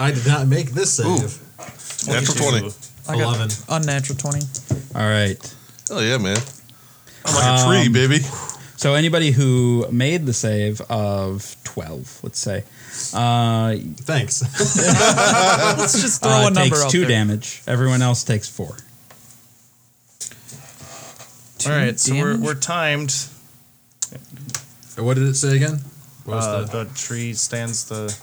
[SPEAKER 3] I did not make this save.
[SPEAKER 5] Natural 20.
[SPEAKER 4] I got
[SPEAKER 3] Eleven.
[SPEAKER 4] Unnatural twenty.
[SPEAKER 1] All right.
[SPEAKER 5] Oh, yeah, man. I'm like a tree, baby.
[SPEAKER 1] So anybody who made the save of twelve, let's say, uh,
[SPEAKER 3] Thanks.
[SPEAKER 4] Let's just throw
[SPEAKER 1] uh,
[SPEAKER 4] a number
[SPEAKER 1] takes
[SPEAKER 4] out
[SPEAKER 1] two
[SPEAKER 4] there.
[SPEAKER 1] damage. Everyone else takes four.
[SPEAKER 2] All right, so we're,
[SPEAKER 4] damage?
[SPEAKER 2] we're timed.
[SPEAKER 3] what did it say again? What was
[SPEAKER 2] Uh,
[SPEAKER 3] the,
[SPEAKER 2] the tree stands the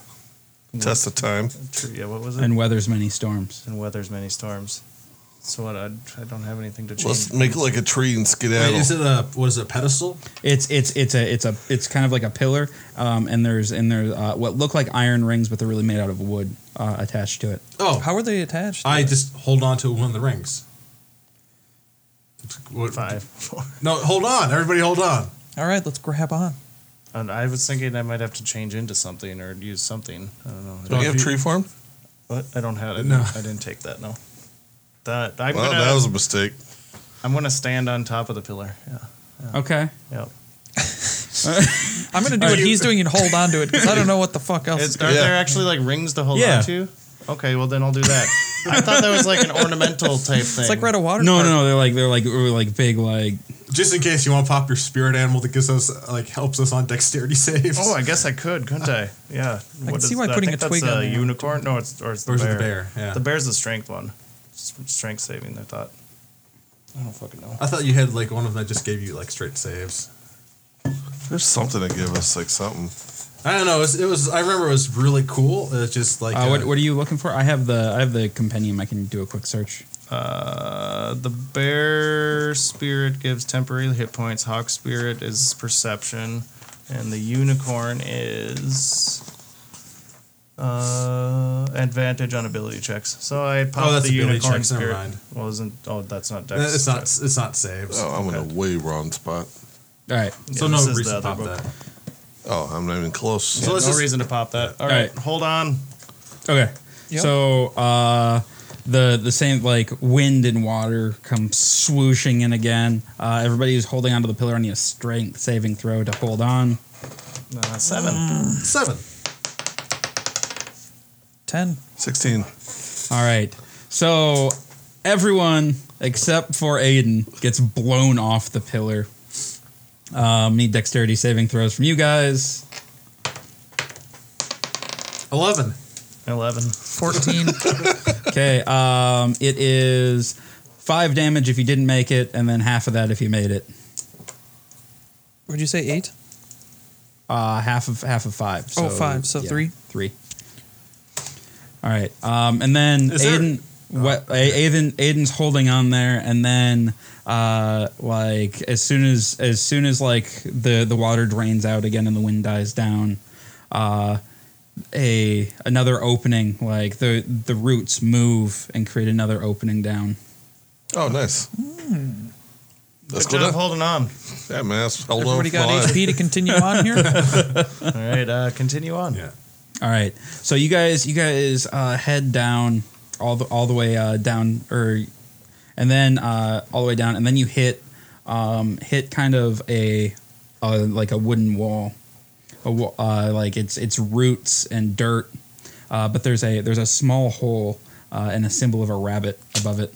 [SPEAKER 5] Test of time.
[SPEAKER 2] tree. Yeah, what was it?
[SPEAKER 1] And weathers many storms.
[SPEAKER 2] and weathers many storms. So what? I, I don't have anything to change.
[SPEAKER 5] Let's make it like a tree and skedaddle.
[SPEAKER 3] Wait, is it a what is it a pedestal?
[SPEAKER 1] It's it's it's a it's a it's kind of like a pillar, um, and there's and there's uh, what look like iron rings, but they're really made out of wood uh, attached to it.
[SPEAKER 3] Oh,
[SPEAKER 4] How are they attached?
[SPEAKER 3] I just hold on to one of the rings. What,
[SPEAKER 2] Five, four.
[SPEAKER 3] No, hold on, everybody, hold on.
[SPEAKER 4] All right, let's grab on.
[SPEAKER 2] And I was thinking I might have to change into something or use something. I don't know. I
[SPEAKER 5] Do
[SPEAKER 2] don't,
[SPEAKER 5] you have tree form?
[SPEAKER 2] what? I don't have it.
[SPEAKER 3] No.
[SPEAKER 2] I didn't take that. No. That I'm
[SPEAKER 5] Well,
[SPEAKER 2] gonna.
[SPEAKER 5] that was a mistake.
[SPEAKER 2] I'm gonna stand on top of the pillar. Yeah.
[SPEAKER 1] Okay.
[SPEAKER 2] Yep.
[SPEAKER 4] I'm gonna do what he's doing and hold on to it because I don't know what the fuck else.
[SPEAKER 2] It's,
[SPEAKER 4] Is
[SPEAKER 2] are
[SPEAKER 5] Yeah.
[SPEAKER 2] there actually like rings to hold
[SPEAKER 1] Yeah.
[SPEAKER 2] on to? Okay, well then I'll do that. I thought that was like an ornamental type thing.
[SPEAKER 4] it's like we're at a water.
[SPEAKER 1] No, no,
[SPEAKER 4] park.
[SPEAKER 1] no. They're like they're like ooh, like big like
[SPEAKER 3] Just in case you want to pop your spirit animal that gives us like helps us on dexterity saves.
[SPEAKER 2] Oh, I guess I could, couldn't I? Yeah. I
[SPEAKER 4] see why putting a twig on
[SPEAKER 2] that's a
[SPEAKER 4] there.
[SPEAKER 2] unicorn. No, it's or it's the
[SPEAKER 3] Or is it
[SPEAKER 2] bear.
[SPEAKER 3] the bear? Yeah.
[SPEAKER 2] The bear's the strength one. S- Strength saving. I thought. I don't fucking know.
[SPEAKER 3] I thought you had like one of them that just gave you like straight saves.
[SPEAKER 5] There's something that gave us like something.
[SPEAKER 3] I don't know. It was, it was. I remember it was really cool. It's just like
[SPEAKER 1] Uh,
[SPEAKER 3] uh,
[SPEAKER 1] what, what are you looking for? I have the I have the compendium. I can do a quick search.
[SPEAKER 2] Uh, the bear spirit gives temporary hit points. Hawk spirit is perception, and the unicorn is uh, advantage on ability checks. So I popped
[SPEAKER 3] Oh, that's
[SPEAKER 2] the
[SPEAKER 3] ability
[SPEAKER 2] unicorn
[SPEAKER 3] checks, never
[SPEAKER 2] spirit.
[SPEAKER 3] mind.
[SPEAKER 2] Well, isn't oh that's not dex.
[SPEAKER 3] it's not. It's not saves.
[SPEAKER 5] Oh, I'm in
[SPEAKER 2] Okay.
[SPEAKER 5] a way wrong spot.
[SPEAKER 1] All right.
[SPEAKER 3] so
[SPEAKER 2] Yeah,
[SPEAKER 3] no
[SPEAKER 2] this is
[SPEAKER 3] reason
[SPEAKER 2] the
[SPEAKER 3] to pop
[SPEAKER 2] other
[SPEAKER 3] that.
[SPEAKER 2] book.
[SPEAKER 5] Oh, I'm not even close.
[SPEAKER 2] So
[SPEAKER 3] So let's
[SPEAKER 2] no
[SPEAKER 3] just-
[SPEAKER 2] reason to pop that. All
[SPEAKER 1] All
[SPEAKER 2] right,
[SPEAKER 1] right.
[SPEAKER 2] hold on.
[SPEAKER 1] Okay.
[SPEAKER 4] Yep.
[SPEAKER 1] So uh, the the same like wind and water come swooshing in again. Uh, everybody who's holding onto the pillar need a strength saving throw to hold on.
[SPEAKER 2] Uh, seven.
[SPEAKER 3] Seven.
[SPEAKER 4] Ten.
[SPEAKER 5] 16.
[SPEAKER 1] All right. So everyone except for Aiden gets blown off the pillar. Um, need dexterity saving throws from you guys.
[SPEAKER 3] Eleven.
[SPEAKER 2] Eleven.
[SPEAKER 4] Fourteen.
[SPEAKER 1] Okay. Um, it is five damage if you didn't make it, and then half of that if you made it.
[SPEAKER 4] Would you say eight?
[SPEAKER 1] Uh, half of half of five.
[SPEAKER 4] Oh, five, so three?
[SPEAKER 1] Three. All right, um, and then
[SPEAKER 3] Is there- Oh,
[SPEAKER 1] Aiden, what, A- Aiden, Aiden's holding on there, and then uh, like as soon as as soon as like the the water drains out again and the wind dies down, uh, a another opening like the the roots move and create another opening down.
[SPEAKER 5] Oh, nice. Let's
[SPEAKER 2] Good
[SPEAKER 5] go
[SPEAKER 2] job
[SPEAKER 5] down.
[SPEAKER 2] holding on.
[SPEAKER 5] Yeah, man, that's held on
[SPEAKER 4] Everybody
[SPEAKER 5] for
[SPEAKER 4] got
[SPEAKER 5] life.
[SPEAKER 4] HP to continue on here.
[SPEAKER 2] All right, uh, continue on.
[SPEAKER 3] Yeah.
[SPEAKER 1] All right. So you guys, you guys uh, head down all the all the way uh, down, or and then uh, all the way down, and then you hit um, hit kind of a uh, like a wooden wall, a wa- uh, like it's it's roots and dirt, uh, but there's a there's a small hole uh, and a symbol of a rabbit above it.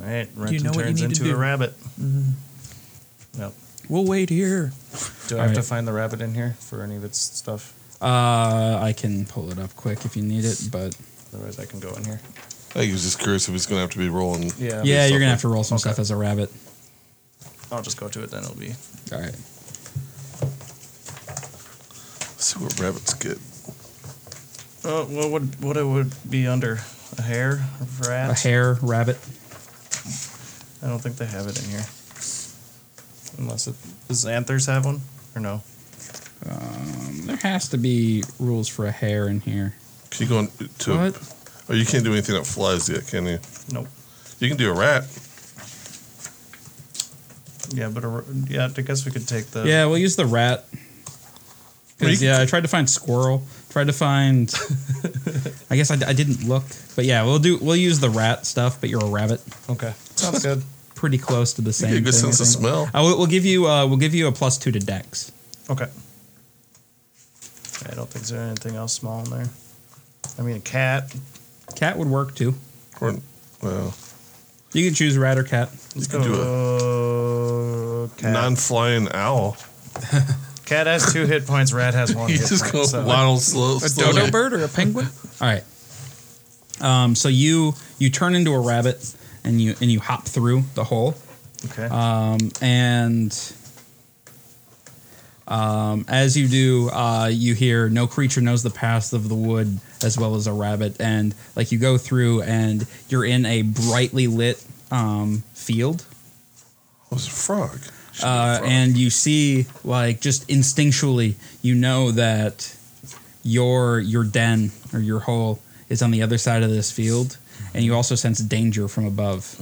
[SPEAKER 2] All right, Renton
[SPEAKER 4] know what you
[SPEAKER 2] turns
[SPEAKER 4] need to
[SPEAKER 2] into a
[SPEAKER 4] do?
[SPEAKER 2] rabbit. Yep.
[SPEAKER 4] We'll wait here.
[SPEAKER 2] Do I
[SPEAKER 1] All
[SPEAKER 2] have to
[SPEAKER 1] right.
[SPEAKER 2] find the rabbit in here for any of its stuff?
[SPEAKER 1] Uh, I can pull it up quick if you need it, but
[SPEAKER 2] Otherwise, I can go in here.
[SPEAKER 5] I was just curious if he's going to have to be rolling.
[SPEAKER 2] Yeah.
[SPEAKER 1] yeah, you're gonna have to roll some
[SPEAKER 2] Okay.
[SPEAKER 1] stuff as a rabbit.
[SPEAKER 2] I'll just go to it then. It'll be.
[SPEAKER 1] All right.
[SPEAKER 5] Let's see what rabbits get.
[SPEAKER 2] Oh, what would what it would be under? A hare, a rat.
[SPEAKER 1] A hare rabbit.
[SPEAKER 2] I don't think they have it in here. Unless it does anthers have one or no?
[SPEAKER 1] There has to be rules for a hare in here.
[SPEAKER 5] Can you go on to.
[SPEAKER 1] What?
[SPEAKER 5] Oh, you can't do anything that flies yet, can you?
[SPEAKER 2] Nope.
[SPEAKER 5] You can do a rat.
[SPEAKER 2] Yeah, but a, r- yeah, I guess we could take the.
[SPEAKER 1] Yeah, we'll use the rat. 'Cause, yeah, I tried to find squirrel. Tried to find. I guess I, I didn't look, but yeah, we'll do. We'll use the rat stuff. But you're a rabbit.
[SPEAKER 2] Okay. Sounds good.
[SPEAKER 1] Pretty close to the same.
[SPEAKER 5] You get a good
[SPEAKER 1] thing, I
[SPEAKER 5] sense of
[SPEAKER 1] think.
[SPEAKER 5] smell.
[SPEAKER 1] I will- we'll give you. Uh, we'll give you a plus two to Dex.
[SPEAKER 2] Okay. I don't think there's anything else small in there. I mean, a cat.
[SPEAKER 1] Cat would work too.
[SPEAKER 5] Or, well,
[SPEAKER 1] You can choose rat or cat.
[SPEAKER 5] you
[SPEAKER 2] Let's
[SPEAKER 5] can do
[SPEAKER 2] go.
[SPEAKER 5] a
[SPEAKER 2] cat.
[SPEAKER 5] non flying owl.
[SPEAKER 2] cat has two hit points. Rat has one.
[SPEAKER 5] You
[SPEAKER 2] hit
[SPEAKER 5] just go
[SPEAKER 2] point, so-
[SPEAKER 5] waddle slow.
[SPEAKER 4] A
[SPEAKER 5] slowly.
[SPEAKER 4] dodo bird or a penguin?
[SPEAKER 1] All right. Um, so you you turn into a rabbit and you and you hop through the hole.
[SPEAKER 2] Okay.
[SPEAKER 1] um, and um, as you do, uh, you hear no creature knows the path of the wood as well as a rabbit, and like you go through, and you're in a brightly lit um, field,
[SPEAKER 5] It was a frog. Should be a
[SPEAKER 1] uh,
[SPEAKER 5] frog.
[SPEAKER 1] and you see like just instinctually, you know that your your den or your hole is on the other side of this field, and you also sense danger from above.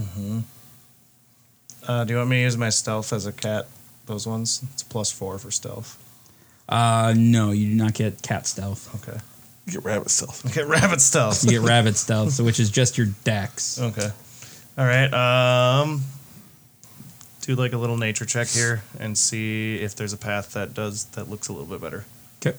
[SPEAKER 2] Uh, do you want me to use my stealth as a cat? Those ones? It's plus four for stealth.
[SPEAKER 1] Uh, no, you do not get cat stealth.
[SPEAKER 2] Okay.
[SPEAKER 5] Get rabbit stealth.
[SPEAKER 2] Okay, rabbit stealth.
[SPEAKER 1] You get rabbit stealth, so which is just your dex.
[SPEAKER 2] Okay. All right. Um, do like a little nature check here and see if there's a path that does that looks a little bit better.
[SPEAKER 1] Okay.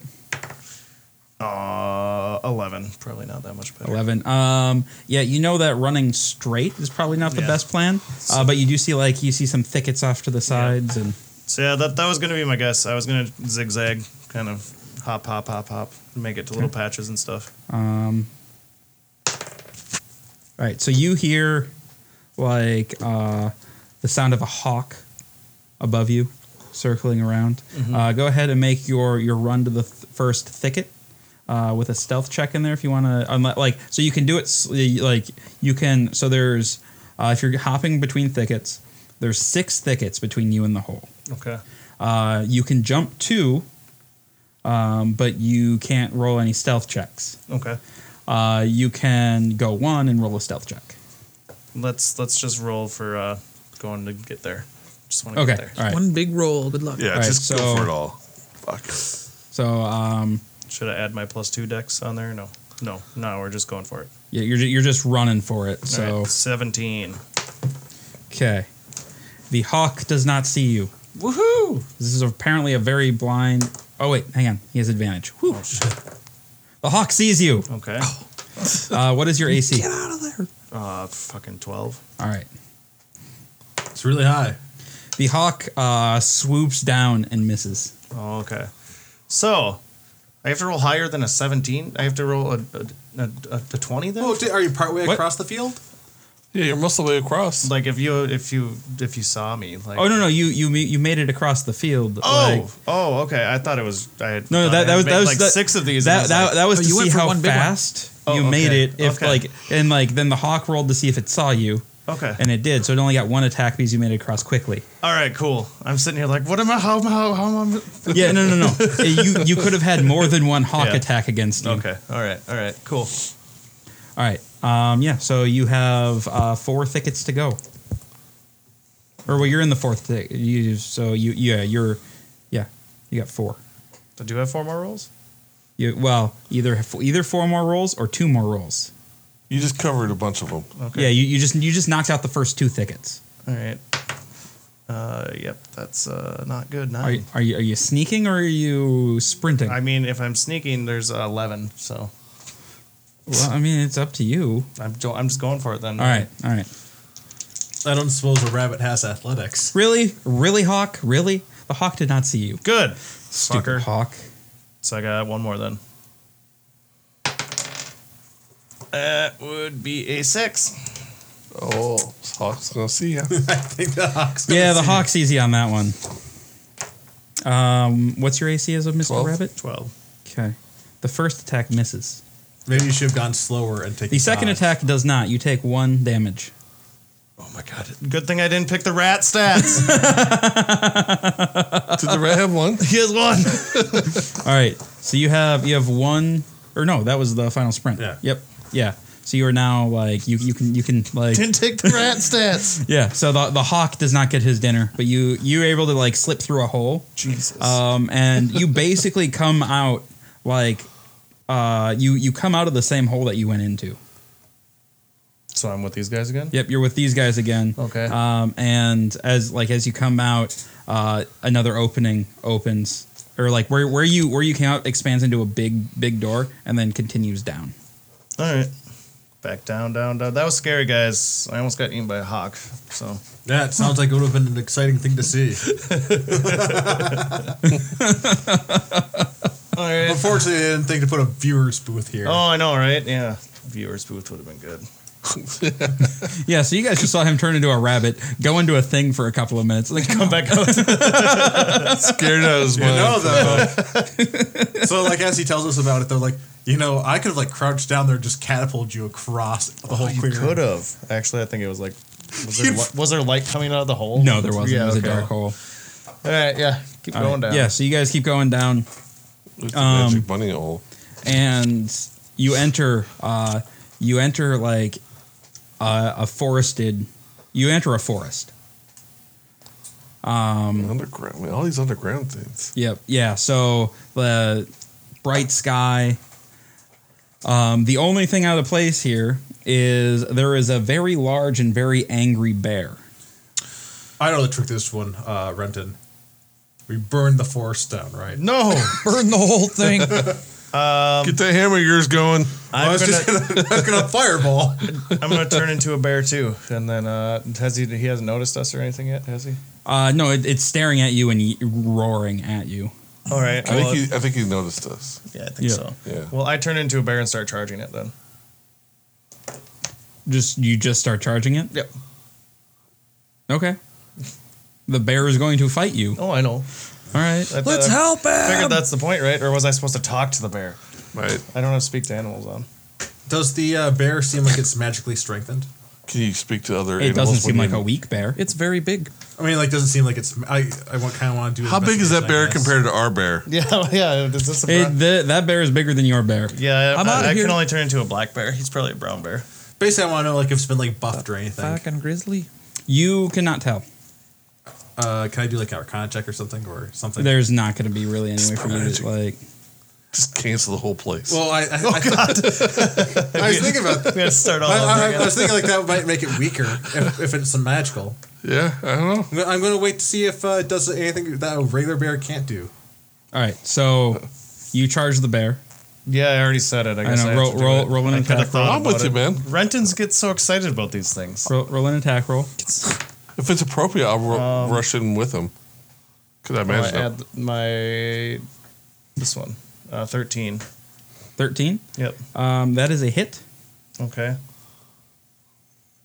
[SPEAKER 2] Uh, eleven. Probably not that much better.
[SPEAKER 1] Eleven. Um, yeah, you know that running straight is probably not the
[SPEAKER 2] Yeah.
[SPEAKER 1] best plan, uh, but you do see like you see some thickets off to the sides, and
[SPEAKER 2] So yeah, that that was gonna be my guess. I was gonna zigzag, kind of hop, hop, hop, hop, and make it to little patches and stuff.
[SPEAKER 1] all right, so you hear like uh, the sound of a hawk above you. circling around. Uh, go ahead and make your your run to the th- first thicket uh, with a stealth check in there if you want to. Like so, you can do it s- like you can. So there's uh, if you're hopping between thickets, there's six thickets between you and the hole.
[SPEAKER 2] Okay.
[SPEAKER 1] Uh, you can jump two, um, but you can't roll any stealth checks.
[SPEAKER 2] Okay.
[SPEAKER 1] Uh, you can go one and roll a stealth check.
[SPEAKER 2] Let's let's just roll for uh, going to get there. Just want to
[SPEAKER 1] Okay,
[SPEAKER 2] get there.
[SPEAKER 1] all right.
[SPEAKER 4] One big roll. Good luck.
[SPEAKER 5] Yeah,
[SPEAKER 1] right,
[SPEAKER 5] just
[SPEAKER 1] so-
[SPEAKER 5] go for it all. Fuck it.
[SPEAKER 1] So um,
[SPEAKER 2] Should I add my plus two decks on there? No. No. No. We're just going for it.
[SPEAKER 1] yeah, you're ju- you're just running for it.
[SPEAKER 2] All
[SPEAKER 1] So
[SPEAKER 2] right, seventeen.
[SPEAKER 1] okay, the hawk does not see you.
[SPEAKER 2] Woohoo!
[SPEAKER 1] This is apparently a very blind. Oh wait, hang on. He has advantage. Whew. the hawk sees you.
[SPEAKER 2] Oh, Okay.
[SPEAKER 1] Uh, what is your AC?
[SPEAKER 4] Get out of there.
[SPEAKER 2] Uh, fucking twelve.
[SPEAKER 1] All right.
[SPEAKER 3] It's really high.
[SPEAKER 1] The hawk uh, swoops down and misses.
[SPEAKER 2] Oh, okay. So, I have to roll higher than a 17. I have to roll a, a, a, a, a 20 then.
[SPEAKER 3] Oh, di- are you partway
[SPEAKER 1] What?
[SPEAKER 3] across the field?
[SPEAKER 7] Yeah, you're most of the way across.
[SPEAKER 2] like if you if you if you saw me, like
[SPEAKER 1] Oh no no you you ma- you made it across the field.
[SPEAKER 2] Oh,
[SPEAKER 1] like-
[SPEAKER 2] oh, okay. I thought it was. I had
[SPEAKER 1] No, no,
[SPEAKER 2] thought I
[SPEAKER 1] that, that
[SPEAKER 2] had
[SPEAKER 1] was
[SPEAKER 2] made,
[SPEAKER 1] that was
[SPEAKER 2] like
[SPEAKER 1] that-
[SPEAKER 2] six of these. and I
[SPEAKER 1] That
[SPEAKER 2] was
[SPEAKER 1] that,
[SPEAKER 2] like,
[SPEAKER 1] that was
[SPEAKER 4] Oh,
[SPEAKER 1] to
[SPEAKER 4] you went
[SPEAKER 1] see
[SPEAKER 4] for
[SPEAKER 1] how
[SPEAKER 4] one big one.
[SPEAKER 1] fast
[SPEAKER 2] Oh,
[SPEAKER 1] you
[SPEAKER 2] okay,
[SPEAKER 1] made it. If
[SPEAKER 2] okay.
[SPEAKER 1] like and like then the hawk rolled to see if it saw you,
[SPEAKER 2] Okay.
[SPEAKER 1] and it did. So it only got one attack because you made it across quickly.
[SPEAKER 2] All right, cool. I'm sitting here like, what am I? How how how am I?
[SPEAKER 1] Yeah, no, no, no. Uh, you you could have had more than one hawk
[SPEAKER 2] Yeah.
[SPEAKER 1] attack against you.
[SPEAKER 2] Okay. All right. All right. Cool.
[SPEAKER 1] All right. Um, yeah. So you have uh, four thickets to go. Or well, you're in the fourth thicket. You so you yeah you're yeah you got four.
[SPEAKER 2] I do have four more rolls.
[SPEAKER 1] You well either either four more rolls or two more rolls.
[SPEAKER 5] You just covered a bunch of them.
[SPEAKER 2] Okay.
[SPEAKER 1] Yeah, you, you just you just knocked out the first two thickets.
[SPEAKER 2] All right. Uh, yep. That's uh not good. Nine.
[SPEAKER 1] Are you, are you are you sneaking or are you sprinting?
[SPEAKER 2] I mean, if I'm sneaking, there's uh, eleven. So
[SPEAKER 1] well, I mean, it's up to you.
[SPEAKER 2] I'm jo- I'm just going for it then.
[SPEAKER 1] All right, all right.
[SPEAKER 3] I don't suppose a rabbit has athletics.
[SPEAKER 1] Really, really, hawk, really. The hawk did not see you.
[SPEAKER 2] Good.
[SPEAKER 1] Stupid
[SPEAKER 2] Fucker.
[SPEAKER 1] hawk.
[SPEAKER 2] So I got one more then. That would be a six.
[SPEAKER 7] Oh, Hawk's gonna see you.
[SPEAKER 3] I think the hawk's
[SPEAKER 1] Yeah, the hawk's easy on that one. Um, what's your AC as a Mr.
[SPEAKER 7] Twelve.
[SPEAKER 1] Rabbit?
[SPEAKER 2] Twelve.
[SPEAKER 1] Okay. The first attack misses.
[SPEAKER 3] Maybe you should have gone slower and taken.
[SPEAKER 1] The second attack does not. You take one damage.
[SPEAKER 3] Oh my god!
[SPEAKER 2] Good thing I didn't pick the rat stats.
[SPEAKER 7] Did the rat have one?
[SPEAKER 2] he has one.
[SPEAKER 1] All right. So you have you have one or no, that was the final sprint.
[SPEAKER 3] Yeah.
[SPEAKER 1] Yep. Yeah. So you are now like you you can you can like
[SPEAKER 2] Didn't take the rat stats.
[SPEAKER 1] Yeah. So the the hawk does not get his dinner, but you you're able to like slip through a hole,
[SPEAKER 7] Jesus.
[SPEAKER 1] um, and you basically come out like uh you you come out of the same hole that you went into.
[SPEAKER 2] So I'm with these guys again.
[SPEAKER 1] Yep, you're with these guys again.
[SPEAKER 2] Okay.
[SPEAKER 1] Um, and as like as you come out, uh, another opening opens, or like where where you where you came out expands into a big big door and then continues down.
[SPEAKER 2] All right. Back down, down, down. That was scary, guys. I almost got eaten by a hawk. So
[SPEAKER 3] Yeah, it sounds like it would have been an exciting thing to see.
[SPEAKER 2] all right.
[SPEAKER 3] Unfortunately, I didn't think to put a viewers booth here.
[SPEAKER 2] Oh, I know, right? Yeah. Viewers booth would have been good.
[SPEAKER 1] Yeah. So you guys just saw him turn into a rabbit, go into a thing for a couple of minutes, and then come back out.
[SPEAKER 7] Scared out of his
[SPEAKER 3] You
[SPEAKER 7] mind.
[SPEAKER 3] know though. so like as he tells us about it, they're like, you know, I could have like crouched down there and just catapulted you across the whole
[SPEAKER 2] Oh, you
[SPEAKER 3] clearing.
[SPEAKER 2] could have. Actually, I think it was like. Was there, li- was there light coming out of the hole?
[SPEAKER 1] No, there wasn't. it was a
[SPEAKER 2] okay.
[SPEAKER 1] dark hole.
[SPEAKER 2] All right, yeah. Keep
[SPEAKER 1] All
[SPEAKER 2] going
[SPEAKER 1] right.
[SPEAKER 2] down.
[SPEAKER 1] Yeah. So you guys keep going down.
[SPEAKER 7] It's the
[SPEAKER 1] Um,
[SPEAKER 7] magic bunny hole.
[SPEAKER 1] and you enter uh, you enter like uh, a forested you enter a forest um,
[SPEAKER 7] underground. All these underground things.
[SPEAKER 1] yep yeah so the bright sky um, the only thing out of place here is there is a very large and very angry bear
[SPEAKER 3] I know the trick to this one, uh, Renton. We burned the forest down, right?
[SPEAKER 2] No.
[SPEAKER 4] Burn the whole thing.
[SPEAKER 7] Get that hammer of yours going.
[SPEAKER 3] I
[SPEAKER 2] I'm
[SPEAKER 3] was
[SPEAKER 2] gonna,
[SPEAKER 3] just gonna, I was gonna fireball.
[SPEAKER 2] I'm gonna turn into a bear too, and then uh, has he? He hasn't noticed us or anything yet, has he?
[SPEAKER 1] uh, no it, it's staring at you and y- roaring at you
[SPEAKER 2] All right.
[SPEAKER 7] I
[SPEAKER 2] well,
[SPEAKER 7] think he, I think he noticed us.
[SPEAKER 2] yeah, I think
[SPEAKER 1] Yeah.
[SPEAKER 2] so.
[SPEAKER 7] Yeah.
[SPEAKER 2] Well, I turn into a bear and start charging it then.
[SPEAKER 1] just you just start charging it
[SPEAKER 2] Yep.
[SPEAKER 1] okay The bear is going to fight you.
[SPEAKER 2] Oh, I know.
[SPEAKER 1] All right.
[SPEAKER 2] That-
[SPEAKER 4] Let's
[SPEAKER 2] that-
[SPEAKER 4] help
[SPEAKER 2] I
[SPEAKER 4] him.
[SPEAKER 2] figured that's the point, right? Or was I supposed to talk to the bear?
[SPEAKER 7] Right.
[SPEAKER 2] I don't have speak to animals on.
[SPEAKER 3] Does the uh, bear seem like it's magically strengthened?
[SPEAKER 7] Can you speak to other
[SPEAKER 1] It
[SPEAKER 7] animals?
[SPEAKER 1] doesn't seem
[SPEAKER 7] when
[SPEAKER 1] like
[SPEAKER 7] you-
[SPEAKER 1] a weak bear.
[SPEAKER 4] It's very big.
[SPEAKER 3] I mean, like, doesn't seem like it's. I, I kind of want to do.
[SPEAKER 7] How big is that bear compared to our bear?
[SPEAKER 2] Yeah, yeah. Is this a
[SPEAKER 1] It,
[SPEAKER 2] bra-
[SPEAKER 1] the, that bear is bigger than your bear.
[SPEAKER 2] yeah,
[SPEAKER 4] I'm
[SPEAKER 2] I,
[SPEAKER 4] outta
[SPEAKER 2] I
[SPEAKER 4] here.
[SPEAKER 2] can only turn into a black bear. He's probably a brown bear.
[SPEAKER 3] Basically, I want to know like if it's been like buffed or anything.
[SPEAKER 4] Fucking grizzly.
[SPEAKER 1] You cannot tell.
[SPEAKER 3] Uh, can I do like an Arcana check or something or something?
[SPEAKER 1] There's not going to be really any way for you
[SPEAKER 7] magic.
[SPEAKER 1] to like.
[SPEAKER 7] Just cancel the whole place.
[SPEAKER 3] Well, I I, I, Oh, I was thinking about.
[SPEAKER 2] We have to start all
[SPEAKER 3] I,
[SPEAKER 2] over
[SPEAKER 3] I, I
[SPEAKER 2] again.
[SPEAKER 3] was thinking like that might make it weaker if, if it's magical.
[SPEAKER 7] yeah, I don't know.
[SPEAKER 3] I'm gonna- I'm going to wait to see if uh, it does anything that a regular bear can't do.
[SPEAKER 1] All right, so you charge the bear.
[SPEAKER 2] Yeah, I already said it. I
[SPEAKER 1] I
[SPEAKER 2] guess
[SPEAKER 1] know,
[SPEAKER 2] I have
[SPEAKER 1] roll-
[SPEAKER 2] to do
[SPEAKER 1] roll-
[SPEAKER 2] it.
[SPEAKER 1] roll an
[SPEAKER 2] I kinda
[SPEAKER 1] attack
[SPEAKER 2] thought
[SPEAKER 7] I'm with
[SPEAKER 2] about
[SPEAKER 7] you,
[SPEAKER 2] it.
[SPEAKER 7] man.
[SPEAKER 2] Rentons get so excited about these things.
[SPEAKER 1] Roll, roll an attack roll.
[SPEAKER 7] If it's appropriate, I'll ru-
[SPEAKER 2] Um,
[SPEAKER 7] rush in with him. Could I
[SPEAKER 2] Well, I
[SPEAKER 7] imagine? that?
[SPEAKER 2] add my this one, uh, thirteen.
[SPEAKER 1] Thirteen.
[SPEAKER 2] Yep.
[SPEAKER 1] Um, that is a hit.
[SPEAKER 2] Okay.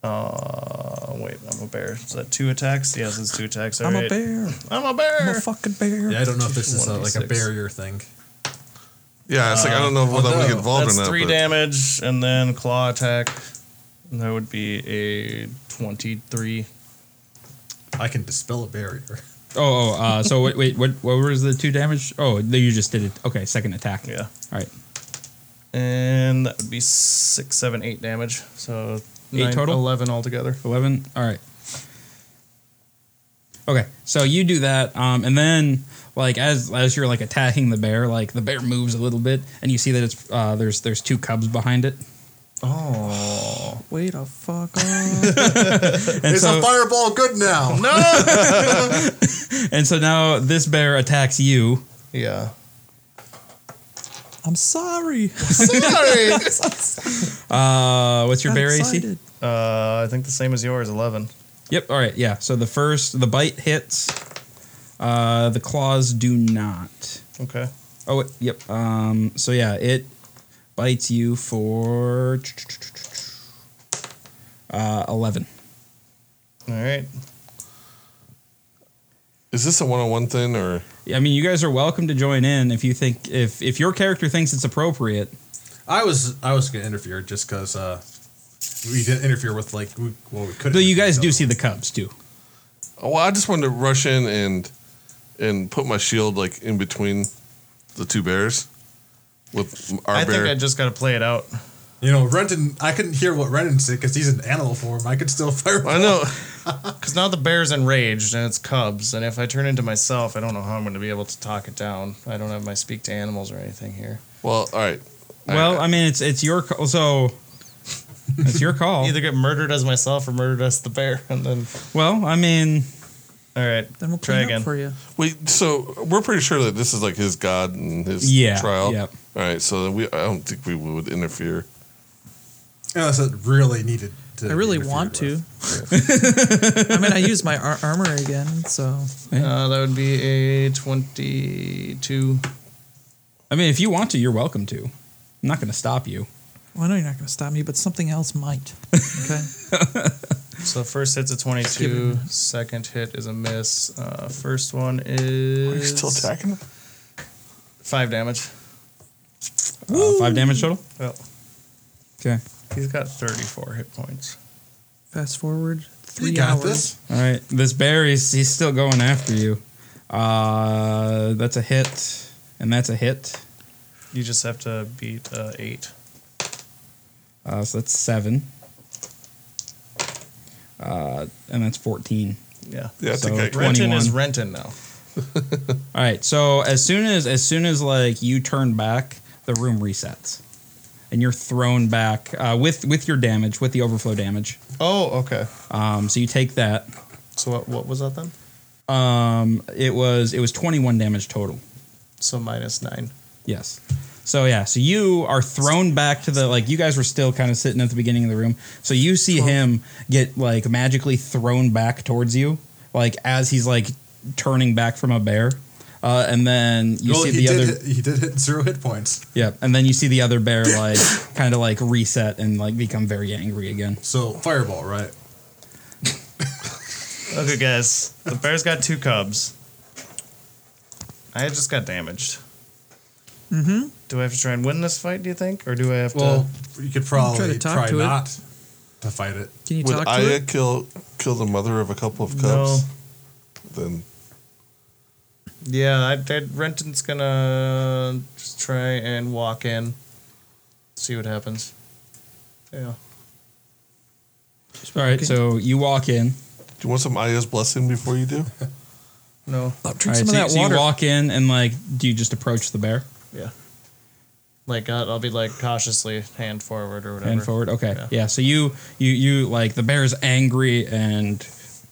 [SPEAKER 2] Uh, wait, I'm a bear. Is that two attacks? Yes, it's two attacks.
[SPEAKER 4] I'm a
[SPEAKER 2] alright.
[SPEAKER 4] bear.
[SPEAKER 2] I'm a
[SPEAKER 4] I'm
[SPEAKER 2] bear.
[SPEAKER 4] a fucking bear.
[SPEAKER 3] Yeah, I don't know if this is uh, like a
[SPEAKER 2] 1d6.
[SPEAKER 3] barrier thing.
[SPEAKER 7] yeah, it's like I don't know whether I'm gonna get involved
[SPEAKER 2] That's
[SPEAKER 7] or not.
[SPEAKER 2] three
[SPEAKER 7] but
[SPEAKER 2] damage, and then claw attack. And that would be a twenty-three.
[SPEAKER 3] I can dispel a barrier.
[SPEAKER 1] Oh, oh uh, so wait, wait, what? What was the two damage? Oh, no, you just did it. Okay, second attack.
[SPEAKER 2] Yeah,
[SPEAKER 1] All right.
[SPEAKER 2] and that would be six, seven, eight damage. So
[SPEAKER 1] Eight total?
[SPEAKER 2] eleven altogether.
[SPEAKER 1] 11 all right okay so you do that um, and then like as as you're like attacking the bear like the bear moves a little bit and you see that it's uh, there's there's two cubs behind it
[SPEAKER 2] Oh
[SPEAKER 4] Wait a fuck up.
[SPEAKER 1] and
[SPEAKER 3] Is
[SPEAKER 1] so
[SPEAKER 3] a fireball good now? No.
[SPEAKER 1] and so now this bear attacks you
[SPEAKER 2] yeah.
[SPEAKER 4] I'm sorry.
[SPEAKER 2] Sorry.
[SPEAKER 1] uh what's your
[SPEAKER 4] Got
[SPEAKER 1] bear AC
[SPEAKER 4] excited.
[SPEAKER 2] Uh, I think the same as yours, 11.
[SPEAKER 1] yep all right yeah so the first the bite hits uh the claws do not
[SPEAKER 2] Okay.
[SPEAKER 1] oh wait, yep um so yeah it bites you for uh 11
[SPEAKER 2] All right.
[SPEAKER 7] Is this a one-on-one thing or?
[SPEAKER 1] I mean, you guys are welcome to join in if you think if if your character thinks it's appropriate.
[SPEAKER 3] I was I was gonna interfere just because uh, we didn't interfere with like we, well we couldn't.
[SPEAKER 1] Though you guys do
[SPEAKER 3] interfere
[SPEAKER 1] see the Cubs too.
[SPEAKER 7] Oh, well, I just wanted to rush in and and put my shield like in between the two bears with our
[SPEAKER 2] I
[SPEAKER 7] bear.
[SPEAKER 2] think I just got to play it out.
[SPEAKER 3] with- You know, Renton. I couldn't hear what Renton said because he's in animal form. I could still fire.
[SPEAKER 7] I know.
[SPEAKER 2] Because now the bear's enraged and it's cubs. And if I turn into myself, I don't know how I'm going to be able to talk it down. I don't have my speak to animals or anything here.
[SPEAKER 7] Well, all right.
[SPEAKER 1] Well, I mean, it's it's your call, so it's your call.
[SPEAKER 2] Either get murdered as myself or murdered as the bear. And then,
[SPEAKER 1] Well, I mean,
[SPEAKER 2] all right.
[SPEAKER 4] Then we'll
[SPEAKER 2] try
[SPEAKER 4] clean
[SPEAKER 2] again.
[SPEAKER 4] up for you.
[SPEAKER 7] Wait, so we're pretty sure that this is like his god and his
[SPEAKER 1] Yeah,
[SPEAKER 7] trial.
[SPEAKER 1] yep.
[SPEAKER 7] All right, so then we I don't think we would interfere.
[SPEAKER 3] Unless it really needed. to
[SPEAKER 4] I really
[SPEAKER 3] be
[SPEAKER 4] want to.
[SPEAKER 3] interfered
[SPEAKER 4] I mean, I used my ar- armor again, so
[SPEAKER 2] Uh, that would be a 22.
[SPEAKER 1] I mean, if you want to, you're welcome to. I'm not going to stop you.
[SPEAKER 4] well, I know you're not going to stop me, but something else might. Okay.
[SPEAKER 2] So first hit's a 22. Second hit is a miss. Uh, first one
[SPEAKER 7] Are you
[SPEAKER 2] is
[SPEAKER 7] still attacking him?
[SPEAKER 2] five damage.
[SPEAKER 1] Uh, five damage total.
[SPEAKER 2] Well,
[SPEAKER 1] Okay.
[SPEAKER 2] he's got 34 hit points.
[SPEAKER 4] Fast forward
[SPEAKER 3] with.
[SPEAKER 4] three
[SPEAKER 3] You got
[SPEAKER 4] hours.
[SPEAKER 3] this.
[SPEAKER 1] All right. This bear is he's still going after you. Uh, that's a hit, and that's a hit.
[SPEAKER 2] You just have to beat uh, eight.
[SPEAKER 1] Uh, so that's seven. Uh, and that's fourteen.
[SPEAKER 2] Yeah.
[SPEAKER 7] Yeah, I
[SPEAKER 1] So-
[SPEAKER 7] think I can.
[SPEAKER 2] Renton is
[SPEAKER 1] 21.
[SPEAKER 2] Renton now.
[SPEAKER 1] All right. So as soon as as soon as like you turn back, the room resets, and you're thrown back uh, with with your damage, with the overflow damage.
[SPEAKER 2] Oh, okay.
[SPEAKER 1] Um, so you take that.
[SPEAKER 2] So what, what was that then?
[SPEAKER 1] Um, it was it was 21 damage total.
[SPEAKER 2] So minus nine.
[SPEAKER 1] Yes. So yeah. So you are thrown back to the like you guys were still kind of sitting at the beginning of the room. So you see him get like magically thrown back towards you, like as he's like turning back from a bear. Uh, and then you
[SPEAKER 3] well,
[SPEAKER 1] see
[SPEAKER 3] he
[SPEAKER 1] the
[SPEAKER 3] did.
[SPEAKER 1] other.
[SPEAKER 3] hit, he did hit zero hit points.
[SPEAKER 1] Yep. And then you see the other bear like kind of like reset and like become very angry again.
[SPEAKER 3] So fireball, right?
[SPEAKER 2] Okay, guys. The bear's got two cubs. I just got damaged.
[SPEAKER 4] Mm-hmm.
[SPEAKER 2] Do I have to try and win this fight? Do you think, or do I have
[SPEAKER 3] Well,
[SPEAKER 2] to?
[SPEAKER 3] you could probably
[SPEAKER 4] Try
[SPEAKER 3] try,
[SPEAKER 4] to talk to it.
[SPEAKER 3] not to fight it.
[SPEAKER 4] Can you
[SPEAKER 7] Would
[SPEAKER 4] talk to
[SPEAKER 7] Aya
[SPEAKER 4] it?
[SPEAKER 7] kill kill the mother of a couple of
[SPEAKER 2] No.
[SPEAKER 7] cubs? Then
[SPEAKER 2] Yeah, I, I, Renton's gonna just try and walk in, see what happens. Yeah.
[SPEAKER 1] All right,
[SPEAKER 4] Okay.
[SPEAKER 1] so you walk in.
[SPEAKER 7] do you want some Aya's blessing before you do?
[SPEAKER 2] No.
[SPEAKER 4] Stop
[SPEAKER 1] All right,
[SPEAKER 4] drink some
[SPEAKER 1] so,
[SPEAKER 4] of that
[SPEAKER 1] so
[SPEAKER 4] water.
[SPEAKER 1] you walk in and like, do you just approach the bear
[SPEAKER 2] Yeah. Like uh, I'll be like cautiously hand forward or whatever.
[SPEAKER 1] and forward? Okay,
[SPEAKER 2] Yeah.
[SPEAKER 1] yeah. So you you you like the bear's angry and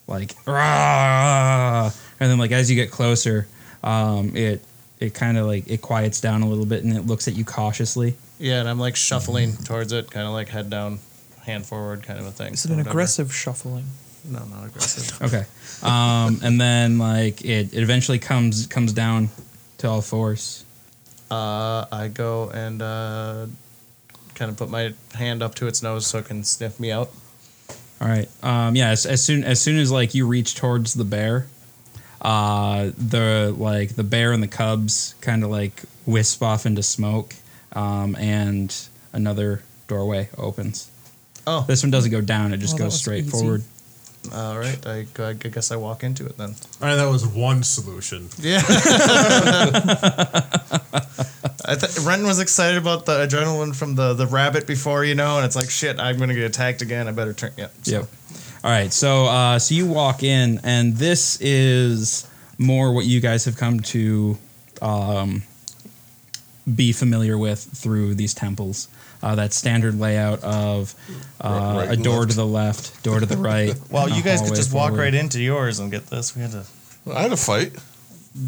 [SPEAKER 1] like "Rah!" and then like as you get closer, um, it it kind of like it quiets down a little bit and it looks at you cautiously.
[SPEAKER 2] Yeah, and I'm like shuffling towards it, kind of like head down, hand forward, kind of a thing.
[SPEAKER 4] Is it an
[SPEAKER 2] Whatever.
[SPEAKER 4] aggressive shuffling?
[SPEAKER 2] No, not aggressive.
[SPEAKER 1] Okay, um, and then like it, it eventually comes comes down to all fours.
[SPEAKER 2] uh, I go and uh, kind of put my hand up to its nose so it can sniff me out.
[SPEAKER 1] All right. Um, yeah. As, as soon as soon as like you reach towards the bear, uh, the like the bear and the cubs kind of like wisp off into smoke, um, and another doorway opens.
[SPEAKER 2] Oh,
[SPEAKER 1] This one doesn't go down; it just
[SPEAKER 4] Well, that
[SPEAKER 1] goes
[SPEAKER 4] was
[SPEAKER 1] straight
[SPEAKER 4] easy.
[SPEAKER 1] forward.
[SPEAKER 2] all right. I, I guess I walk into it then.
[SPEAKER 3] All right, that was one solution.
[SPEAKER 2] Yeah. I th- Renton was excited about the adrenaline from the, the rabbit before, you know, and it's like, shit, I'm going to get attacked again. I better turn. Yeah. so-
[SPEAKER 1] Yep. All right. So uh, so you walk in, and this is more what you guys have come to um, be familiar with through these temples. Uh, that standard layout of uh,
[SPEAKER 7] Right- right
[SPEAKER 1] a
[SPEAKER 7] and
[SPEAKER 1] door
[SPEAKER 7] left.
[SPEAKER 1] to the left, door to the right.
[SPEAKER 2] Well,
[SPEAKER 1] and a
[SPEAKER 2] you guys could
[SPEAKER 1] hallway
[SPEAKER 2] just walk
[SPEAKER 1] forward.
[SPEAKER 2] right into yours and get this. We had to
[SPEAKER 7] I had a fight.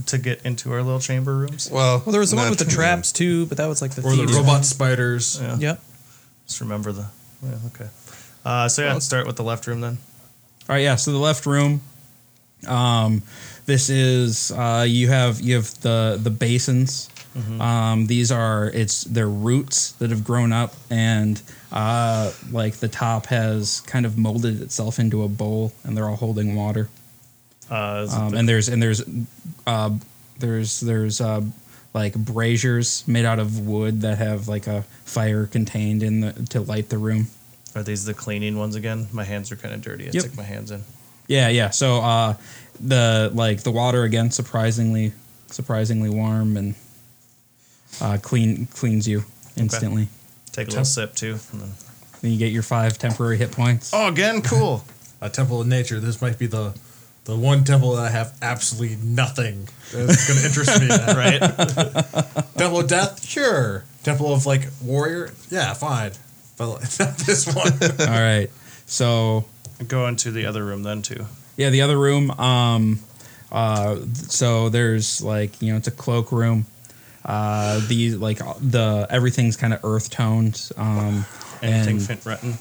[SPEAKER 2] to get into our little chamber rooms.
[SPEAKER 7] Well,
[SPEAKER 4] Well, there was the one
[SPEAKER 7] not
[SPEAKER 4] with the
[SPEAKER 7] too
[SPEAKER 4] traps too, but that was like the
[SPEAKER 3] Or the
[SPEAKER 4] thieves
[SPEAKER 3] robot
[SPEAKER 4] one.
[SPEAKER 3] spiders.
[SPEAKER 2] Yeah.
[SPEAKER 4] Yep.
[SPEAKER 2] Just remember the. Yeah, okay. Uh, so yeah, start with the left room then.
[SPEAKER 1] All right, yeah. So the left room. Um, this is uh, you have you have the the basins.
[SPEAKER 2] Mm-hmm.
[SPEAKER 1] Um, these are it's their roots that have grown up, and uh, like the top has kind of molded itself into a bowl, and they're all holding water.
[SPEAKER 2] Uh, is it
[SPEAKER 1] Um,
[SPEAKER 2] the-
[SPEAKER 1] and there's and there's uh, there's there's uh, like braziers made out of wood that have like a fire contained in the to light the room.
[SPEAKER 2] are these the cleaning ones again? My hands are kind of dirty. I
[SPEAKER 1] Yep.
[SPEAKER 2] stick my hands in.
[SPEAKER 1] Yeah, yeah. So uh, the like the water again surprisingly surprisingly warm and uh, clean cleans you instantly.
[SPEAKER 2] Take a little sip too. and then-
[SPEAKER 1] Then you get your five temporary hit points.
[SPEAKER 2] Oh, again, cool.
[SPEAKER 3] A temple of nature. This might be the the one temple that I have absolutely nothing that's going to interest me. in.
[SPEAKER 2] right.
[SPEAKER 3] Temple of death, sure. Temple of like warrior, yeah, fine. But like, not this one.
[SPEAKER 1] All right. So
[SPEAKER 2] Go into the other room then too.
[SPEAKER 1] yeah, the other room. Um, uh, th- so there's like you know it's a cloak room. Uh, the like uh, the everything's kind of earth toned. Um,
[SPEAKER 2] Anything
[SPEAKER 1] and-
[SPEAKER 2] fit Renton?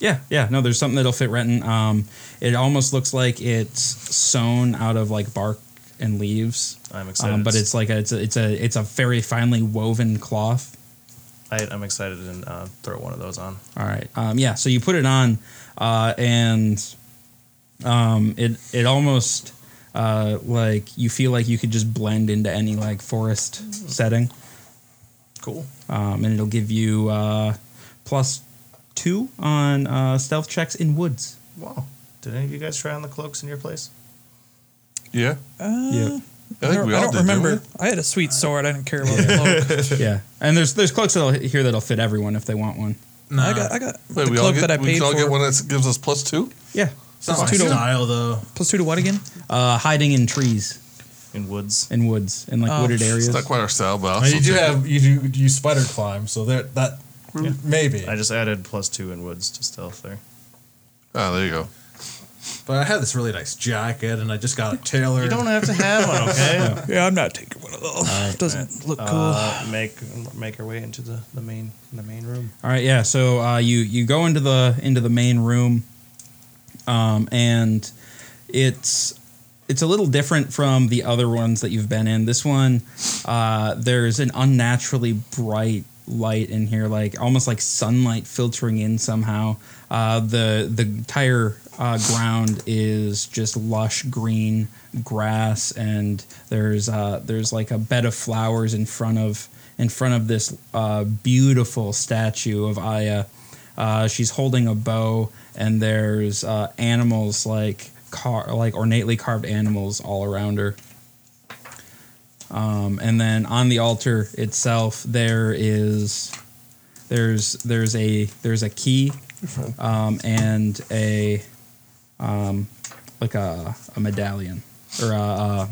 [SPEAKER 1] Yeah, yeah. No, there's something that'll fit Renton. Um, it almost looks like it's sewn out of like bark and leaves.
[SPEAKER 2] I'm excited.
[SPEAKER 1] Um, but it's like a, it's a it's a it's a very finely woven cloth.
[SPEAKER 2] I, I'm excited and uh, throw one of those on.
[SPEAKER 1] All right. Um, yeah. So you put it on, uh, and um, it it almost uh, like you feel like you could just blend into any like forest setting,
[SPEAKER 2] Cool.
[SPEAKER 1] um, and it'll give you uh, plus two on uh, stealth checks in woods.
[SPEAKER 2] Wow. Did any of you guys try on the cloaks in your place?
[SPEAKER 7] Yeah,
[SPEAKER 4] Uh,
[SPEAKER 1] Yeah.
[SPEAKER 7] I think we
[SPEAKER 4] I
[SPEAKER 7] all did,
[SPEAKER 4] don't
[SPEAKER 7] didn't
[SPEAKER 4] remember. I had a sweet sword. I didn't care about the cloak.
[SPEAKER 1] yeah, and there's there's cloaks that'll, here that'll fit everyone if they want one.
[SPEAKER 4] I got, I got
[SPEAKER 7] Wait,
[SPEAKER 4] the
[SPEAKER 7] we all
[SPEAKER 4] cloak
[SPEAKER 7] get,
[SPEAKER 4] that I
[SPEAKER 7] we
[SPEAKER 4] paid
[SPEAKER 7] can all
[SPEAKER 4] for.
[SPEAKER 7] get one that gives us plus two.
[SPEAKER 1] Yeah,
[SPEAKER 3] It's not my style though.
[SPEAKER 4] Plus two to what again?
[SPEAKER 1] uh, hiding in trees
[SPEAKER 2] In woods.
[SPEAKER 1] and woods and like
[SPEAKER 4] Oh.
[SPEAKER 1] wooded areas.
[SPEAKER 7] It's not quite our style, but I'll
[SPEAKER 3] Now, you
[SPEAKER 7] still
[SPEAKER 3] do
[SPEAKER 7] take
[SPEAKER 3] have you do you spider climb, so there that maybe.
[SPEAKER 2] Hmm. I just added plus two in woods to stealth there.
[SPEAKER 7] it. Ah, there you go.
[SPEAKER 3] but I had this really nice jacket, and I just got it tailored.
[SPEAKER 2] You don't have to have one, okay?
[SPEAKER 4] Yeah, I'm not taking one of those. Doesn't look cool.
[SPEAKER 2] Uh, make make our way into the, the main the main room.
[SPEAKER 1] All right, yeah. So uh, you you go into the into the main room, um, and it's it's a little different from the other ones that you've been in. This one, uh, there's an unnaturally bright light in here, like almost like sunlight filtering in somehow. Uh, the the entire uh, ground is just lush green grass, and there's uh, there's like a bed of flowers in front of in front of this uh, beautiful statue of Aya. Uh, she's holding a bow, and there's uh, animals like car like ornately carved animals all around her. Um, and then on the altar itself, there is there's there's a there's a key, um, and a um, like a, a medallion or a, a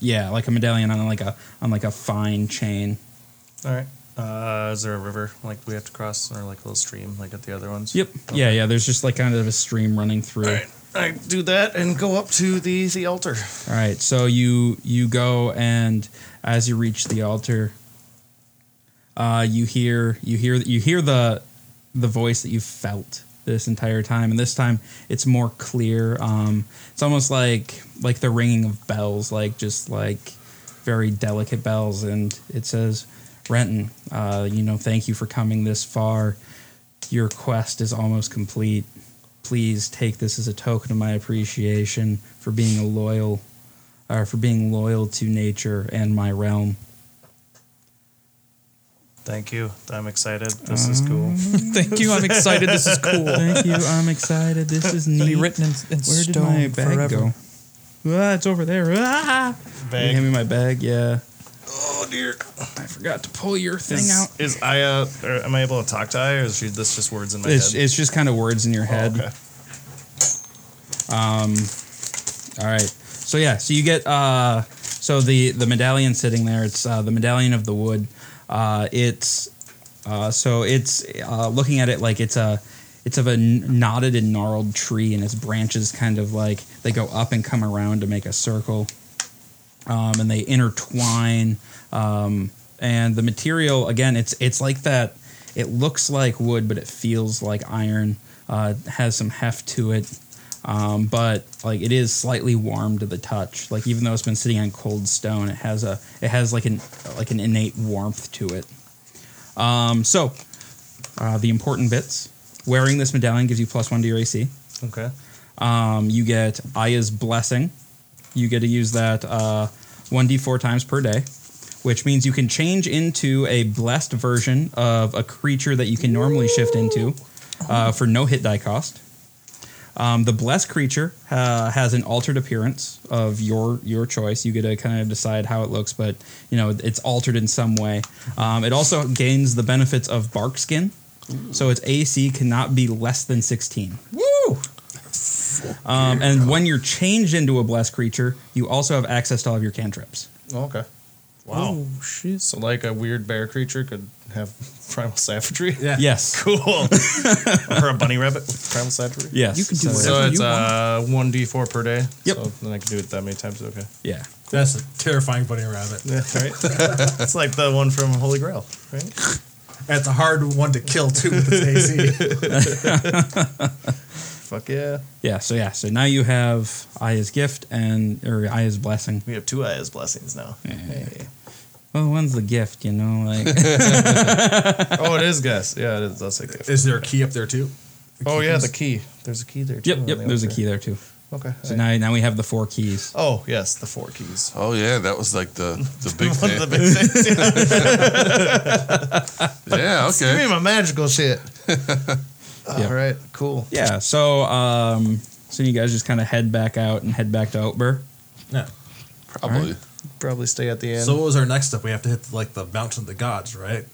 [SPEAKER 1] yeah like a medallion on like a on like a fine chain.
[SPEAKER 2] All right. Uh, is there a river like we have to cross, or like a little stream like at the other ones?
[SPEAKER 1] Yep. Yeah, yeah. There's just like kind of a stream running through.
[SPEAKER 2] All right. I do that and go up to the the altar.
[SPEAKER 1] All right, so you you go and as you reach the altar, uh, you hear you hear you hear the the voice that you felt this entire time, and this time it's more clear. Um, it's almost like like the ringing of bells, like just like very delicate bells, and it says, "Renton, uh, you know, thank you for coming this far. Your quest is almost complete." please take this as a token of my appreciation for being a loyal uh, for being loyal to nature and my realm.
[SPEAKER 2] Thank you. I'm excited. This is cool.
[SPEAKER 4] Thank you. I'm excited. This is cool.
[SPEAKER 1] Thank you. I'm excited. This is neat.
[SPEAKER 4] Be written in, in
[SPEAKER 1] Where did
[SPEAKER 4] stone
[SPEAKER 1] my bag
[SPEAKER 4] forever.
[SPEAKER 1] go? Ah, it's over there. Ah! Can you hand me my bag? Yeah.
[SPEAKER 2] Oh dear.
[SPEAKER 1] I forgot to pull your thing out.
[SPEAKER 2] Is, is Aya? Or am I able to talk to Aya? Or is she, this just words in my
[SPEAKER 1] It's,
[SPEAKER 2] head? Oh,
[SPEAKER 1] it's just kind of words in your head.
[SPEAKER 2] okay.
[SPEAKER 1] All right. So yeah. So you get uh, so the the medallion sitting there. It's uh, the medallion of the wood. Uh, it's uh, so it's uh, looking at it like it's a it's of a kn- knotted and gnarled tree, and its branches kind of like they go up and come around to make a circle, um, and they intertwine. Um, and the material again, it's it's like that. It looks like wood, but it feels like iron. Uh, it has some heft to it um, but like it is slightly warm to the touch. Like even though it's been sitting on cold stone, it has a it has like an like an innate warmth to it. Um, so uh, the important bits: wearing this medallion gives you plus one to your AC.
[SPEAKER 2] Oh, Okay.
[SPEAKER 1] Um, you get Aya's blessing. You get to use that uh, one d four times per day, which means you can change into a blessed version of a creature that you can normally shift into uh, for no hit die cost. Um, the blessed creature uh, has an altered appearance of your your choice. You get to kind of decide how it looks, but you know it's altered in some way. Um, it also gains the benefits of bark skin, so its AC cannot be less than sixteen. Woo! Um, and when you're changed into a blessed creature, you also have access to all of your cantrips.
[SPEAKER 2] Oh, okay. Wow.
[SPEAKER 4] Oh shit!
[SPEAKER 2] So like a weird bear creature could have primal savagery.
[SPEAKER 3] Yeah.
[SPEAKER 1] Yes.
[SPEAKER 2] Cool. or a bunny rabbit with primal savagery.
[SPEAKER 1] Yes.
[SPEAKER 4] You can do
[SPEAKER 1] so,
[SPEAKER 4] whatever.
[SPEAKER 2] So
[SPEAKER 4] you
[SPEAKER 2] it's uh one d four per day.
[SPEAKER 1] Yep.
[SPEAKER 2] So then I can do it that many times. Okay.
[SPEAKER 1] Yeah.
[SPEAKER 3] That's a terrifying bunny rabbit.
[SPEAKER 2] Yeah. Right. it's like the one from Holy Grail. Right.
[SPEAKER 3] That's a hard one to kill too with its AC.
[SPEAKER 2] Fuck yeah.
[SPEAKER 1] Yeah. So yeah. So now you have Aya's gift and or Aya's blessing.
[SPEAKER 2] We have two Aya's blessings now. Hey.
[SPEAKER 1] Well, one's the gift, you know, like.
[SPEAKER 2] oh, it is Gus. Yeah, it is. That's a gift.
[SPEAKER 3] Is there a key up there too?
[SPEAKER 2] oh yeah, the key. There's a key there. Too
[SPEAKER 1] Yep,
[SPEAKER 2] on
[SPEAKER 1] yep.
[SPEAKER 2] the
[SPEAKER 1] There's a
[SPEAKER 2] altar.
[SPEAKER 1] key there too.
[SPEAKER 2] Okay.
[SPEAKER 1] So now, now we have the four keys.
[SPEAKER 2] oh yes, the four keys.
[SPEAKER 7] Oh yeah, that was like the the big
[SPEAKER 2] One of
[SPEAKER 7] thing.
[SPEAKER 2] the big things.
[SPEAKER 7] yeah,
[SPEAKER 2] Give me
[SPEAKER 7] okay.
[SPEAKER 2] my magical shit.
[SPEAKER 1] Yeah.
[SPEAKER 2] All right. Cool.
[SPEAKER 1] Yeah. So um, so you guys just kind of head back out and head back to Outburr.
[SPEAKER 3] No.
[SPEAKER 7] Probably.
[SPEAKER 2] Probably stay at the end.
[SPEAKER 3] So what was our next step? We have to hit like the mountain of the gods, right?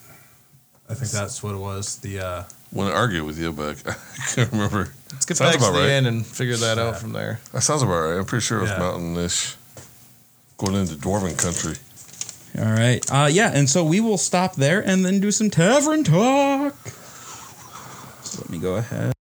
[SPEAKER 3] I think that's what it was. The uh,
[SPEAKER 7] Want to argue with you, but I can't remember.
[SPEAKER 2] Let's get
[SPEAKER 7] Sounds
[SPEAKER 2] back to
[SPEAKER 7] about
[SPEAKER 2] the
[SPEAKER 7] right.
[SPEAKER 2] end and figure that out from there.
[SPEAKER 7] That sounds about right. I'm pretty sure it was
[SPEAKER 3] Yeah.
[SPEAKER 7] mountainish. Going into dwarven country.
[SPEAKER 1] All right. Uh, yeah. And so we will stop there and then do some tavern talk. So let me go ahead.